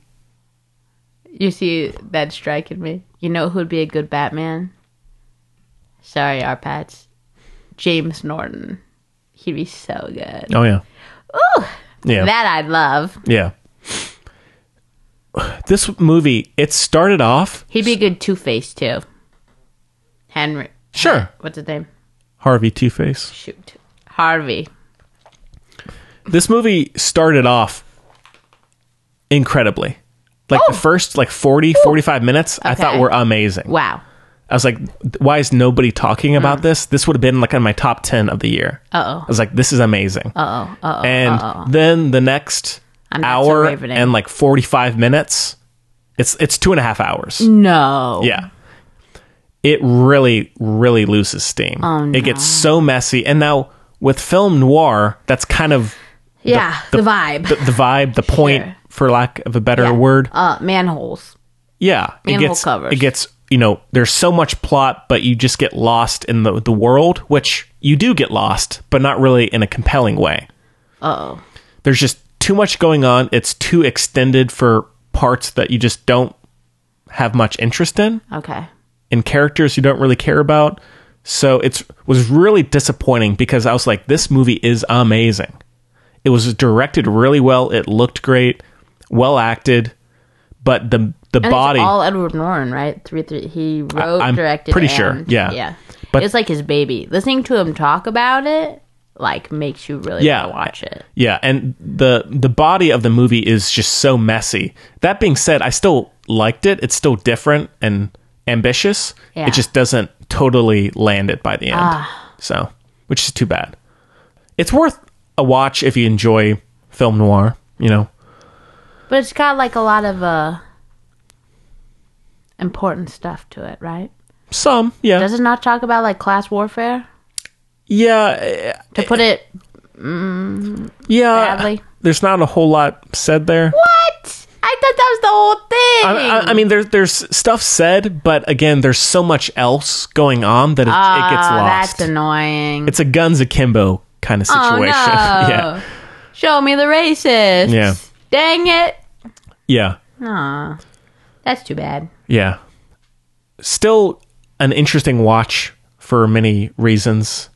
B: You see that strike in me? You know who'd be a good Batman? Sorry, our Pats. James Norton. He'd be so good.
A: oh yeah,
B: Ooh!
A: Yeah.
B: That I'd love.
A: yeah. This movie it started off
B: He'd be a good Two Face, too. Henry.
A: Sure.
B: What's his name?
A: Harvey Two Face.
B: Shoot. Harvey.
A: This movie started off incredibly. Like the first like 40 45 minutes I thought
B: Oh. Okay.
A: were amazing.
B: Wow.
A: I was like why is nobody talking
B: Mm.
A: about this? This would have been like in my top 10 of the year.
B: Uh
A: I
B: oh.
A: was like this is amazing.
B: Uh oh. Uh oh.
A: and
B: Uh-oh.
A: then the next
B: I'm not so
A: hour
B: ravening.
A: and like 45 minutes it's it's two and a half hours
B: Mm. No.
A: yeah it really really loses steam
B: Oh,
A: it gets so messy and now with film noir that's kind of
B: Yeah. The, vibe.
A: the, the vibe the point
B: Sure.
A: for lack of a better
B: Yeah.
A: word
B: Uh, manholes.
A: yeah it
B: Manhole
A: gets
B: covers.
A: it gets you know there's so much plot but you just get lost in the the world which you do get lost but not really in a compelling way
B: Uh oh.
A: there's just too much going on. It's too extended for parts that you just don't have much interest in,
B: Okay.
A: in characters you don't really care about. So it's was really disappointing because I was like, this movie is amazing. It was directed really well. It looked great, well acted, but the the
B: And
A: body,
B: It's all Edward Norton, right? Three, three. He wrote,
A: I'm
B: directed.
A: pretty sure,
B: and-
A: yeah.
B: yeah.
A: But-
B: it's like his baby. Listening to him talk about it, like, makes you really
A: Yeah.
B: want to watch it.
A: yeah, and the the body of the movie is just so messy. That being said, I still liked it. It's still different and ambitious.
B: Yeah. Ah.
A: It just doesn't totally land it by the end. So, which is too bad. It's worth a watch if you enjoy film noir, you know.
B: But it's got like a lot of uh important stuff to it, right?
A: Some, yeah.
B: Does it not talk about like class warfare?
A: yeah, eh,
B: To put it, Uh,
A: yeah.
B: Badly.
A: There's not a whole lot said there.
B: what? I thought that was the whole
A: I,
B: thing.
A: I, I mean, there's there's stuff said, but again, there's so much else going on that it, it gets
B: Oh,
A: lost.
B: that's annoying.
A: it's a guns akimbo kind of situation.
B: Oh, no.
A: yeah.
B: Show me the racist.
A: Yeah.
B: Dang it.
A: Yeah.
B: Aw. That's too bad.
A: Yeah. still an interesting watch for many reasons.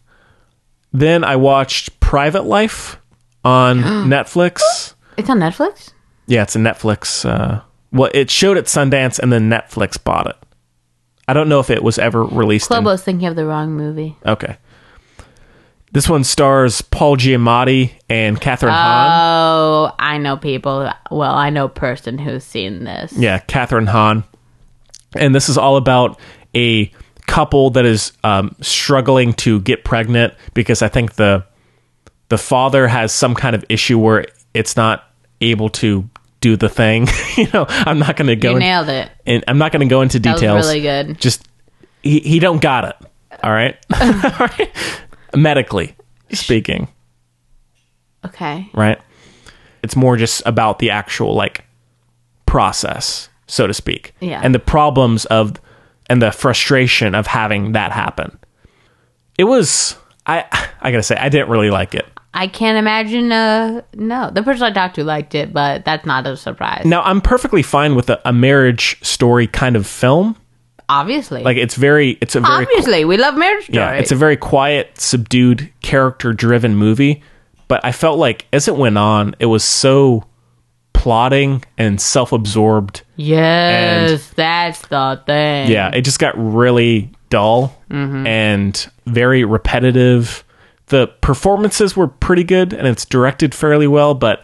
A: Then I watched Private Life on Netflix.
B: It's on Netflix?
A: Yeah, it's a Netflix. Uh, well, it showed at Sundance and then Netflix bought it. I don't know if it was ever released. in-
B: Clubo's thinking of the wrong movie.
A: okay. This one stars Paul Giamatti and Catherine Hahn.
B: Oh, I know people. Well, I know a person who's seen this.
A: Yeah, Catherine Hahn. And this is all about a couple that is um, struggling to get pregnant because I think the the father has some kind of issue where it's not able to do the thing. you know, I'm not going to go.
B: You
A: in-
B: nailed it.
A: and I'm not going to go into
B: That was
A: details.
B: really good.
A: Just he he don't got it. All right, all right. Medically speaking,
B: Okay.
A: right? It's more just about the actual like process, so to speak.
B: Yeah.
A: And the problems of and the frustration of having that happen. It was I I gotta say, I didn't really like it.
B: I can't imagine. Uh, no, the person I talked to liked it, but that's not a surprise.
A: Now I'm perfectly fine with a, a marriage story kind of film.
B: Obviously,
A: Like it's very it's a very
B: obviously, we love marriage stories.
A: Yeah, it's a very quiet, subdued, character driven movie. But I felt like as it went on, it was so plotting and self absorbed.
B: yes, that's the thing.
A: Yeah, it just got really dull and very repetitive. The performances were pretty good and it's directed fairly well, but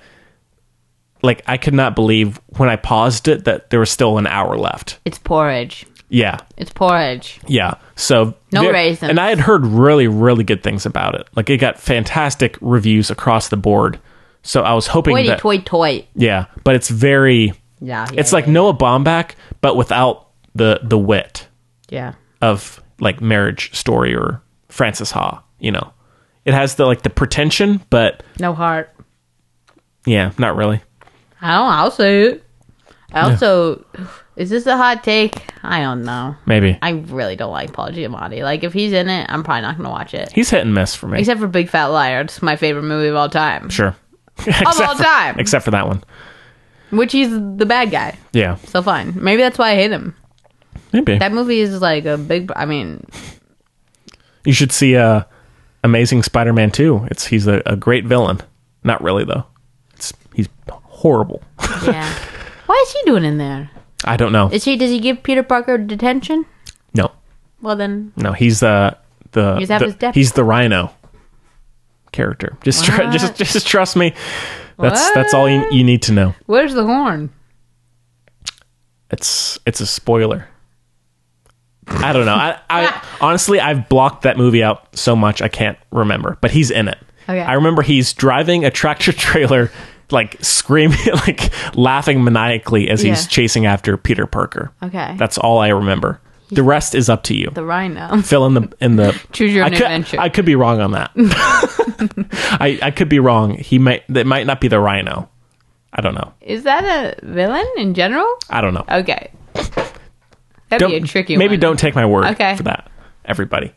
A: like I could not believe when I paused it that there was still an hour left.
B: it's porridge.
A: Yeah.
B: It's porridge.
A: Yeah. So
B: No
A: there-
B: raisins.
A: And I had heard really, really good things about it. Like it got fantastic reviews across the board. So I was hoping
B: Hoity
A: that
B: toy toy.
A: yeah, but it's very
B: Yeah, yeah,
A: it's like Noah Baumbach, but without the the wit
B: Yeah.
A: of like Marriage Story or Francis Ha. You know, it has the like the pretension, but
B: No heart.
A: yeah, not really.
B: I don't. I'll say it. I also, is this a hot take? I don't know.
A: Maybe
B: I really don't like Paul Giamatti. Like, if he's in it, I'm probably not gonna watch it.
A: he's hit and miss for me.
B: Except for Big Fat Liar, it's my favorite movie of all time.
A: sure,
B: Of all
A: for,
B: time,
A: except for that one.
B: which he's the bad guy.
A: Yeah,
B: So fine. Maybe that's why I hate him.
A: maybe
B: That movie is like a big. I mean,
A: you should see uh, Amazing Spider-Man two. It's he's a, a great villain. Not really though. It's he's horrible.
B: yeah. Why is he doing in there?
A: I don't know.
B: Is he? Does he give Peter Parker detention?
A: no,
B: Well then,
A: no, he's the the
B: He's half
A: the-
B: his deputy.
A: he's the Rhino character. Just tr- just just trust me. That's that's all you, you need to know.
B: where's the horn?
A: It's it's a spoiler. I don't know. I, I honestly I've blocked that movie out so much I can't remember. But he's in it.
B: Okay.
A: I remember he's driving a tractor trailer, like screaming, like laughing maniacally as he's
B: Yeah.
A: chasing after Peter Parker.
B: Okay.
A: That's all I remember. The rest is up to you.
B: the rhino.
A: Fill in the in the
B: Choose your
A: I
B: own
A: could,
B: adventure.
A: I could be wrong on that. I I could be wrong. He might that might not be the Rhino. I don't know.
B: Is that a villain in general?
A: I don't know.
B: Okay. That'd be a tricky
A: maybe
B: one.
A: don't take my word
B: Okay.
A: for that everybody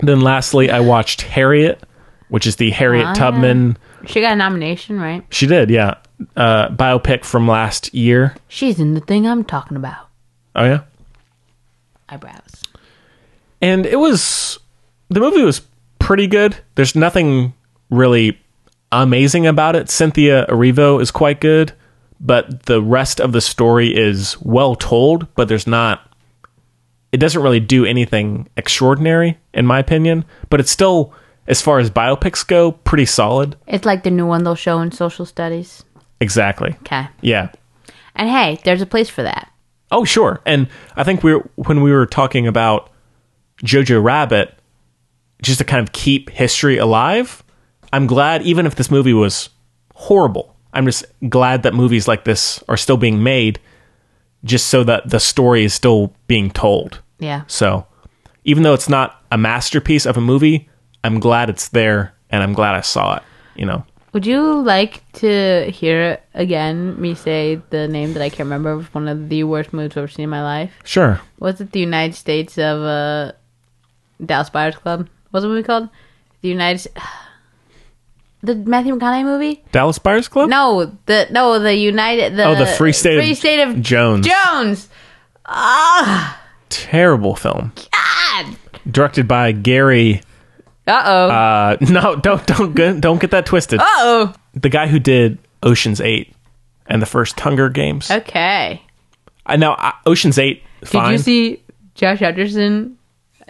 A: then lastly i watched harriet which is the
B: Ah.
A: harriet tubman
B: She got a nomination, right?
A: she did yeah uh biopic from last year
B: She's in the thing I'm talking about.
A: oh yeah
B: Eyebrows.
A: and it was the movie was pretty good there's nothing really amazing about it cynthia erivo is quite good but the rest of the story is well told but there's not it doesn't really do anything extraordinary in my opinion but it's still as far as biopics go pretty solid
B: It's like the new one they'll show in social studies.
A: exactly
B: Okay.
A: yeah
B: And hey, there's a place for that.
A: Oh, sure. And I think we were, when we were talking about Jojo Rabbit, just to kind of keep history alive, I'm glad, even if this movie was horrible, I'm just glad that movies like this are still being made just so that the story is still being told.
B: Yeah.
A: So even though it's not a masterpiece of a movie, I'm glad it's there and I'm glad I saw it, you know.
B: Would you like to hear again me say the name that I can't remember of one of the worst movies I've ever seen in my life?
A: Sure.
B: Was it the United States of uh, Dallas Buyers Club? What's the movie called? The United. The Matthew McConaughey movie?
A: Dallas Buyers Club?
B: No, the no the United the
A: Oh, the Free State of
B: Free State of
A: Jones.
B: Jones. Ah,
A: Terrible film.
B: God.
A: Directed by Gary.
B: Uh-oh.
A: Ah! Uh no, don't don't get- don't get that twisted.
B: Uh-oh.
A: The guy who did Ocean's 8 and the first Hunger Games.
B: Okay.
A: I know I- Ocean's 8 fine.
B: Did you see Josh Hutcherson?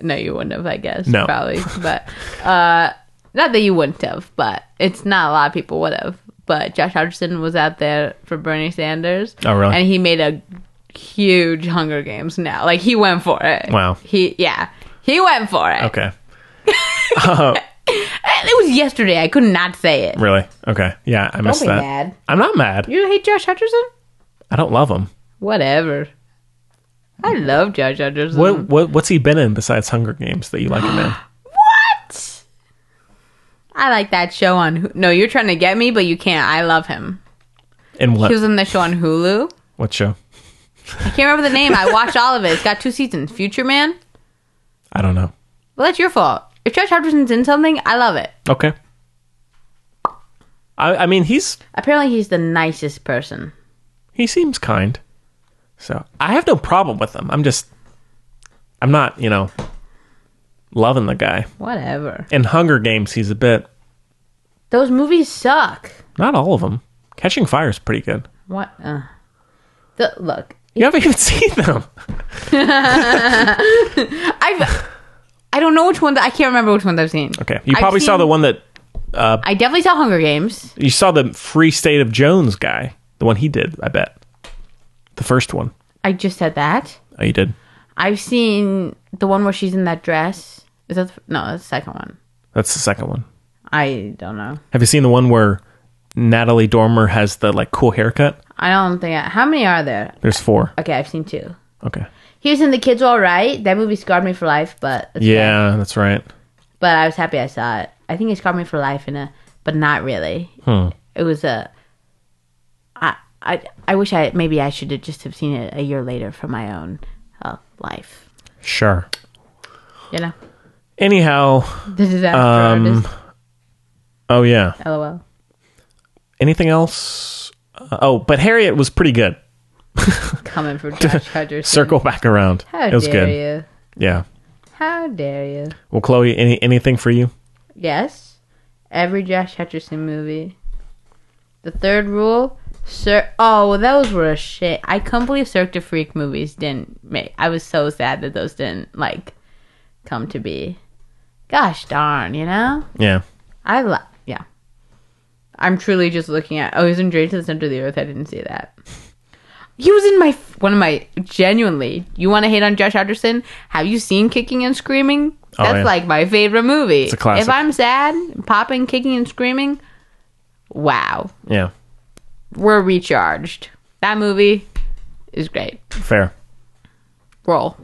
B: No, you wouldn't have, I guess.
A: No.
B: Probably. But uh not that you wouldn't have, but it's not a lot of people would have. But Josh Hutcherson was out there for Bernie Sanders.
A: Oh, really?
B: And he made a huge Hunger Games now. Like he went for it.
A: Wow.
B: He yeah. He went for it.
A: Okay. Uh,
B: And It was yesterday. I could not say it.
A: really? Okay. Yeah, I missed
B: be
A: that.
B: mad.
A: I'm not mad.
B: You hate Josh Hutcherson?
A: I don't love him.
B: Whatever. I love Josh Hutcherson.
A: What what what's he been in besides Hunger Games that you like him in?
B: What? I like that show on. Hu- No, you're trying to get me, but you can't. I love him.
A: In what
B: He was in the show on Hulu.
A: what show?
B: I can't remember the name. I watched all of it. It's got two seasons. Future Man.
A: I don't know.
B: Well, that's your fault. If Josh Hutcherson's in something, I love it.
A: Okay. I I mean he's
B: Apparently, he's the nicest person.
A: he seems kind. So I have no problem with him. I'm just I'm not, you know, loving the guy.
B: Whatever.
A: In Hunger Games he's a bit
B: Those movies suck.
A: not all of them. Catching Fire is pretty good.
B: What? Uh, the, look,
A: You haven't even seen them.
B: I've. I don't know which one. That, I can't remember which one I've seen.
A: Okay. You
B: I've
A: probably saw
B: seen-
A: the one that
B: I definitely saw Hunger Games.
A: you saw the Free State of Jones guy. The one he did, I bet. The first one.
B: I just said that.
A: Oh, you did.
B: I've seen the one where she's in that dress. Is that the, no? That's the second one.
A: That's the second one.
B: I don't know.
A: Have you seen the one where Natalie Dormer has the like cool haircut?
B: I don't think. I, how many are there?
A: There's four.
B: Okay, I've seen two.
A: Okay.
B: He was in The Kids All Right. That movie scarred me for life, but
A: Yeah, that's right.
B: but I was happy I saw it. I think it scarred me for life in a, but not really.
A: Hmm.
B: It was a. I I I wish I maybe I should have just have seen it a year later for my own uh, life.
A: Sure.
B: You know,
A: Anyhow,
B: the disaster
A: Um,
B: artist.
A: oh yeah.
B: LOL.
A: Anything else? Uh, oh, but Harriet was pretty good.
B: Coming from Josh Hutcherson.
A: Circle back around.
B: How
A: it was
B: dare
A: good.
B: you?
A: Yeah.
B: How dare you?
A: Well, Chloe, any anything for you?
B: Yes. Every Josh Hutcherson movie. The third rule, Sir. Oh, those were a shit. I can't believe Cirque du Freak movies didn't make. I was so sad that those didn't like come to be. Gosh darn, you know.
A: Yeah.
B: I love. Yeah. I'm truly just looking at. Oh, he's in Drain to the Center of the Earth. I didn't see that. He was in my one of my genuinely. You want to hate on Josh Hutcherson? Have you seen Kicking and Screaming?
A: Oh,
B: That's
A: yeah.
B: like my favorite movie.
A: It's a classic.
B: If I'm sad, popping, kicking, and screaming, wow,
A: Yeah.
B: we're recharged. That movie is great.
A: Fair.
B: Roll.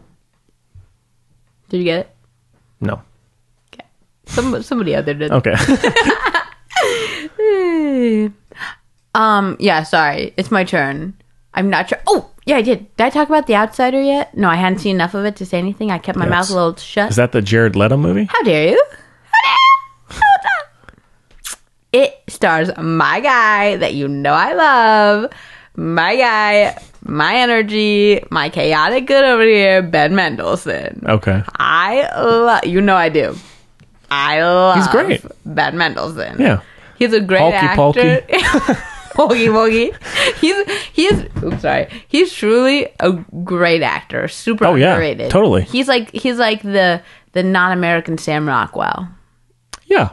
B: Did you get it?
A: No.
B: Some somebody out there did.
A: Okay.
B: Um, yeah, sorry. It's my turn. I'm not sure. Oh, yeah, I did. Did I talk about The Outsider yet? No, I hadn't seen enough of it to say anything. I kept my
A: Yes.
B: mouth a little shut.
A: Is that the Jared Leto movie?
B: How dare you? How dare you? It stars my guy that you know I love, my guy, my energy, my chaotic good over here, Ben Mendelsohn.
A: Okay.
B: I love, you know I do. I love
A: He's great.
B: Ben Mendelsohn.
A: Yeah.
B: He's a great
A: Hulky
B: actor. Pokey pokey. He's he's oops sorry. He's truly a great actor. Super
A: Oh, yeah.
B: underrated.
A: Totally.
B: He's like he's like the the non American Sam Rockwell.
A: Yeah.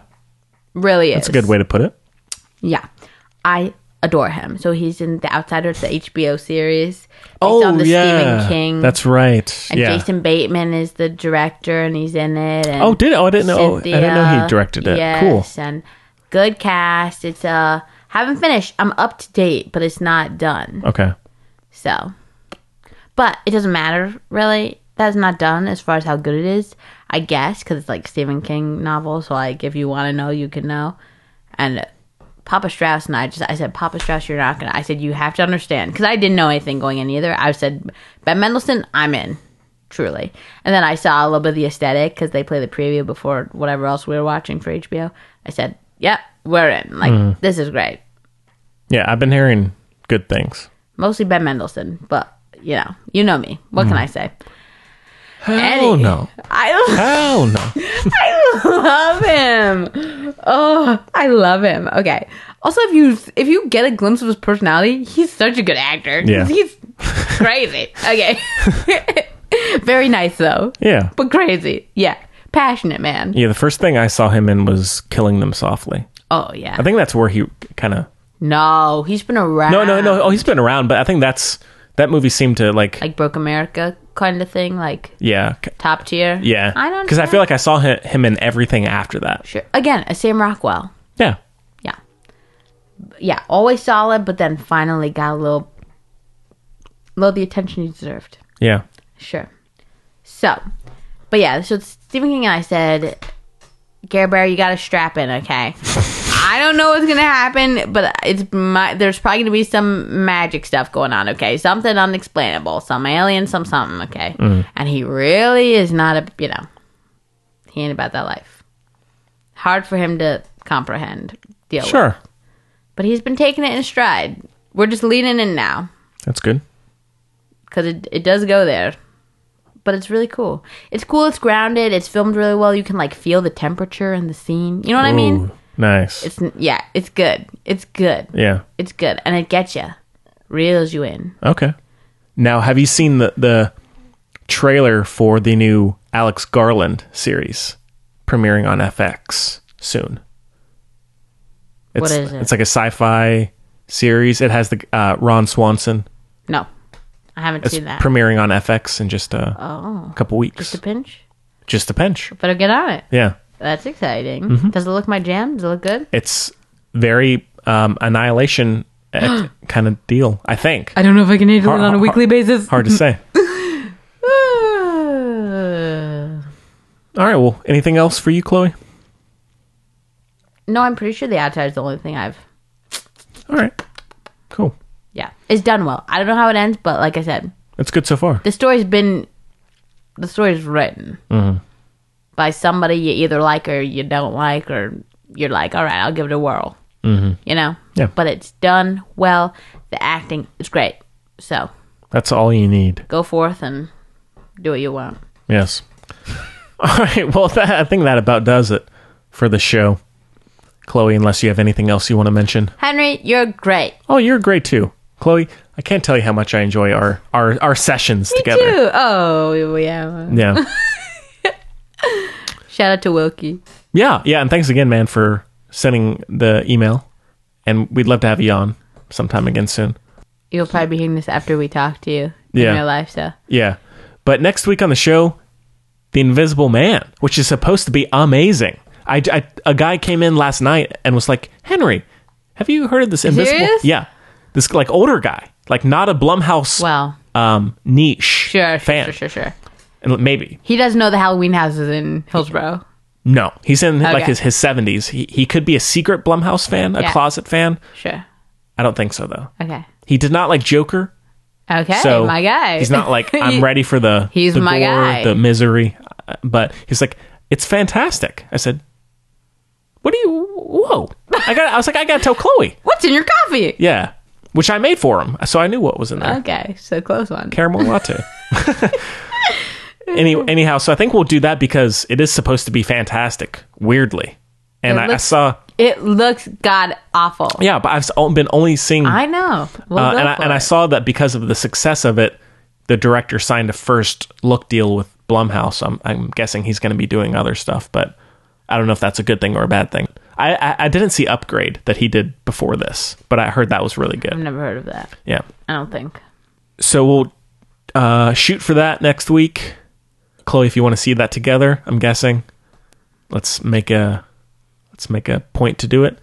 B: Really is.
A: That's a good way to put it.
B: Yeah. I adore him. So he's in The Outsider, the HBO series. Based on the Stephen King.
A: Oh, That's right.
B: and
A: yeah.
B: Jason Bateman is the director and he's in it. And
A: Oh, did- oh, I didn't know- I didn't know he
B: Cynthia.
A: directed it.
B: Yes,
A: Cool.
B: And good cast. It's uh haven't finished. I'm up to date, but it's not done.
A: Okay.
B: So, but it doesn't matter really. That's not done as far as how good it is, I guess, because it's like Stephen King novel. So like, if you want to know, you can know. And Papa Strauss and I just I said Papa Strauss, you're not gonna. I said you have to understand because I didn't know anything going in either. I said Ben Mendelsohn, I'm in. Truly, and then I saw a little bit of the aesthetic because they play the preview before whatever else we were watching for HBO. I said, "Yep, we're in. Like this is great."
A: Yeah, I've been hearing good things.
B: mostly Ben Mendelsohn, but you know, you know me. What
A: Hmm.
B: can I say?
A: Hell
B: Eddie.
A: no.
B: I
A: Hell no.
B: I love him. Oh, I love him. Okay. Also, if you if you get a glimpse of his personality, he's such a good actor.
A: Yeah.
B: He's crazy. Okay. Very nice though,
A: Yeah.
B: but crazy. Yeah. Passionate man.
A: Yeah, the first thing I saw him in was Killing Them Softly.
B: Oh yeah.
A: I think that's where he kind of.
B: no, he's been around.
A: No, no, no. Oh, he's been around, but I think that's. That movie seemed to, like.
B: Like broke America kind of thing, like
A: yeah. c-
B: top tier.
A: Yeah.
B: I don't
A: Because I
B: know.
A: feel like I saw hi- him in everything after that.
B: Sure. Again, a Sam Rockwell.
A: Yeah.
B: Yeah. Yeah, always solid, but then finally got a little, little the attention he deserved.
A: Yeah.
B: Sure. So, but yeah, so Stephen King and I said, Care Bear, you got to strap in, okay? I don't know what's gonna happen, but it's my, there's probably gonna be some magic stuff going on, okay? Something unexplainable, some alien, some something, okay? And he really is not a, you know, he ain't about that life. Hard for him to comprehend, deal with.
A: Sure.
B: But he's been taking it in stride. We're just leaning in now
A: That's good.
B: because it, it does go there but it's really cool it's cool it's grounded it's filmed really well you can like feel the temperature and the scene you know what i mean
A: Ooh, nice.
B: it's yeah it's good it's good
A: yeah.
B: it's good and it gets you reels you in
A: Okay. Now, have you seen the the trailer for the new Alex Garland series premiering on FX soon? It's,
B: What is it?
A: It's like a sci-fi series. It has the uh, Ron Swanson.
B: no i haven't
A: It's
B: seen that Oh.
A: premiering on FX in just a couple weeks.
B: just a pinch
A: Just a pinch.
B: better get on it
A: Yeah.
B: that's exciting
A: Mm-hmm.
B: does it look my jam does it look good
A: It's very um, annihilation uh, kind of deal. I think
B: i don't know if i can handle
A: Har-
B: it on a
A: har-
B: weekly basis
A: hard to say. All right. Well, anything else for you, Chloe?
B: no i'm pretty sure the outside is the only thing i've
A: All right. Cool.
B: yeah it's done well i don't know how it ends but like i said
A: That's good so far.
B: the story's been the story's written
A: Mm-hmm.
B: by somebody you either like or you don't like or you're like all right i'll give it a whirl mm-hmm. you know
A: Yeah.
B: but it's done well the acting is great so
A: That's all you need.
B: go forth and do what you want
A: Yes. All right. Well, that, I think that about does it for the show. Chloe, unless you have anything else you want to mention.
B: henry you're great
A: Oh, you're great too. Chloe, I can't tell you how much I enjoy our our, our sessions together.
B: Ooh, oh yeah
A: Yeah.
B: shout out to wilkie
A: Yeah. Yeah. And thanks again, man, for sending the email. And we'd love to have you on sometime again soon.
B: you'll probably be hearing this after we talk to you
A: Yeah.
B: in real life so
A: Yeah. But next week on the show, The Invisible Man, which is supposed to be amazing. I, I a guy came in last night and was like, "Henry, have you heard of this invisible?"
B: Serious?
A: Yeah. This like older guy, like not a Blumhouse
B: well
A: um niche
B: sure sure,
A: fan.
B: sure sure sure
A: And maybe.
B: he doesn't know the halloween houses in hillsborough
A: No. He's in like
B: Okay.
A: his his 70s. He he could be a secret Blumhouse fan, a
B: Yeah.
A: closet fan.
B: sure
A: I don't think so though.
B: okay
A: He did not like Joker,
B: Okay,
A: so
B: my guy.
A: He's not like
B: He-
A: I'm ready for the
B: He's
A: the
B: my
A: gore,
B: guy.
A: the misery, uh, but he's like it's fantastic. I said, "What do you? Whoa!" I got. I was like, I gotta tell Chloe.
B: What's in your coffee?
A: Yeah, which I made for him, so I knew what was in there.
B: Okay, so close one.
A: Caramel latte. Any, anyhow, so I think we'll do that because it is supposed to be fantastic. Weirdly, and
B: It
A: I, I
B: looks-
A: saw.
B: It looks god awful.
A: Yeah, but I've s- been only seeing.
B: I know. We'll
A: Uh,
B: go
A: and I,
B: for
A: and I
B: it.
A: saw that because of the success of it, the director signed a first look deal with Blumhouse. I'm, I'm guessing he's going to be doing other stuff, but I don't know if that's a good thing or a bad thing. I, I, I didn't see Upgrade that he did before this, but I heard that was really
B: I've
A: good.
B: never heard of that.
A: Yeah.
B: I don't think.
A: So we'll uh, shoot for that next week. Chloe, if you want to see that together, I'm guessing. Let's make a let's make a point to do it.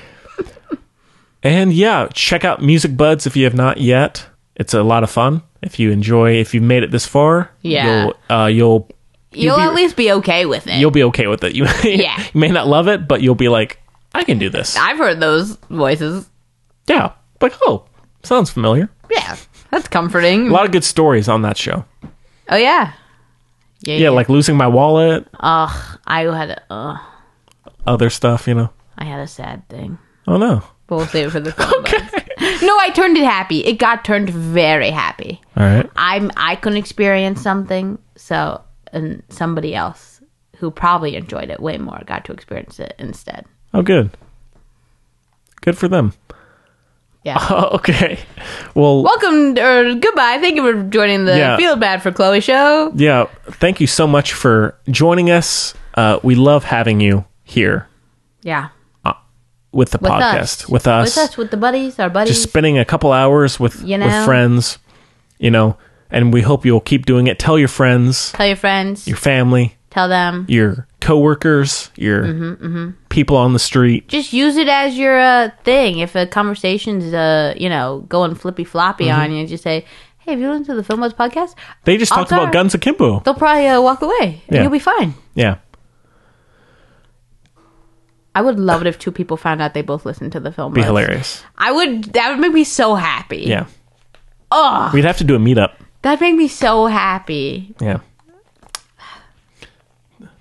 A: and yeah, check out Music Buds if you have not yet. It's a lot of fun. If you enjoy, if you've made it this far,
B: Yeah.
A: you'll uh, you'll
B: You'll,
A: be-
B: at least be okay with it.
A: you'll be okay with it. You,
B: Yeah.
A: you may not love it, but you'll be like, I can do this.
B: I've heard those voices.
A: Yeah, like oh, sounds familiar.
B: Yeah, that's comforting.
A: A lot of good stories on that show.
B: oh yeah. Yeah,
A: Yeah, like losing my wallet,
B: Ugh, I had a, ugh,
A: other stuff, you know.
B: I had a sad thing,
A: Oh no.
B: but we'll save it for the film. okay. no, I turned it happy. It got turned very happy.
A: All right.
B: I'm I couldn't experience something, so and somebody else who probably enjoyed it way more got to experience it instead.
A: Oh, good. Good for them.
B: Yeah.
A: Oh, okay. Well,
B: Welcome or goodbye. Thank you for joining the
A: Yeah.
B: Feel Bad for Chloe show.
A: yeah. Thank you so much for joining us. Uh, we love having you here
B: Yeah.
A: with the
B: With
A: podcast,
B: us.
A: with us,
B: With us, with the buddies, our buddies.
A: just spending a couple hours with
B: You
A: with
B: know?
A: friends. You know, and we hope you'll keep doing it. Tell your friends,
B: tell your friends.
A: your family,
B: tell them.
A: your coworkers, your
B: Mm-hmm,
A: people on the street.
B: just use it as your uh, thing. If a conversation's uh, you know, going flippy floppy
A: Mm-hmm.
B: on you, just say, "Hey, have you listened to the Film Buzz podcast?"
A: They just
B: I'll
A: talked about
B: start.
A: guns akimbo.
B: They'll probably uh, walk away, and
A: Yeah.
B: you'll be fine.
A: Yeah.
B: I would love it if two people found out they both listened to the Film
A: Be
B: Buzz.
A: hilarious.
B: I would. That would make me so happy.
A: Yeah.
B: Oh,
A: We'd have to do a meetup.
B: that make me so happy.
A: Yeah.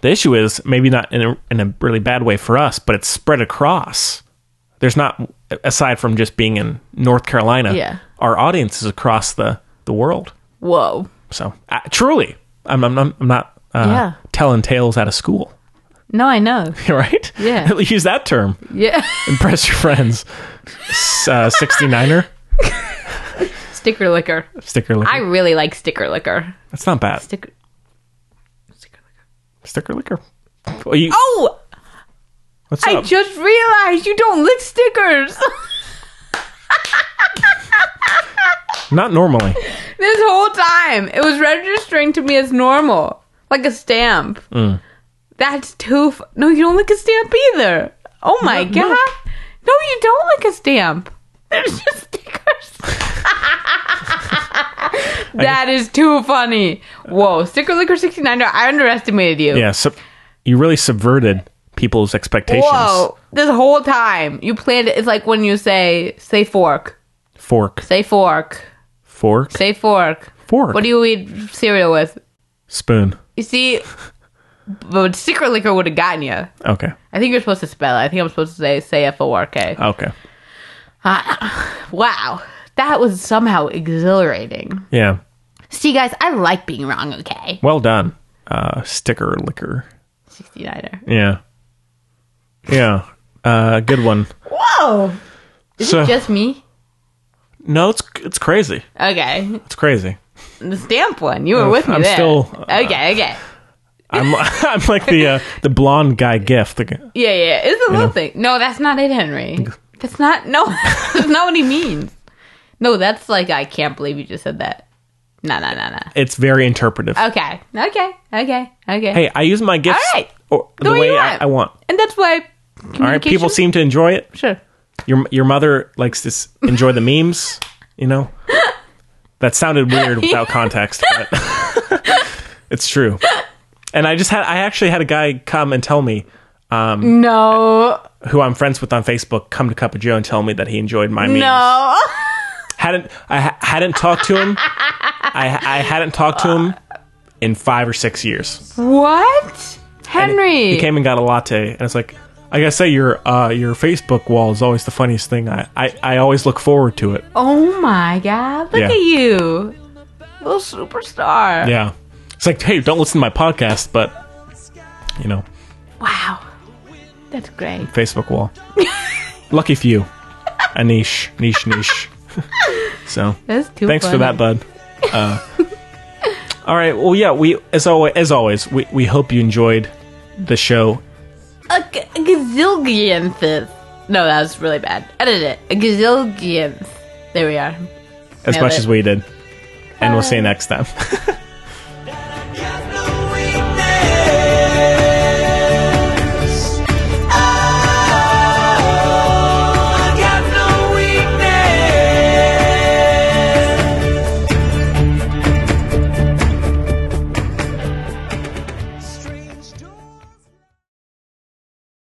A: The issue is maybe not in a, in a really bad way for us, but it's spread across. There's not aside from just being in North Carolina.
B: Yeah.
A: Our audience is across the the world.
B: Whoa.
A: So uh, truly, I'm I'm, I'm not uh,
B: Yeah.
A: telling tales out of school,
B: No, I know.
A: right?
B: Yeah.
A: Use that term.
B: Yeah.
A: Impress your friends. S- uh, 69er
B: sticker liquor.
A: sticker liquor.
B: I really like sticker liquor.
A: That's not bad.
B: Sticker.
A: Sticker liquor. Well, you,
B: Oh,
A: what's
B: I
A: up?
B: just realized you don't lick stickers.
A: not normally.
B: this whole time. It was registering to me as normal, like a stamp. That's too. F- no, you don't like a stamp either. Oh my god! No. you don't like a stamp. There's just stickers. that is too funny. Whoa, sticker liquor sixty nine. I underestimated you.
A: Yeah, sub- you really subverted people's expectations.
B: Whoa, this whole time you planned it. It's like when you say, say fork,
A: Fork,
B: say fork,
A: fork,
B: say fork.
A: fork.
B: What do you eat cereal with?
A: Spoon.
B: You see, but secret liquor would have gotten you.
A: Okay,
B: I think you're supposed to spell it. I think I'm supposed to say say F O R K.
A: okay,
B: Wow, that was somehow exhilarating.
A: yeah.
B: See, guys, I like being wrong. Okay,
A: Well done. Uh, sticker liquor.
B: 69er.
A: Yeah, yeah. Uh, good one.
B: Whoa, is
A: So-
B: it just me?
A: No, it's it's crazy.
B: Okay,
A: It's crazy.
B: the stamp one. You were with me
A: Uh, I'm
B: there.
A: still,
B: okay, okay.
A: I'm I'm like the uh, the blonde guy gif. The, g-
B: Yeah, yeah. It's a little
A: know.
B: thing. No, that's not it, Henry. That's not. No, that's not what he means. No, that's like I can't believe you just said that. No, no, no, no.
A: it's very interpretive.
B: Okay, okay, okay, okay.
A: Hey, I use my gifts
B: All right.
A: or, the,
B: way
A: way,
B: you
A: I,
B: want.
A: I want.
B: And that's why.
A: All right, people
B: communication-
A: seem to enjoy it.
B: Sure.
A: Your your mother likes to s- enjoy the memes, you know. That sounded weird without context, but it's true. And I just had I actually had a guy come and tell me
B: No.
A: who I'm friends with on Facebook come to Cup of Joe and tell me that he enjoyed my memes.
B: No.
A: Hadn't I ha- hadn't talked to him. I I hadn't talked to him in 5 or 6 years.
B: What? Henry.
A: He came and got a latte and it's like I gotta say your uh, your Facebook wall is always the funniest thing. I, I, I always look forward to it.
B: oh my god. Look
A: Yeah.
B: at you. Little superstar.
A: Yeah. It's like, hey, don't listen to my podcast, but you know,
B: Wow. That's great.
A: Facebook wall. Lucky few. A niche. Niche niche. so
B: That's too
A: thanks for
B: funny.
A: that, bud. Uh, all right. Well, yeah. We as always, as always, we, we hope you enjoyed the show.
B: A, g- a gazillionth. No, that was really bad. Edit it. A gazillionth. There we are.
A: as
B: Nailed
A: much
B: it.
A: as we did. And we'll see you next time.
C: Oh,